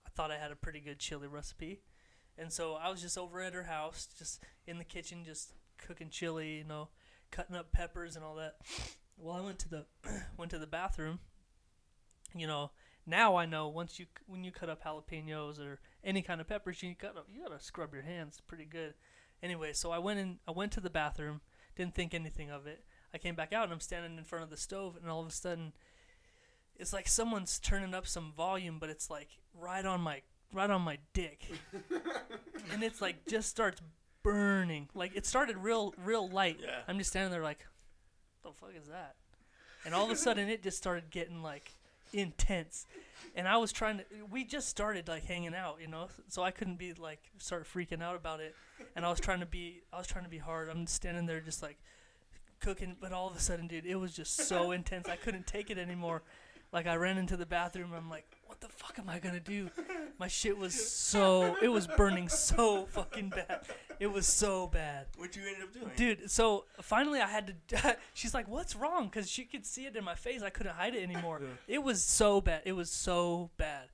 [SPEAKER 2] I thought I had a pretty good chili recipe, and so I was just over at her house, just in the kitchen, just cooking chili. You know, cutting up peppers and all that. Well, I went to the went to the bathroom. You know, now I know once you when you cut up jalapenos or any kind of peppers, you got to you gotta scrub your hands pretty good. Anyway, so I went in. I went to the bathroom. Didn't think anything of it. I came back out and I'm standing in front of the stove, and all of a sudden, it's like someone's turning up some volume, but it's like right on my right on my dick, and it's like just starts burning. Like it started real real light.
[SPEAKER 3] Yeah.
[SPEAKER 2] I'm just standing there like, what the fuck is that? And all of a sudden, it just started getting like intense and I was trying to. We just started like hanging out, you know, so I couldn't be like start freaking out about it. And I was trying to be, I was trying to be hard. I'm standing there just like cooking, but all of a sudden, dude, it was just so intense. I couldn't take it anymore. Like I ran into the bathroom. I'm like, what the fuck am I gonna do? My shit was so it was burning so fucking bad. It was so bad,
[SPEAKER 3] What you ended up doing?
[SPEAKER 2] dude. So finally I had to. she's like, what's wrong? Because she could see it in my face. I couldn't hide it anymore. It was so bad. It was so bad.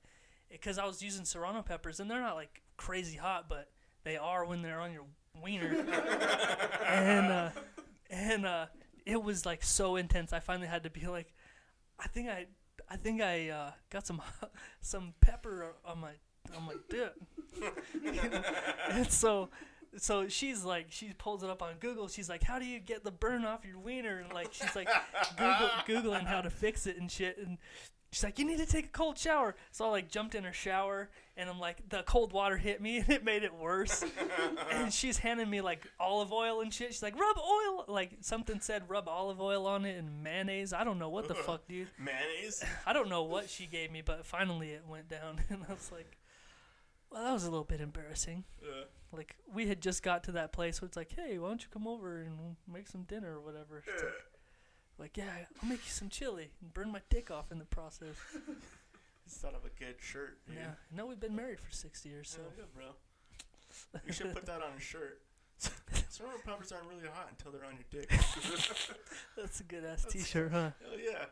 [SPEAKER 2] Because I was using serrano peppers, and they're not like crazy hot, but they are when they're on your wiener. and uh, and uh, it was like so intense. I finally had to be like, I think I, I think I uh, got some some pepper on my on my dick. and so, so she's like, she pulls it up on Google. She's like, how do you get the burn off your wiener? And like, she's like, Google googling how to fix it and shit. And she's like, you need to take a cold shower. So I like jumped in her shower, and I'm like, the cold water hit me, and it made it worse and she's handing me like olive oil and shit. She's like, rub oil, like something said, rub olive oil on it and mayonnaise. I don't know what the fuck, dude.
[SPEAKER 3] Mayonnaise?
[SPEAKER 2] I don't know what she gave me, but finally it went down, and I was like, well, that was a little bit embarrassing.
[SPEAKER 3] Uh,
[SPEAKER 2] Like we had just got to that place where it's like, hey, why don't you come over and we'll make some dinner or whatever.
[SPEAKER 3] Uh,
[SPEAKER 2] She's like, like, yeah, I'll make you some chili and burn my dick off in the process.
[SPEAKER 3] it's not of a good shirt, dude.
[SPEAKER 2] Yeah, no, we've been married for six years, so
[SPEAKER 3] So good, bro. You should put that on a shirt. Serrano peppers aren't really hot until they're on your dick.
[SPEAKER 2] that's a good ass t-shirt, huh?
[SPEAKER 3] Hell yeah.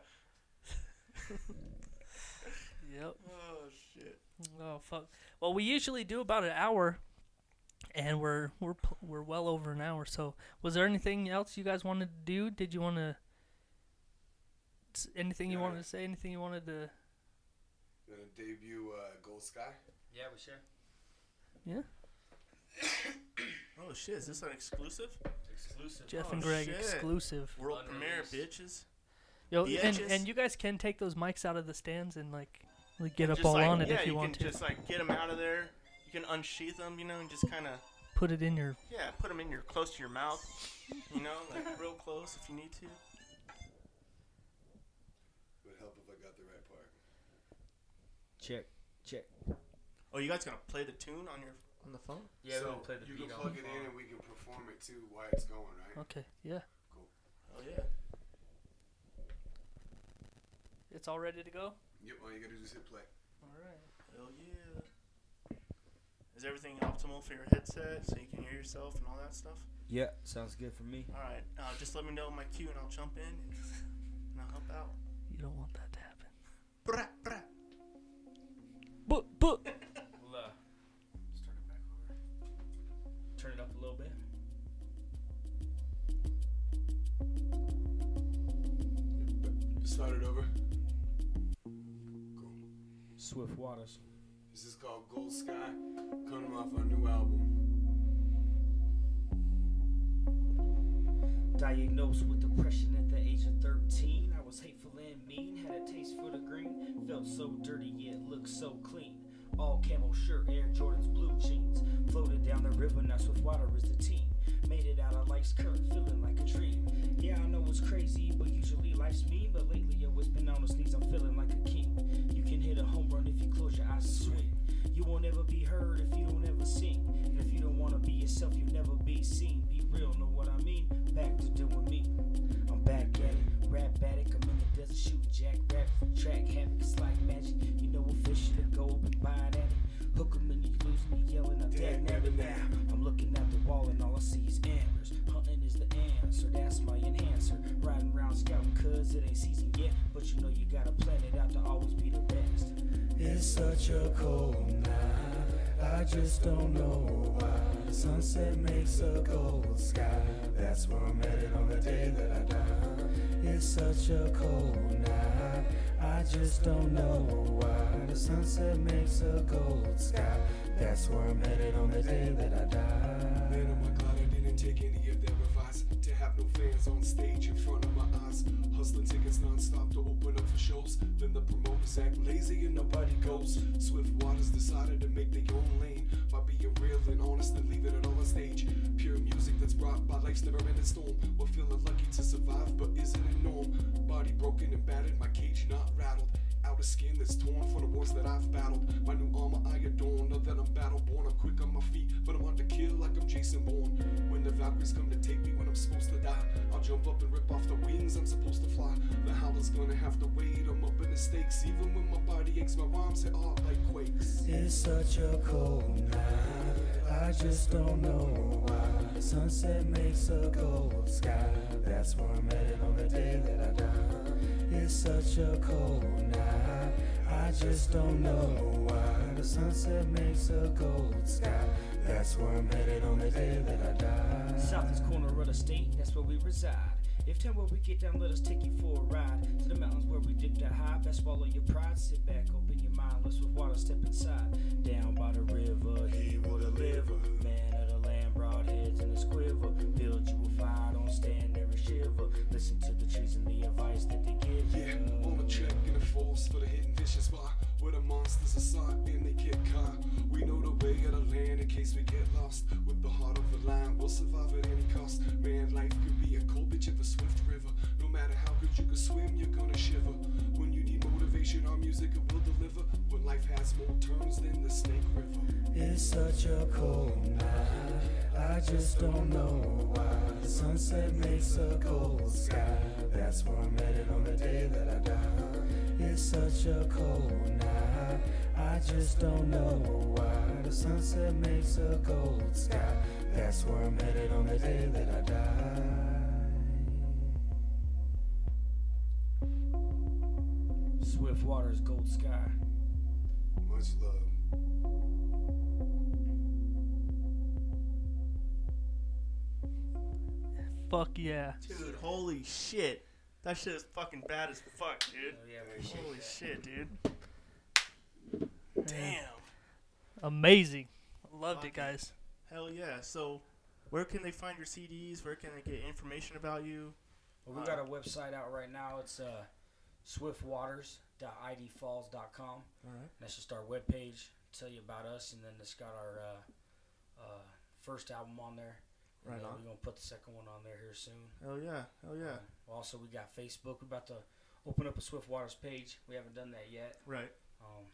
[SPEAKER 2] Yep.
[SPEAKER 3] Oh shit.
[SPEAKER 2] Oh fuck! Well, we usually do about an hour, and we're we're pl- we're well over an hour. So, was there anything else you guys wanted to do? Did you want to anything you
[SPEAKER 6] Yeah.
[SPEAKER 2] wanted to say? Anything you wanted to?
[SPEAKER 6] Gonna debut uh, Gold Sky.
[SPEAKER 4] Yeah, we sure.
[SPEAKER 2] Yeah,
[SPEAKER 3] Oh shit, is this an exclusive?
[SPEAKER 4] Exclusive.
[SPEAKER 2] Jeff
[SPEAKER 3] Oh,
[SPEAKER 2] and Greg
[SPEAKER 3] shit.
[SPEAKER 2] exclusive.
[SPEAKER 3] World
[SPEAKER 4] Unreleased.
[SPEAKER 3] premiere, bitches.
[SPEAKER 2] Yo,
[SPEAKER 3] The
[SPEAKER 2] and
[SPEAKER 3] edges.
[SPEAKER 2] and you guys can take those mics out of the stands and like like, get up
[SPEAKER 3] Just
[SPEAKER 2] all
[SPEAKER 3] like-
[SPEAKER 2] on it
[SPEAKER 3] yeah,
[SPEAKER 2] if you, want
[SPEAKER 3] can
[SPEAKER 2] to.
[SPEAKER 3] just like get them out of there. You can unsheath them, you know, and just kind of
[SPEAKER 2] Put it in your.
[SPEAKER 3] yeah, put them in your close to your mouth, you know, like real close if you need to.
[SPEAKER 6] Would help if I got the right part.
[SPEAKER 4] Check. Check.
[SPEAKER 3] Oh, you guys gonna play the tune on your on the phone?
[SPEAKER 4] Yeah,
[SPEAKER 6] so
[SPEAKER 4] we play the
[SPEAKER 6] you
[SPEAKER 4] beat
[SPEAKER 6] can
[SPEAKER 4] on
[SPEAKER 6] plug
[SPEAKER 4] the
[SPEAKER 6] it
[SPEAKER 4] phone.
[SPEAKER 6] in and we can perform it too while it's going, right?
[SPEAKER 2] Okay, yeah,
[SPEAKER 3] Oh yeah.
[SPEAKER 2] it's all ready to go.
[SPEAKER 6] Yep. All you gotta do is hit play.
[SPEAKER 2] All right.
[SPEAKER 3] Hell yeah. Is everything optimal for your headset so you can hear yourself and all that stuff?
[SPEAKER 4] Yeah, sounds good for me.
[SPEAKER 3] All right, uh, just let me know my cue and I'll jump in and, and I'll help out.
[SPEAKER 2] You don't want that to happen.
[SPEAKER 3] Brah, brah.
[SPEAKER 2] But but.
[SPEAKER 4] We'll, uh, let's turn it back over. Turn it up a little bit.
[SPEAKER 6] Start it over.
[SPEAKER 4] Swift Waters.
[SPEAKER 6] This is called Gold Sky. Coming off our new album.
[SPEAKER 4] Diagnosed with depression at the age of 13. I was hateful and mean, had a taste for the green. Felt so dirty, yet looked so clean. All camo shirt, Air Jordans, blue jeans. Floated down the river, now Swift Water is the team. Made it out of life's current, feeling like a dream. Yeah, I know it's crazy, but usually life's mean. But lately, yo, it's been on its knees, I'm feeling like a king. You can hit a home run if you close your eyes and swing. You won't ever be heard if you don't ever sing. And if you don't wanna be yourself, you'll never be seen. Be real, know what I mean? Back to doing me. I'm back at it, rap addict. I'm in the desert shooting jack rap. Track havoc, it's like magic. You know, official to go up and buy it at it. Hook 'em and you lose me, yelling out that never now. I'm looking at the wall and all I see is antlers. Hunting is the answer, that's my enhancer. Riding round scouting, cuz it ain't season yet. But you know, you gotta plan it out to always be the best.
[SPEAKER 8] It's such a cold night. I just don't know why. Sunset makes a gold sky. That's where I met it on the day that I died. It's such a cold night. I just don't know why. The sunset makes a gold sky. That's where I met it on the day that I died.
[SPEAKER 6] Man on my cloud, I didn't take any of their advice to have no fans on stage in front of my eyes. Hustling tickets non-stop to open up for shows. Then the promoters act lazy and nobody goes. Swift Waters decided to make their own lane by being real and honest and leaving it all on stage. Pure music that's brought by life's never-ending storm. We're feeling lucky to survive, but isn't it norm? Body broken and battered, my cage not rattled. Outer skin that's torn for the wars that I've battled. My new armor I adorn. Know that I'm battle born. I'm quick on my feet, but I'm on the kill like I'm Jason Bourne. When the Valkyries come to take me when I'm supposed to die, I'll jump up and rip off the wings I'm supposed to fly. The howler's gonna have to wait. I'm up in the
[SPEAKER 5] mistakes. Even when my body aches, my rhymes hit hard like quakes.
[SPEAKER 8] It's such a cold night. I just don't know why. Sunset makes a gold sky. That's where I met it on the day that I died. It's such a cold night. I just don't know why. The sunset makes a gold sky. That's where I met it on the day that I died.
[SPEAKER 4] Southeast corner of the state, that's where we reside. If time where we get down, let us take you for a ride to the mountains where we dip that high. Best swallow your pride, sit back, open your mind, let's with water step inside. Down by the river, he will deliver. Man of the land, broad heads and his quiver. Build you a fire, don't stand there and shiver. Listen to the trees and the advice that they give you.
[SPEAKER 5] Yeah, on a track in the forest for the hidden vicious spot where the monsters are sought and they get caught. We know the way of the land in case we get lost. With the heart of a lion, we'll survive at any cost. Man, life could be a cold bitch of a swift river. No matter how good you can swim, you're gonna shiver. When you need motivation, our music it will deliver. When life has more turns than the Snake River.
[SPEAKER 8] It's such a cold night. I just don't know why. The sunset makes a cold sky. That's where I met it on the day that I died. It's such a cold night. I just don't know why. The sunset makes a cold sky. That's where I met it on the day that I died.
[SPEAKER 4] Swift waters, gold sky.
[SPEAKER 5] Much love.
[SPEAKER 2] Fuck yeah.
[SPEAKER 3] Dude, holy shit. That shit is fucking bad as fuck, dude.
[SPEAKER 4] Oh, yeah, appreciate
[SPEAKER 3] Holy
[SPEAKER 4] that.
[SPEAKER 3] shit, dude.
[SPEAKER 2] Yeah.
[SPEAKER 3] Damn.
[SPEAKER 2] Amazing. I Loved
[SPEAKER 3] Fuck
[SPEAKER 2] it,
[SPEAKER 3] it.
[SPEAKER 2] guys.
[SPEAKER 3] Hell yeah. So, where can they find your CDs? Where can they get information about you?
[SPEAKER 4] Well, we got a website out right now. It's uh, swiftwaters.idfalls.com.
[SPEAKER 3] Alright.
[SPEAKER 4] That's just our webpage. Tell you about us, and then it's got our uh, uh, first album on there. And
[SPEAKER 3] Right
[SPEAKER 4] then
[SPEAKER 3] on.
[SPEAKER 4] We're gonna put the second one on there here soon.
[SPEAKER 3] Hell yeah. Hell yeah.
[SPEAKER 4] Also, we got Facebook. We're about to open up a Swift Waters page. We haven't done that yet,
[SPEAKER 3] Right.
[SPEAKER 4] um,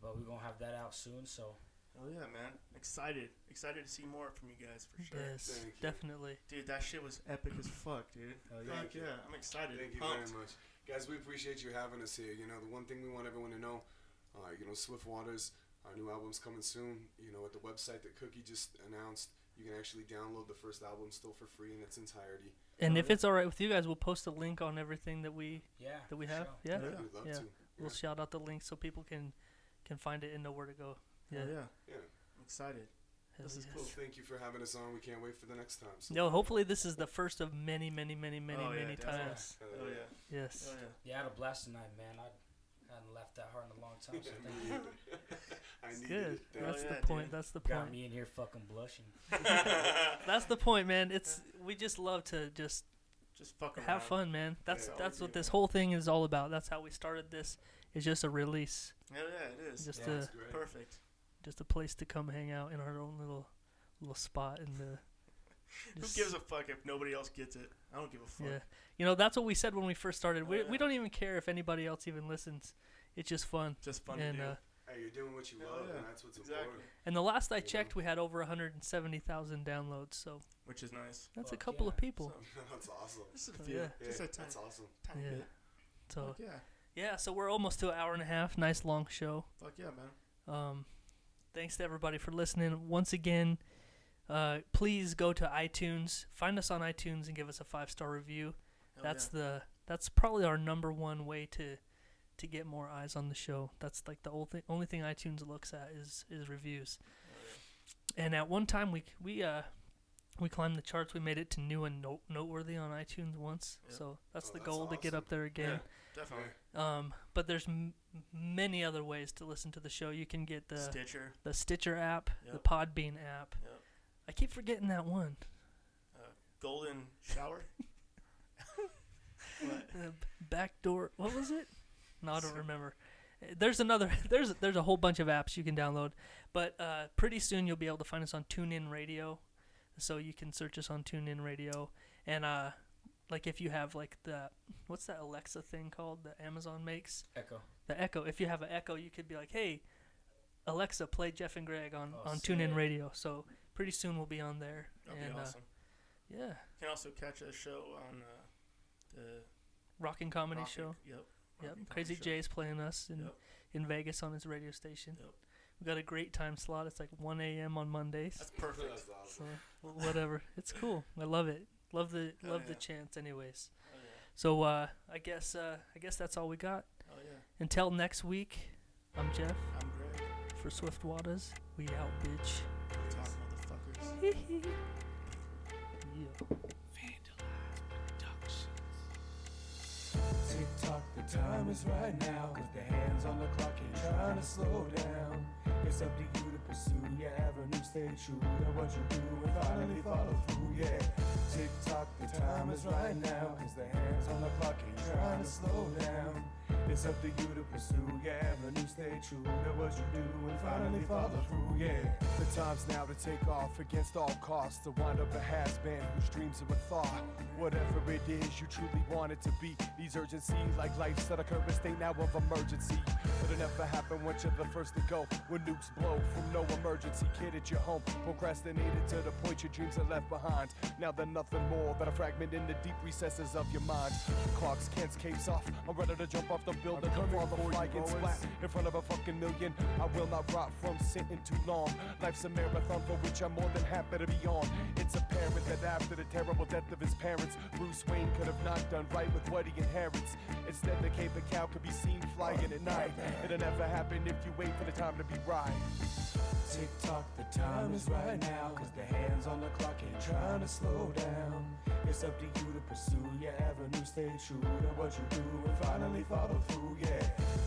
[SPEAKER 4] but we're gonna have that out soon. So
[SPEAKER 3] Hell yeah, man. Excited. Excited to see more from you guys for sure.
[SPEAKER 2] Yes,
[SPEAKER 5] Thank you.
[SPEAKER 2] definitely.
[SPEAKER 3] Dude, that shit was epic as fuck, dude.
[SPEAKER 4] Hell yeah.
[SPEAKER 3] Fuck yeah. I'm excited.
[SPEAKER 5] Thank you
[SPEAKER 3] Pumped.
[SPEAKER 5] very much. Guys, we appreciate you having us here. You know, the one thing we want everyone to know, uh, you know, Swift Waters, our new album's coming soon. You know, at the website that Cookie just announced, you can actually download the first album still for free in its entirety.
[SPEAKER 2] And
[SPEAKER 3] Oh,
[SPEAKER 2] if
[SPEAKER 3] yeah.
[SPEAKER 2] it's all right with you guys, we'll post a link on everything that we
[SPEAKER 4] yeah,
[SPEAKER 2] that we
[SPEAKER 4] for
[SPEAKER 2] have.
[SPEAKER 4] sure.
[SPEAKER 2] Yeah.
[SPEAKER 3] Yeah.
[SPEAKER 5] We'd love
[SPEAKER 2] Yeah.
[SPEAKER 5] to.
[SPEAKER 2] We'll shout out the link so people can can find it and know where to go. Yeah.
[SPEAKER 3] Hell yeah.
[SPEAKER 5] Yeah.
[SPEAKER 3] I'm excited.
[SPEAKER 2] Hell
[SPEAKER 3] This is
[SPEAKER 2] yes.
[SPEAKER 5] Well, thank you for having us on. We can't wait for the next time. So,
[SPEAKER 2] No, hopefully this is the first of many, many, many, many,
[SPEAKER 3] Oh, yeah,
[SPEAKER 2] many
[SPEAKER 3] definitely.
[SPEAKER 2] times.
[SPEAKER 5] uh,
[SPEAKER 3] Hell yeah.
[SPEAKER 2] Yes.
[SPEAKER 3] Hell yeah.
[SPEAKER 4] Yeah, I had a blast tonight, man. I hadn't laughed that hard in a long time. So thank you.
[SPEAKER 5] I needed
[SPEAKER 2] Good.
[SPEAKER 5] it. Oh, Thank
[SPEAKER 2] That's
[SPEAKER 3] yeah,
[SPEAKER 2] the
[SPEAKER 3] dude.
[SPEAKER 2] point. That's the
[SPEAKER 4] Got
[SPEAKER 2] point.
[SPEAKER 4] me in here fucking blushing.
[SPEAKER 2] That's the point, man. It's we just love to just
[SPEAKER 3] Just fucking
[SPEAKER 2] have fun, man. That's
[SPEAKER 5] Yeah.
[SPEAKER 2] that's what this whole thing is all about. That's how we started this. It's just a release,
[SPEAKER 3] Hell yeah, it is.
[SPEAKER 2] just
[SPEAKER 4] Yeah.
[SPEAKER 2] a
[SPEAKER 5] you. Great.
[SPEAKER 3] Perfect.
[SPEAKER 2] just a place to come hang out in our own little little spot in the. just-
[SPEAKER 3] Who gives a fuck if nobody else gets it? I don't give a fuck.
[SPEAKER 2] Yeah, you know that's what we said when we first started.
[SPEAKER 3] Oh,
[SPEAKER 2] we,
[SPEAKER 3] yeah.
[SPEAKER 2] we don't even care if anybody else even listens. It's just fun.
[SPEAKER 3] Just fun
[SPEAKER 2] and
[SPEAKER 3] to do.
[SPEAKER 2] uh,
[SPEAKER 5] Hey, you're doing what you
[SPEAKER 3] Hell
[SPEAKER 5] love,
[SPEAKER 3] yeah.
[SPEAKER 5] and that's what's
[SPEAKER 3] Exactly.
[SPEAKER 5] important.
[SPEAKER 2] and the last I
[SPEAKER 5] Yeah.
[SPEAKER 2] checked, we had over 170,000 downloads. So
[SPEAKER 3] which is nice.
[SPEAKER 2] that's a
[SPEAKER 4] Fuck
[SPEAKER 2] couple of
[SPEAKER 4] yeah.
[SPEAKER 2] people.
[SPEAKER 5] that's awesome.
[SPEAKER 3] Just a
[SPEAKER 2] So,
[SPEAKER 3] few.
[SPEAKER 2] Oh, yeah.
[SPEAKER 5] Yeah,
[SPEAKER 3] Just a tiny,
[SPEAKER 5] that's awesome.
[SPEAKER 3] tiny
[SPEAKER 2] Yeah.
[SPEAKER 3] bit.
[SPEAKER 2] So,
[SPEAKER 3] Fuck yeah.
[SPEAKER 2] yeah, so we're almost to an hour and a half. Nice long show.
[SPEAKER 3] Fuck yeah, man.
[SPEAKER 2] Um, thanks to everybody for listening once again. Uh, please go to iTunes, find us on iTunes, and give us a five star review.
[SPEAKER 3] Hell
[SPEAKER 2] that's the that's probably our number one way to to get more eyes on the show. That's like the old thing, only thing iTunes looks at is is reviews. And at one time we we uh we climbed the charts. We made it to new and note- noteworthy on iTunes once.
[SPEAKER 3] Yeah.
[SPEAKER 2] So that's
[SPEAKER 5] Oh,
[SPEAKER 2] the
[SPEAKER 5] that's
[SPEAKER 2] goal to get
[SPEAKER 5] awesome.
[SPEAKER 2] up there
[SPEAKER 3] yeah.
[SPEAKER 2] again.
[SPEAKER 3] Yeah, definitely.
[SPEAKER 2] Um, but there's m- many other ways to listen to the show. You can get the
[SPEAKER 3] Stitcher.
[SPEAKER 2] the Stitcher app, the
[SPEAKER 3] Yep.
[SPEAKER 2] Podbean app.
[SPEAKER 3] Yep.
[SPEAKER 2] I keep forgetting that one.
[SPEAKER 3] Golden shower. what?
[SPEAKER 2] The backdoor. What was it? No, I don't remember. Uh, There's another. There's there's a whole bunch of apps you can download, but uh, pretty soon you'll be able to find us on TuneIn Radio, so you can search us on TuneIn Radio, and uh, like if you have like the what's that Alexa thing called that Amazon makes
[SPEAKER 4] Echo.
[SPEAKER 2] the Echo. If you have an Echo, you could be like, hey, Alexa, play Jeff and Greg on
[SPEAKER 4] Oh,
[SPEAKER 2] on TuneIn
[SPEAKER 4] sick.
[SPEAKER 2] Radio. So pretty soon we'll be on there,
[SPEAKER 3] That'd
[SPEAKER 2] and
[SPEAKER 3] be awesome.
[SPEAKER 2] uh, yeah,
[SPEAKER 3] you can also catch a show on uh, the
[SPEAKER 2] rocking comedy
[SPEAKER 3] Rocket-
[SPEAKER 2] show.
[SPEAKER 3] Yep.
[SPEAKER 2] Yep.
[SPEAKER 3] Robbie Palmer
[SPEAKER 2] Crazy
[SPEAKER 3] show.
[SPEAKER 2] J's playing us in,
[SPEAKER 3] Yep.
[SPEAKER 2] in Vegas on his radio station.
[SPEAKER 3] Yep.
[SPEAKER 2] We got a great time slot. It's like 1 a.m. on Mondays.
[SPEAKER 3] That's perfect.
[SPEAKER 9] That's awesome.
[SPEAKER 2] So wh- whatever. It's cool. I love it. Love the
[SPEAKER 3] Oh,
[SPEAKER 2] love the
[SPEAKER 3] yeah.
[SPEAKER 2] chance. Anyways.
[SPEAKER 3] Oh yeah.
[SPEAKER 2] So uh, I guess uh, I guess that's all we got.
[SPEAKER 3] Oh yeah. Oh,
[SPEAKER 2] Until next week. I'm Jeff
[SPEAKER 3] I'm Greg.
[SPEAKER 2] for Swift Waters. We out, bitch.
[SPEAKER 3] Talk motherfuckers.
[SPEAKER 2] Yeah.
[SPEAKER 6] Tick tock, the time is right now. With the hands on the clock, you're trying to slow down. It's up to you to pursue your avenue. Stay true to what you do and finally follow through. Yeah. Tick tock, the time is right now. Cause the hands on the clock, you're trying to slow down. It's up to you to pursue your avenue. Stay true to what you do and finally follow through. Yeah. The time's now to take off against all costs. To wind up a has been whose dreams are a thought. Whatever it is you truly want it to be. These urgencies, like life's at a current state now of emergency. It'll never happen once you're the first to go. When nukes blow from no emergency kid at your home. Procrastinated to the point your dreams are left behind. Now they're nothing more than a fragment in the deep recesses of your mind. Clocks, Kent's capes off. I'm ready to jump off the building before the fly gets flat. In front of a fucking million, I will not rot from sitting too long. Life's a marathon for which I'm more than happy to be on. It's apparent that after the terrible death of his parents, Bruce Wayne could have not done right with what he inherits. Instead, the Cape of Cow could be seen flying at night. It'll never happen if you wait for the time to be right.
[SPEAKER 10] Tick tock, the time is right now. Cause the hands on the clock ain't trying to slow down. It's up to you to pursue your avenue. Stay true to what you do and finally follow through. Yeah.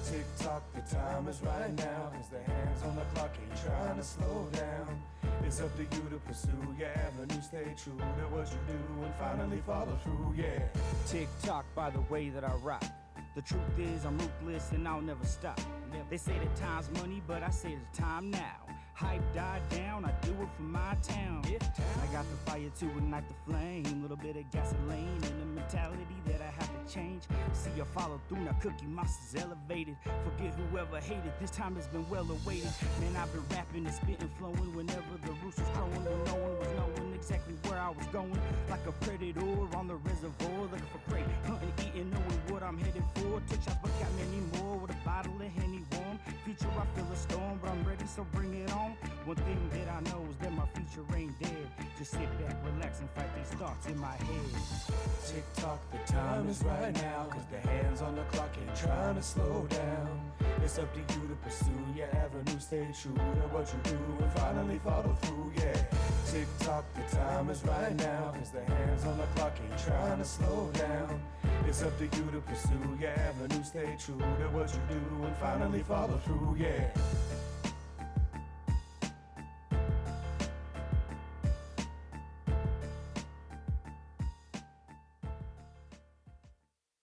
[SPEAKER 10] Tick tock, the time is right now. Cause the hands on the clock ain't trying to slow down. It's up to you to pursue your avenue. Stay true to what you do and finally follow through. Yeah.
[SPEAKER 4] Tick tock by the way that I rock. The truth is, I'm ruthless and I'll never stop. They say that time's money, but I say the time now. Hype died down, I do it for my town. I got the fire to ignite the flame. Little bit of gasoline and the mentality that I have to change. See, I follow through, now Cookie Monster's elevated. Forget whoever hated, this time has been well awaited. Man, I've been rapping and spitting, flowing whenever the roost was crowing. When no one was knowing exactly where I was going. Like a predator on the reservoir, looking for prey. Hunting, eating, knowing what I'm headed for. Took shots, but got many more with a bottle of Henny warm. Future, I feel a storm, but I'm ready, so bring it on. One thing that I know is that my future ain't dead. Just sit back, relax, and fight these thoughts in my head.
[SPEAKER 10] Tick tock, the time is right now. Cause the hands on the clock ain't trying to slow down. It's up to you to pursue your avenue. Stay true to what you do and finally follow through, yeah. Tick tock, the time is right now. Cause the hands on the clock ain't trying to slow down. It's up to you to pursue your avenue. Stay true to what you do and finally follow through, yeah.